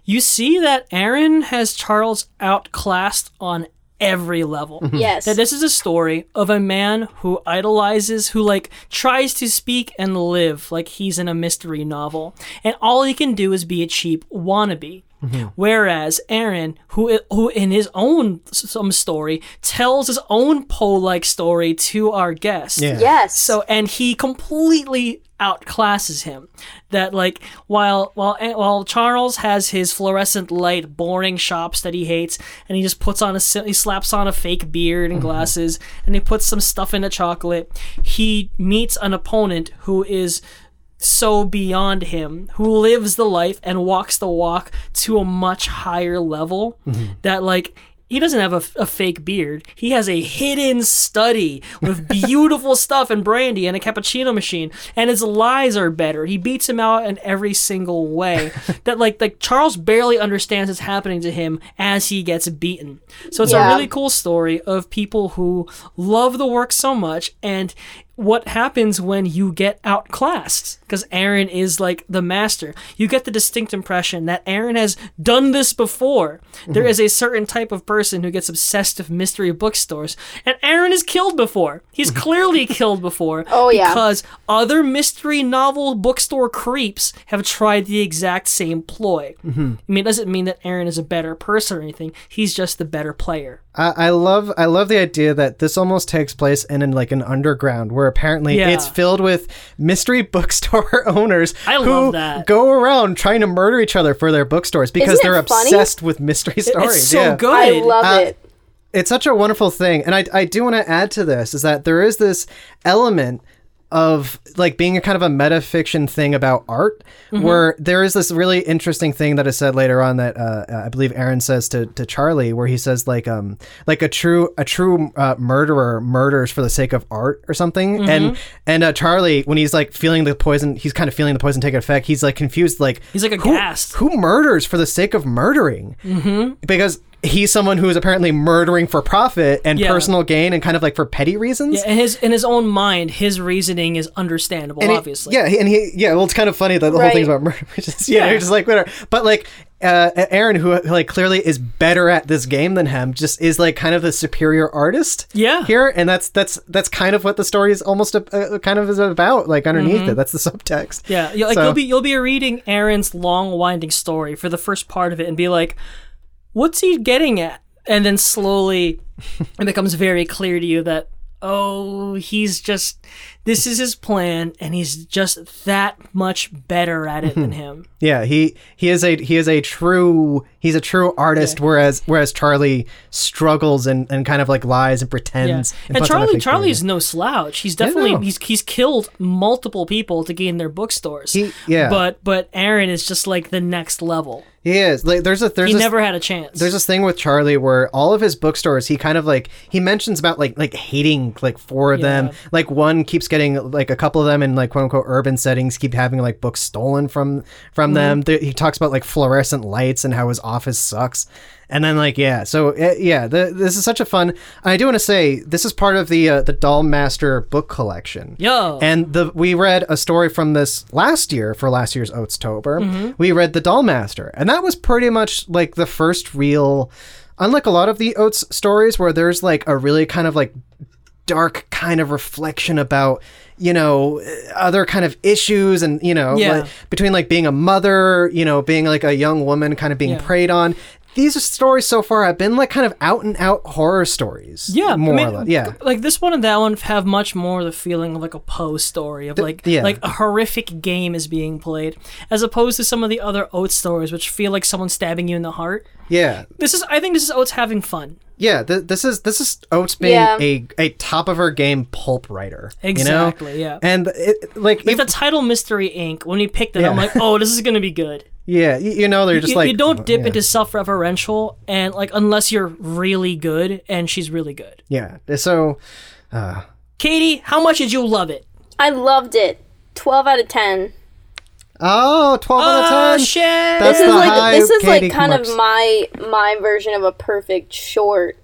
B: you see that Aaron has Charles outclassed on every level.
C: yes
B: That this is a story of a man who idolizes, who like tries to speak and live like he's in a mystery novel, and all he can do is be a cheap wannabe. Whereas Aaron, who who in his own s- some story tells his own Poe like story to our guest,
A: Yeah.
C: yes
B: so and he completely outclasses him. That like while while eh, while Charles has his fluorescent light boring shops that he hates, and he just puts on a si- he slaps on a fake beard and glasses, and he puts some stuff in a chocolate. He meets an opponent who is so beyond him, who lives the life and walks the walk to a much higher level that like he doesn't have a, a fake beard. He has a hidden study with beautiful stuff and brandy and a cappuccino machine, and his lies are better. He beats him out in every single way. that like like Charles barely understands what's happening to him as he gets beaten. So it's a
C: Yeah.
B: really cool story of people who love the work so much and what happens when you get outclassed because Aaron is like the master. You get the distinct impression that Aaron has done this before. There
C: Mm-hmm.
B: is a certain type of person who gets obsessed with mystery bookstores, and Aaron is killed before.
C: *laughs*
B: He's clearly killed before.
C: Oh, yeah.
B: because other mystery novel bookstore creeps have tried the exact same ploy.
C: Mm-hmm.
B: I mean, it doesn't mean that Aaron is a better person or anything. He's just the better player.
A: I, I love I love the idea that this almost takes place in, an like an underground where apparently
B: Yeah.
A: it's filled with mystery *laughs* bookstore owners
B: I
A: who
B: love that.
A: go around trying to murder each other for their bookstores because
C: Isn't it
A: they're
C: funny?
A: obsessed with mystery stories.
B: it's so
A: yeah.
B: good.
C: i love
A: Uh,
C: it
A: it's such a wonderful thing and i, I do want to add to this is that there is this element of like being a kind of a metafiction thing about art
B: Mm-hmm.
A: where there is this really interesting thing that is said later on that uh, i believe aaron says to, to charlie where he says like um like a true a true uh, murderer murders for the sake of art or something
B: Mm-hmm.
A: and and uh, charlie when he's like feeling the poison he's kind of feeling the poison take effect he's like confused like
B: He's like
A: who,
B: aghast. Mm-hmm.
A: who murders for the sake of murdering because he's someone who is apparently murdering for profit and
B: Yeah.
A: personal gain and kind of like for petty reasons.
B: Yeah, in his in his own mind, his reasoning is understandable.
A: And he-
B: obviously,
A: yeah, he- and he, yeah, well, it's kind of funny that the whole
C: Right.
A: thing's about murder. *laughs* Which is, yeah,
B: Yeah.
A: you're just like, whatever. But like, uh, Aaron, who like clearly is better at this game than him, just is like kind of the superior artist.
B: Yeah.
A: Here, and that's that's that's kind of what the story is almost a, uh kind of is about. Like underneath it, that's the subtext.
B: Mm-hmm. yeah. you- Like
A: So-
B: you'll be you'll be reading Aaron's long winding story for the first part of it and be like, "What's he getting at?" And then slowly,
A: *laughs*
B: it becomes very clear to you that oh, he's just this is his plan, and he's just that much better at it
A: *laughs*
B: than him.
A: Yeah, he he is a he is a true he's a true artist, whereas whereas Charlie struggles and, and kind of like lies and pretends.
B: And,
A: puts on a
B: Charlie
A: fake
B: Charlie
A: beard.
B: is no slouch. He's definitely
A: no.
B: he's he's killed multiple people to gain their bookstores.
A: He- yeah.
B: But but Aaron is just like the next level.
A: he is like there's a there's
B: He
A: this,
B: never had a chance.
A: there's this thing with Charlie where all of his bookstores he kind of like he mentions about like like hating like four of them. Like one keeps getting like a couple of them in like quote unquote urban settings keep having like books stolen from from them. There, he talks about like fluorescent lights and how his office sucks. And then like yeah, so eh, yeah, the, this is such a fun. I do want to say this is part of the uh, the Doll Master book collection.
B: Yo.
A: And the we read a story from this last year for last year's Oatstober.
B: Mm-hmm.
A: We read The Doll Master, and that was pretty much like the first real unlike a lot of the Oates stories where there's like a really kind of like dark kind of reflection about you know other kind of issues and you know
B: Yeah.
A: like, between like being a mother you know being like a young woman kind of being preyed on these stories so far have been like kind of out and out horror stories
B: Yeah, I
A: more
B: mean,
A: or less yeah
B: Like this one and that one have much more the feeling of like a Poe story of like
A: yeah.
B: like a horrific game is being played, as opposed to some of the other Oates stories, which feel like someone stabbing you in the heart.
A: yeah
B: This is I think this is Oates having fun.
A: yeah th- this is this is oates being
C: Yeah.
A: a a top of her game pulp writer you know?
B: Exactly, yeah.
A: and it, like
B: Like
A: if-
B: the title Mystery Inc. When we picked it, I'm
A: Yeah.
B: like, oh, this is gonna be good.
A: yeah you, you know they're just
B: you,
A: like uh,
B: you don't dip
A: yeah.
B: into self-referential and like unless you're really good and she's really good.
A: yeah so
B: Katie, how much did you love it?
C: I loved it. 12 out of 10.
A: oh 12 out of 10
B: Oh shit!
A: That's
C: This is
A: the
C: like
A: high
C: this is
A: Katie
C: like kind
A: marks.
C: of my my version of a perfect short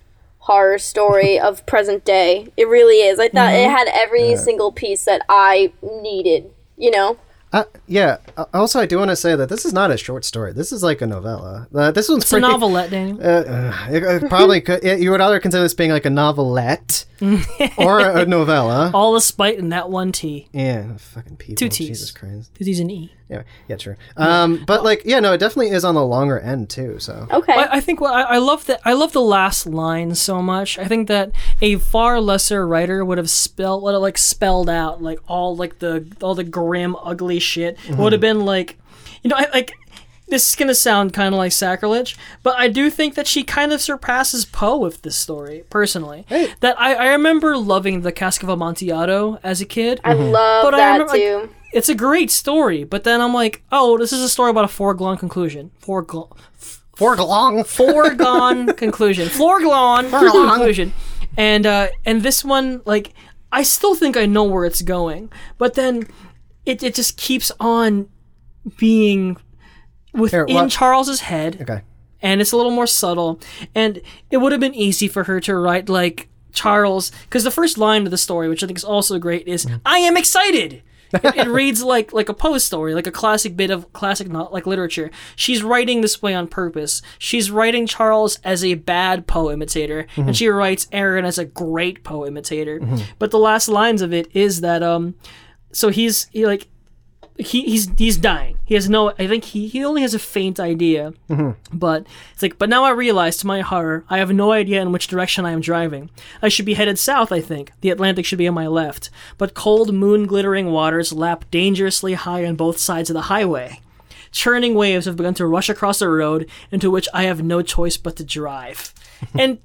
C: horror
A: *laughs*
C: story of present day. It really is. I thought
A: Mm-hmm.
C: it had every single piece that I needed, you know.
A: Uh, yeah. Uh, Also, I do want to say that this is not a short story. This is like a novella. Uh, this one's
B: it's a novelette, Daniel.
A: Uh, uh, it, it probably *laughs* could. It, you would either consider this being like a
B: *laughs*
A: novelette or a, a novella.
B: All the spite in that one T.
A: Yeah, fucking people.
B: Two Ts.
A: Jesus Christ.
B: Because he's an E.
A: Yeah, yeah, true. Um, but like, yeah, no, it definitely is on the longer end too. So
C: Okay.
B: I, I think what I, I love that I love the last line so much. I think that a far lesser writer would have spelled would have like spelled out like all like the all the grim ugly shit
C: Mm-hmm.
B: would have been like, you know, I, like this is gonna sound kind of like sacrilege, but I do think that she kind of surpasses Poe with this story personally. That I, I remember loving the Cask of Amontillado as a kid.
C: I
A: Mm-hmm.
C: love
B: But I
C: that
B: remember, like,
C: too.
B: it's a great story, but then I'm like, oh, this is a story about a foregone conclusion. Foregone,
A: foreglong,
B: foregone conclusion, foregone
A: Foregone.
B: conclusion, and uh, and this one, like, I still think I know where it's going, but then it it just keeps on being within
A: what-
B: Charles's head
A: Okay.
B: and it's a little more subtle. And it would have been easy for her to write like Charles, because the first line of the story, which I think is also great, is "I am excited." it, it reads like like a Poe story, like a classic bit of classic not like literature. She's writing this way on purpose. She's writing Charles as a bad Poe imitator, and she writes Aaron as a great Poe imitator. But the last lines of it is that um, so he's he, like he, he's he's dying. He has no. I think he, he only has a faint idea. But it's like. But now I realize, to my horror, I have no idea in which direction I am driving. I should be headed south. I think the Atlantic should be on my left. But cold moon glittering waters lap dangerously high on both sides of the highway. Churning waves have begun to rush across the road into which I have no choice but to
C: *laughs*
B: drive. and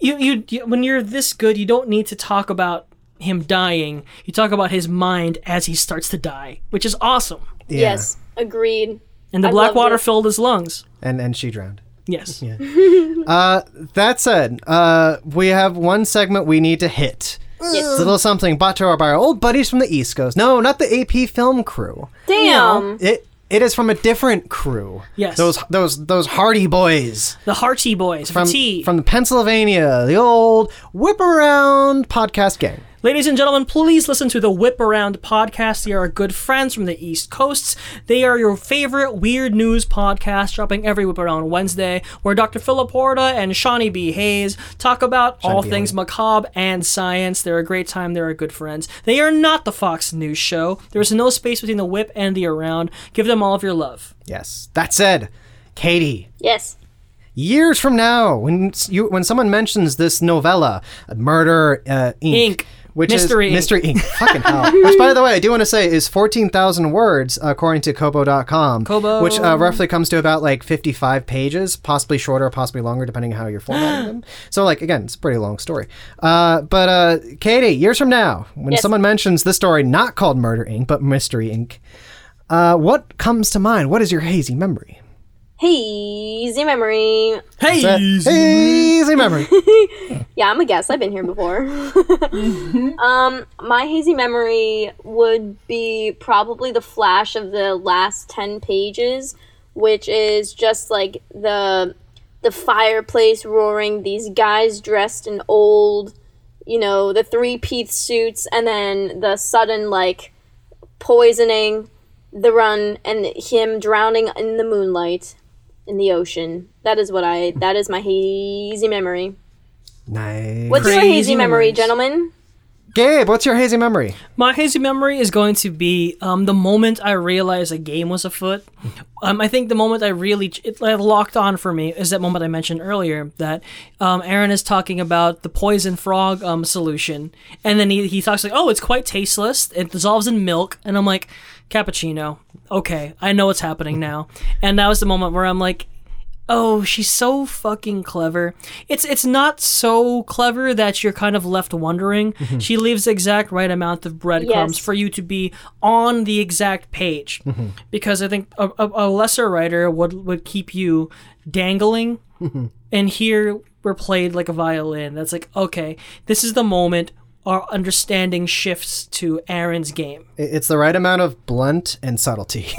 B: you, you you when you're this good, you don't need to talk about him dying. You talk about his mind as he starts to die, which is awesome.
C: Yes, agreed.
B: And the
C: I
B: black
C: loved
B: water
C: it.
B: filled his lungs.
A: And and she drowned.
B: Yes.
A: Uh, that said, uh, we have one segment we need to hit. It's a little something brought to our by our old buddies from the East Coast. No, not the AP film crew.
C: Damn.
A: It it is from a different crew.
B: Yes.
A: Those those those Hardy boys
B: The Hearty Boys,
A: from
B: from, T.
A: from Pennsylvania, the old whip around podcast gang.
B: Ladies and gentlemen, please listen to the Whip Around podcast. They are good friends from the East Coasts. They are your favorite weird news podcast, dropping every Whip Around Wednesday, where Dr. Philip Horta and Shawnee B. Hayes talk about all things macabre and science. They're a great time. They're good friends. They are not the Fox News show. There is no space between the Whip and the Around. Give them all of your love.
A: Yes. That said, Katie,
C: Yes.
A: years from now, when s- you when someone mentions this novella, Murder uh, Inc.
B: Inc.
A: Which
B: Mystery Inc.
A: is Mystery Inc. Fucking hell. Which, by the way, I do want to say is 14,000 words according to Kobo.com.
B: Kobo.
A: Which uh, roughly comes to about like 55 pages, possibly shorter, possibly longer, depending on how you're formatting them. So, like, again, it's a pretty long story. Uh, but, uh, Katie, years from now, when
C: Yes.
A: someone mentions this story not called Murder Inc., but Mystery Inc., uh, what comes to mind? What is your hazy memory?
C: hazy memory.
B: Hey,
A: Hazy memory.
C: Yeah, I'm a guest. I've been here before. *laughs* um, my hazy memory would be probably the flash of the last ten pages, which is just like the the fireplace roaring, these guys dressed in old, you know, the three piece suits, and then the sudden like poisoning, the run, and him drowning in the moonlight in the ocean. That is what I. That is my hazy memory.
A: nice.
C: What's your
B: Crazy
C: hazy memory,
B: memories.
C: gentlemen?
A: Gabe, what's your hazy memory?
B: My hazy memory is going to be um, the moment I realized a game was afoot. Um, I think the moment I really ch- it, like, locked on for me is that moment I mentioned earlier that um, Aaron is talking about the poison frog um, solution, and then he, he talks like, "Oh, it's quite tasteless. It dissolves in milk," and I'm like, "Cappuccino. Okay, I know what's happening now." And that was the moment where I'm like, Oh, she's so fucking clever. It's it's not so clever that you're kind of left wondering.
A: Mm-hmm.
B: She leaves the exact right amount of breadcrumbs
C: Yes.
B: for you to be on the exact page,
A: Mm-hmm.
B: because I think a, a, a lesser writer would would keep you dangling,
A: Mm-hmm.
B: and here we're played like a violin. That's like okay, this is the moment our understanding shifts to Aaron's game.
A: I- It's the right amount of blunt and subtlety.
B: *laughs*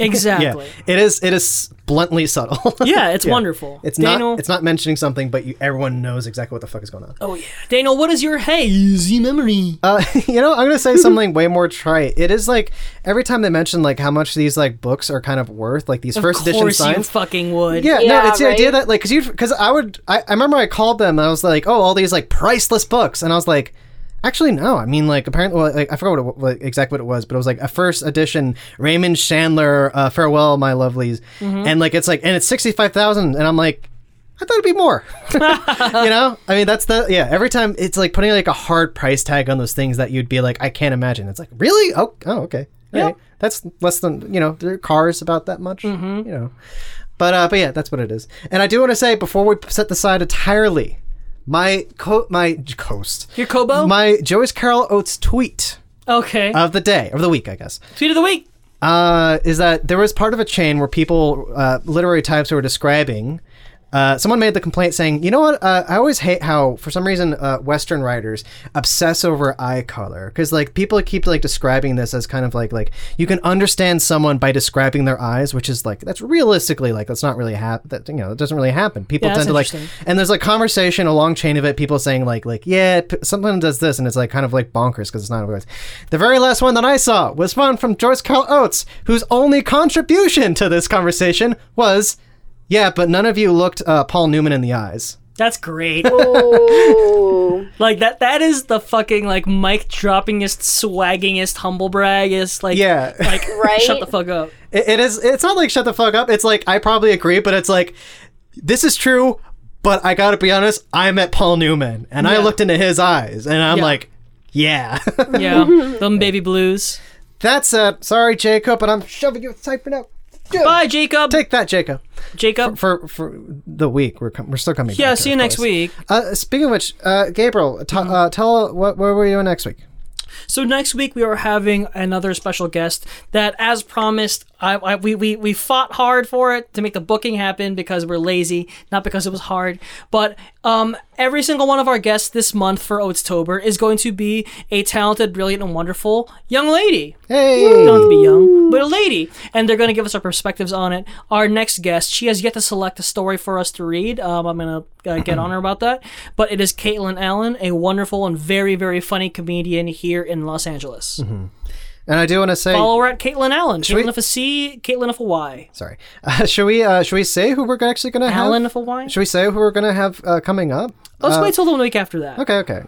A: *laughs*
B: Exactly.
A: Yeah, it is. It is bluntly subtle. *laughs*
B: Yeah, it's wonderful.
A: It's
B: Daniel-
A: not. It's not mentioning something, but you, everyone knows exactly what the fuck is going on.
B: Oh yeah, Daniel, what is your hazy memory?
A: Uh, *laughs* you know, I'm gonna say something way more trite. It is like every time they mention like how much these like books are kind of worth, like these first
B: of
A: edition
B: course you
A: signs.
B: fucking would.
A: yeah,
C: Yeah,
A: no, it's the idea
C: right?
A: that like because you because I would I, I remember I called them and I was like, oh, all these like priceless books, and I was like. Actually, no. I mean, like, apparently, well, like, I forgot what, it, wa- what exactly what it was, but it was like a first edition Raymond Chandler uh, "Farewell, My Lovelies,"
C: Mm-hmm.
A: and like it's like, and it's sixty five thousand, and I'm like, I thought it'd be more. *laughs* you know, I mean, that's the yeah. Every time it's like putting like a hard price tag on those things that you'd be like, I can't imagine. It's like really? Oh, oh, okay. Yeah, that's less than you know. Their cars about that much. You know, but uh, but yeah, that's what it is. And I do want to say before we set this aside entirely, my co- my *laughs* coast,
B: Your Kobo?
A: my Uh, Joyce Carol Oates tweet
B: okay.
A: of the day of the week, I guess
B: Tweet of the week.
A: uh, is that there was part of a chain where people, uh, literary types, who were describing. Uh, someone made the complaint saying, "You know what? Uh, I always hate how, for some reason, uh, Western writers obsess over eye color because, like, people keep like describing this as kind of like like you can understand someone by describing their eyes, which is like that's realistically like that's not really hap- that you know it doesn't really happen. People
B: Yeah,
A: tend
B: that's
A: to like
B: interesting.
A: and there's like conversation, a long chain of it. People saying like, like, yeah, p- someone does this, and it's like kind of like bonkers because it's not always. The very last one that I saw was one from Joyce Carol Oates, whose only contribution to this conversation was, yeah, but none of you looked uh, Paul Newman in the eyes.
B: That's
A: *laughs*
B: great.
C: Ooh.
B: like that that is the fucking like mic droppingest, swaggingest, humble braggest, like
A: Yeah.
B: like
C: Right?
B: shut the fuck up.
A: *laughs* It, it is. It's not like shut the fuck up. It's like I probably agree, but it's like this is true. But I gotta be honest. I met Paul Newman, and I
B: Yeah.
A: looked into his eyes, and I'm
B: Yeah.
A: like, yeah. *laughs*
B: Yeah. Them baby blues.
A: That's it. Sorry, Jacob, but I'm shoving you typing out.
B: Bye, Jacob.
A: Take that, Jacob.
B: Jacob.
A: For for the week, we're com- we're still coming.
B: Yeah,
A: back to
B: see
A: it,
B: you
A: of
B: next
A: course.
B: week. Mm-hmm.
A: Uh, speaking of which, uh, Gabriel, t- uh, tell what where were you doing next week?
B: So next week we are having another special guest that, as promised, I, I we, we we fought hard for it to make the booking happen because we're lazy, not because it was hard. But um, every single one of our guests this month for Oatstober is going to be a talented, brilliant, and wonderful young lady.
A: Hey,
B: Not to be young, but a lady, and they're going to give us our perspectives on it. Our next guest, she has yet to select a story for us to read. Um, I'm going to uh, get on her about that. But it is Caitlin Allen, a wonderful and very, very funny comedian here in Los Angeles.
A: Mm-hmm. and I do want to say,
B: Follow her at Caitlin Allen.
A: we-
B: Caitlin with a C, Caitlin with a Y.
A: sorry. Uh, *laughs* should we uh, should we say who we're actually gonna
B: Allen
A: have?
B: with a Y.
A: Should we say who we're gonna have uh, coming up?
B: Let's wait till the week after that.
A: Okay, okay.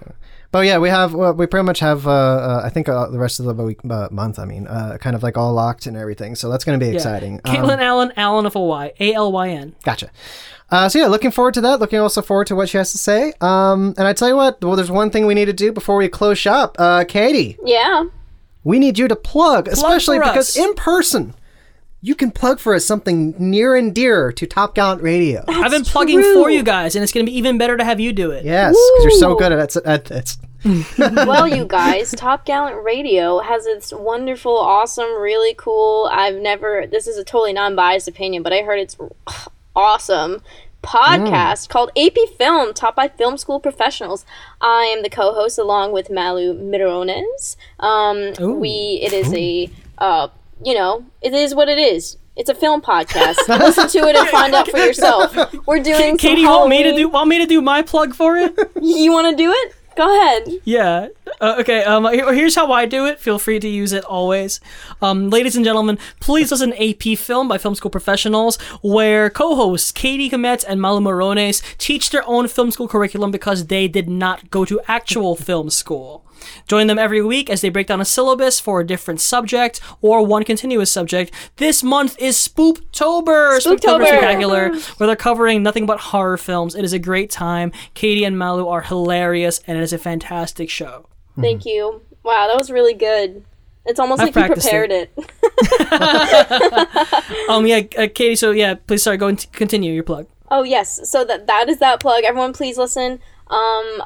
A: But yeah, we have well, we pretty much have uh, uh, I think uh, the rest of the week, uh, month. I mean, uh, kind of like all locked and everything. So that's gonna be
B: Yeah.
A: exciting. Um,
B: Caitlin Allen, Allen with a Y, A L Y N.
A: Gotcha. Uh, so yeah, looking forward to that. Looking also forward to what she has to say. Um, and I tell you what, well, there's one thing we need to do before we close shop. Uh, Katie,
C: *laughs* Yeah.
A: we need you to plug, especially
B: for
A: because
B: us.
A: in person, you can plug for us something near and dear to Top Gallant Radio.
B: I've been plugging for you guys, and it's going to be even better to have you do it.
A: Yes, because you're so good at it. At it.
C: Well, you guys, Top Gallant Radio has this wonderful, awesome, really cool. I've never. This is a totally non biased opinion, but I heard it's *sighs* awesome
B: Mm.
C: podcast called AP Film, taught by film school professionals. I am the co-host along with Malu Mirones. Um,
B: Ooh.
C: we it is a uh, you know it is what it is. It's a
B: *laughs*
C: film podcast. Listen to it and find out for yourself. We're doing. some
B: Katie, you want me to do
C: Halloween-
B: want me to do my plug
A: *laughs*
B: for it?
C: You want to do it? Go ahead.
B: Yeah. Uh, okay. Um. here- Here's how I do it. Feel free to use it always. Um. Ladies and gentlemen, please listen to AP Film by Film School Professionals, where co-hosts Katie Kometz and Malu Morones teach their own film school curriculum because they did not go to actual film school. Join them every week as they break down a syllabus for a different subject or one continuous subject. This month is Spooptober.
C: Spooktober.
B: Spectacular, where they're covering nothing but horror films. It is a great time. Katie and Malu are hilarious, and it is a fantastic show.
C: Thank you. Wow, that was really good. It's almost
B: Mm. I
C: like you
B: practiced
C: prepared it. *laughs*
B: Um, yeah, uh, Katie. So yeah, please sorry. Go and t- continue your plug.
C: Oh yes, so that that is that plug. Everyone, please listen. Um,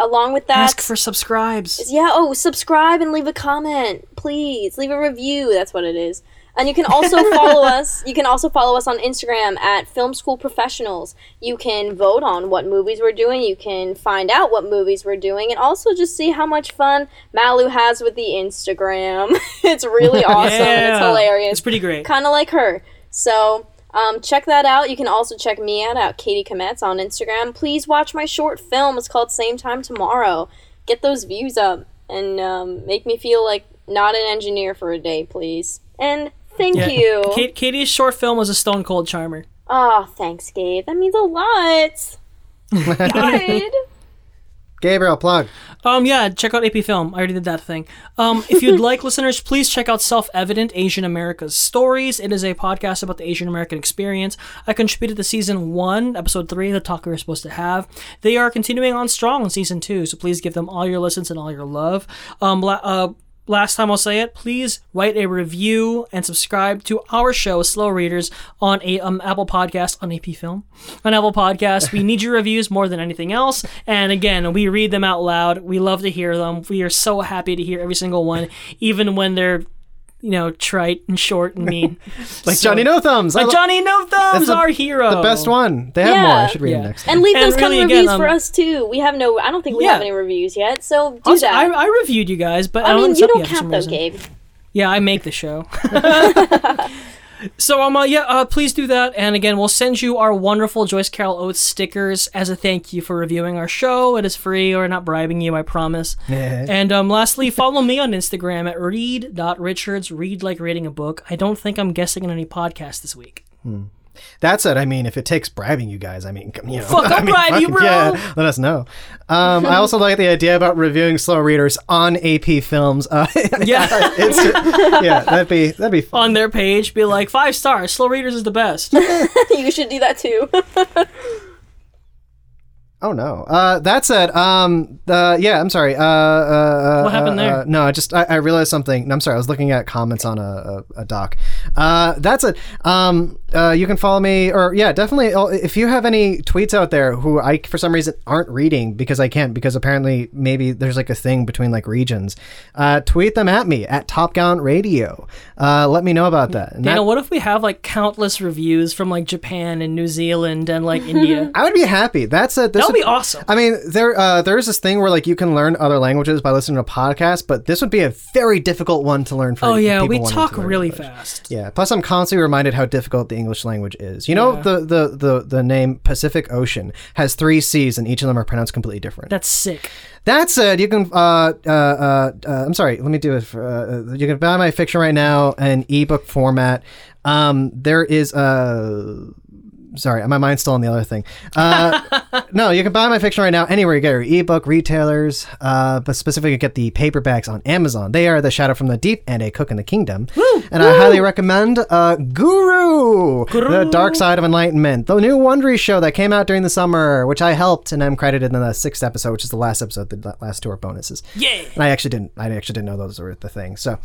C: along with that,
B: Ask for subscribes.
C: yeah. Oh, subscribe and leave a comment, please. Leave a review. That's what it is. And you
B: *laughs*
C: can also follow us. You can also follow us on Instagram at Film School Professionals. You can vote on what movies we're doing. You can find out what movies we're doing, and also just see how much fun Malu has with the Instagram. *laughs* it's really awesome. and it's
B: *laughs* Yeah.
C: hilarious
B: It's pretty great.
C: kind of like her. So um, check that out. You can also check me out at Katie Kometz on Instagram. Please watch my short film. It's called Same Time Tomorrow. Get those views up and um, make me feel like not an engineer for a day, please. And thank
B: Yeah. *laughs*
C: you.
B: Kate, Katie's short film was a Stone Cold Charmer.
C: oh, thanks, Gabe. That means
B: *laughs*
C: a lot. Good.
A: Gabriel, plug.
B: Um, yeah, check out AP Film. I already did that thing. Um, if you'd like, listeners, please check out Self Evident Asian America's Stories. It is a podcast about the Asian American experience. I contributed to season one, episode three, the talk we were supposed to have. They are continuing on strong in season two, so please give them all your listens and all your love. Um, la- uh, last time I'll say it, please write a review and subscribe to our show, Slow Readers, on a um, Apple Podcast on AP Film. On Apple Podcast,
A: *laughs*
B: we need your reviews more than anything else. And again, we read them out loud. We love to hear them. We are so happy to hear every single one, even when they're you know trite and short and mean.
A: *laughs* Like Johnny No Thumbs. I
B: Like
A: lo-
B: Johnny No Thumbs,
A: the-
B: our hero,
A: the best one. They have more. I
C: Yeah.
A: should read
B: Yeah.
A: it next.
C: And leave
B: And
C: those kind
B: really,
C: of
B: again,
C: reviews for
B: um,
C: us too. We have no. I don't think we
B: Yeah.
C: have any reviews yet. So do
B: Also, I,
C: that.
B: I reviewed you guys, but I,
C: I,
B: don't
C: mean,
B: think
C: you
B: it's up
C: don't
B: yet for some
C: count though,
B: reason.
C: Gabe. *laughs*
B: Yeah, I make
A: *laughs*
B: the show. *laughs* so um, uh, yeah, uh, please do that. And again, we'll send you our wonderful Joyce Carol Oates stickers as a thank you for reviewing our show. It is free. We're not bribing you, I promise.
A: Yeah.
B: And
A: *laughs*
B: um, lastly, follow me on Instagram at read.richards. Read like reading a book. I don't think I'm guessing on any podcast this week.
A: That's it. I mean, if it takes bribing you guys, I mean, you know,
B: Fuck, I'll
A: *laughs* I mean,
B: bribe you,
A: fucking
B: bro.
A: Yeah, let us know. Um, I also like the idea about reviewing slow readers on AP Films. Uh, *laughs*
B: Yeah. Oh,
A: it's, yeah, that'd be that'd be fun.
B: *laughs* on their page, be like five stars. Slow readers is
A: *laughs*
B: the best.
C: you should do that too.
A: Oh no. Uh, that's it. Um, uh, yeah, I'm sorry. Uh, uh, uh,
B: What happened
A: uh,
B: there?
A: Uh, no, I just I, I realized something. No, I'm sorry. I was looking at comments on a, a, a doc. Uh, that's it. Um, uh, you can follow me, or yeah, definitely. oh, If you have any tweets out there who I for some reason aren't reading because I can't because apparently maybe there's like a thing between like regions. Uh, tweet them at me at Top Gown Radio. Uh, let me know about that. And
B: You know,
A: that-
B: what if we have like countless reviews from like Japan and New Zealand and like
A: *laughs*
B: India?
A: I would be happy. That's it. This
B: That would be
A: awesome.
B: awesome.
A: I mean, there uh, there is this thing where like you can learn other languages by listening to podcasts, but this would be a very difficult one to learn for.
B: Oh yeah,
A: people
B: we
A: wanting
B: talk
A: to learn
B: really
A: English.
B: fast.
A: Yeah. Plus, I'm constantly reminded how difficult the English language is. You know, the, the the the name Pacific Ocean has three C's, and each of them are pronounced completely different.
B: That's sick.
A: That said, you can. Uh, uh, uh, uh, I'm sorry. Let me do it. For, uh, uh, you can buy my fiction right now in ebook format. Um, there is Uh, Sorry, my mind's still on the other thing. Uh, no, you can buy my fiction right now anywhere you get your ebook retailers, uh, but specifically get the paperbacks on Amazon. They are The Shadow from the Deep and A Cook in the Kingdom. And I highly recommend uh, Guru, The Dark Side of Enlightenment, the new Wondery show that came out during the summer, which I helped and I'm credited in the sixth episode, which is the last episode, the last two are bonuses.
B: Yeah.
A: And I actually didn't. I actually didn't know those were the thing. So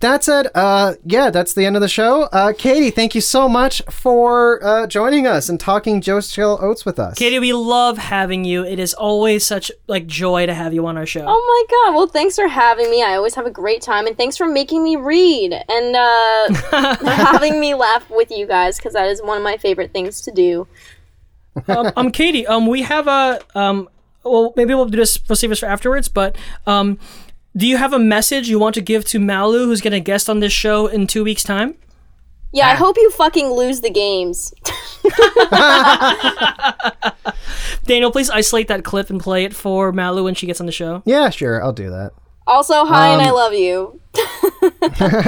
A: that's it. Uh, yeah, that's the end of the show. Uh, Katie, thank you so much for uh, joining us and talking Joe's Chill Oats with us.
B: Katie, we love having you. It is always such like joy to have you on our show.
C: Oh my god! Well, thanks for having me. I always have a great time, and thanks for making me read and
A: *laughs*
C: uh, having me laugh with you guys because that is one of my favorite things to do.
B: um, um, Katie, um, we have a um, well, maybe we'll do this. We'll save this for afterwards. But um, do you have a message you want to give to Malu, who's going to guest on this show in two weeks' time?
C: Yeah, I hope you fucking lose the games. *laughs*
B: Daniel, please isolate that clip and play it for Malu when she gets on the show.
A: Yeah, sure, I'll do that.
C: Also, hi and I love you.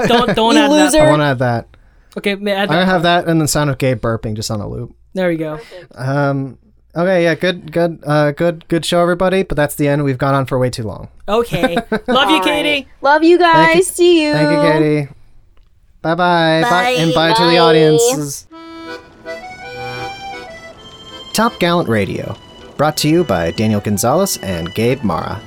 B: Don't don't
C: *laughs* You
B: add
A: Um, uh, I
C: loser.
A: want to add that.
B: that. Okay, ma- add
A: I'm
B: that.
A: gonna have that and the sound of Gabe burping just on a loop.
B: there you go.
A: Um. Okay. Yeah. Good. Good. Uh. Good. Good show, everybody. But that's the end. We've gone on for way too long.
B: Okay, love you, Katie.
C: Love you guys.
A: you.
C: See you.
A: Thank you, Katie. Bye bye. Bye. And bye, to the
C: Bye.
A: audiences. Top Gallant Radio, brought to you by Daniel Gonzalez and Gabe Mara.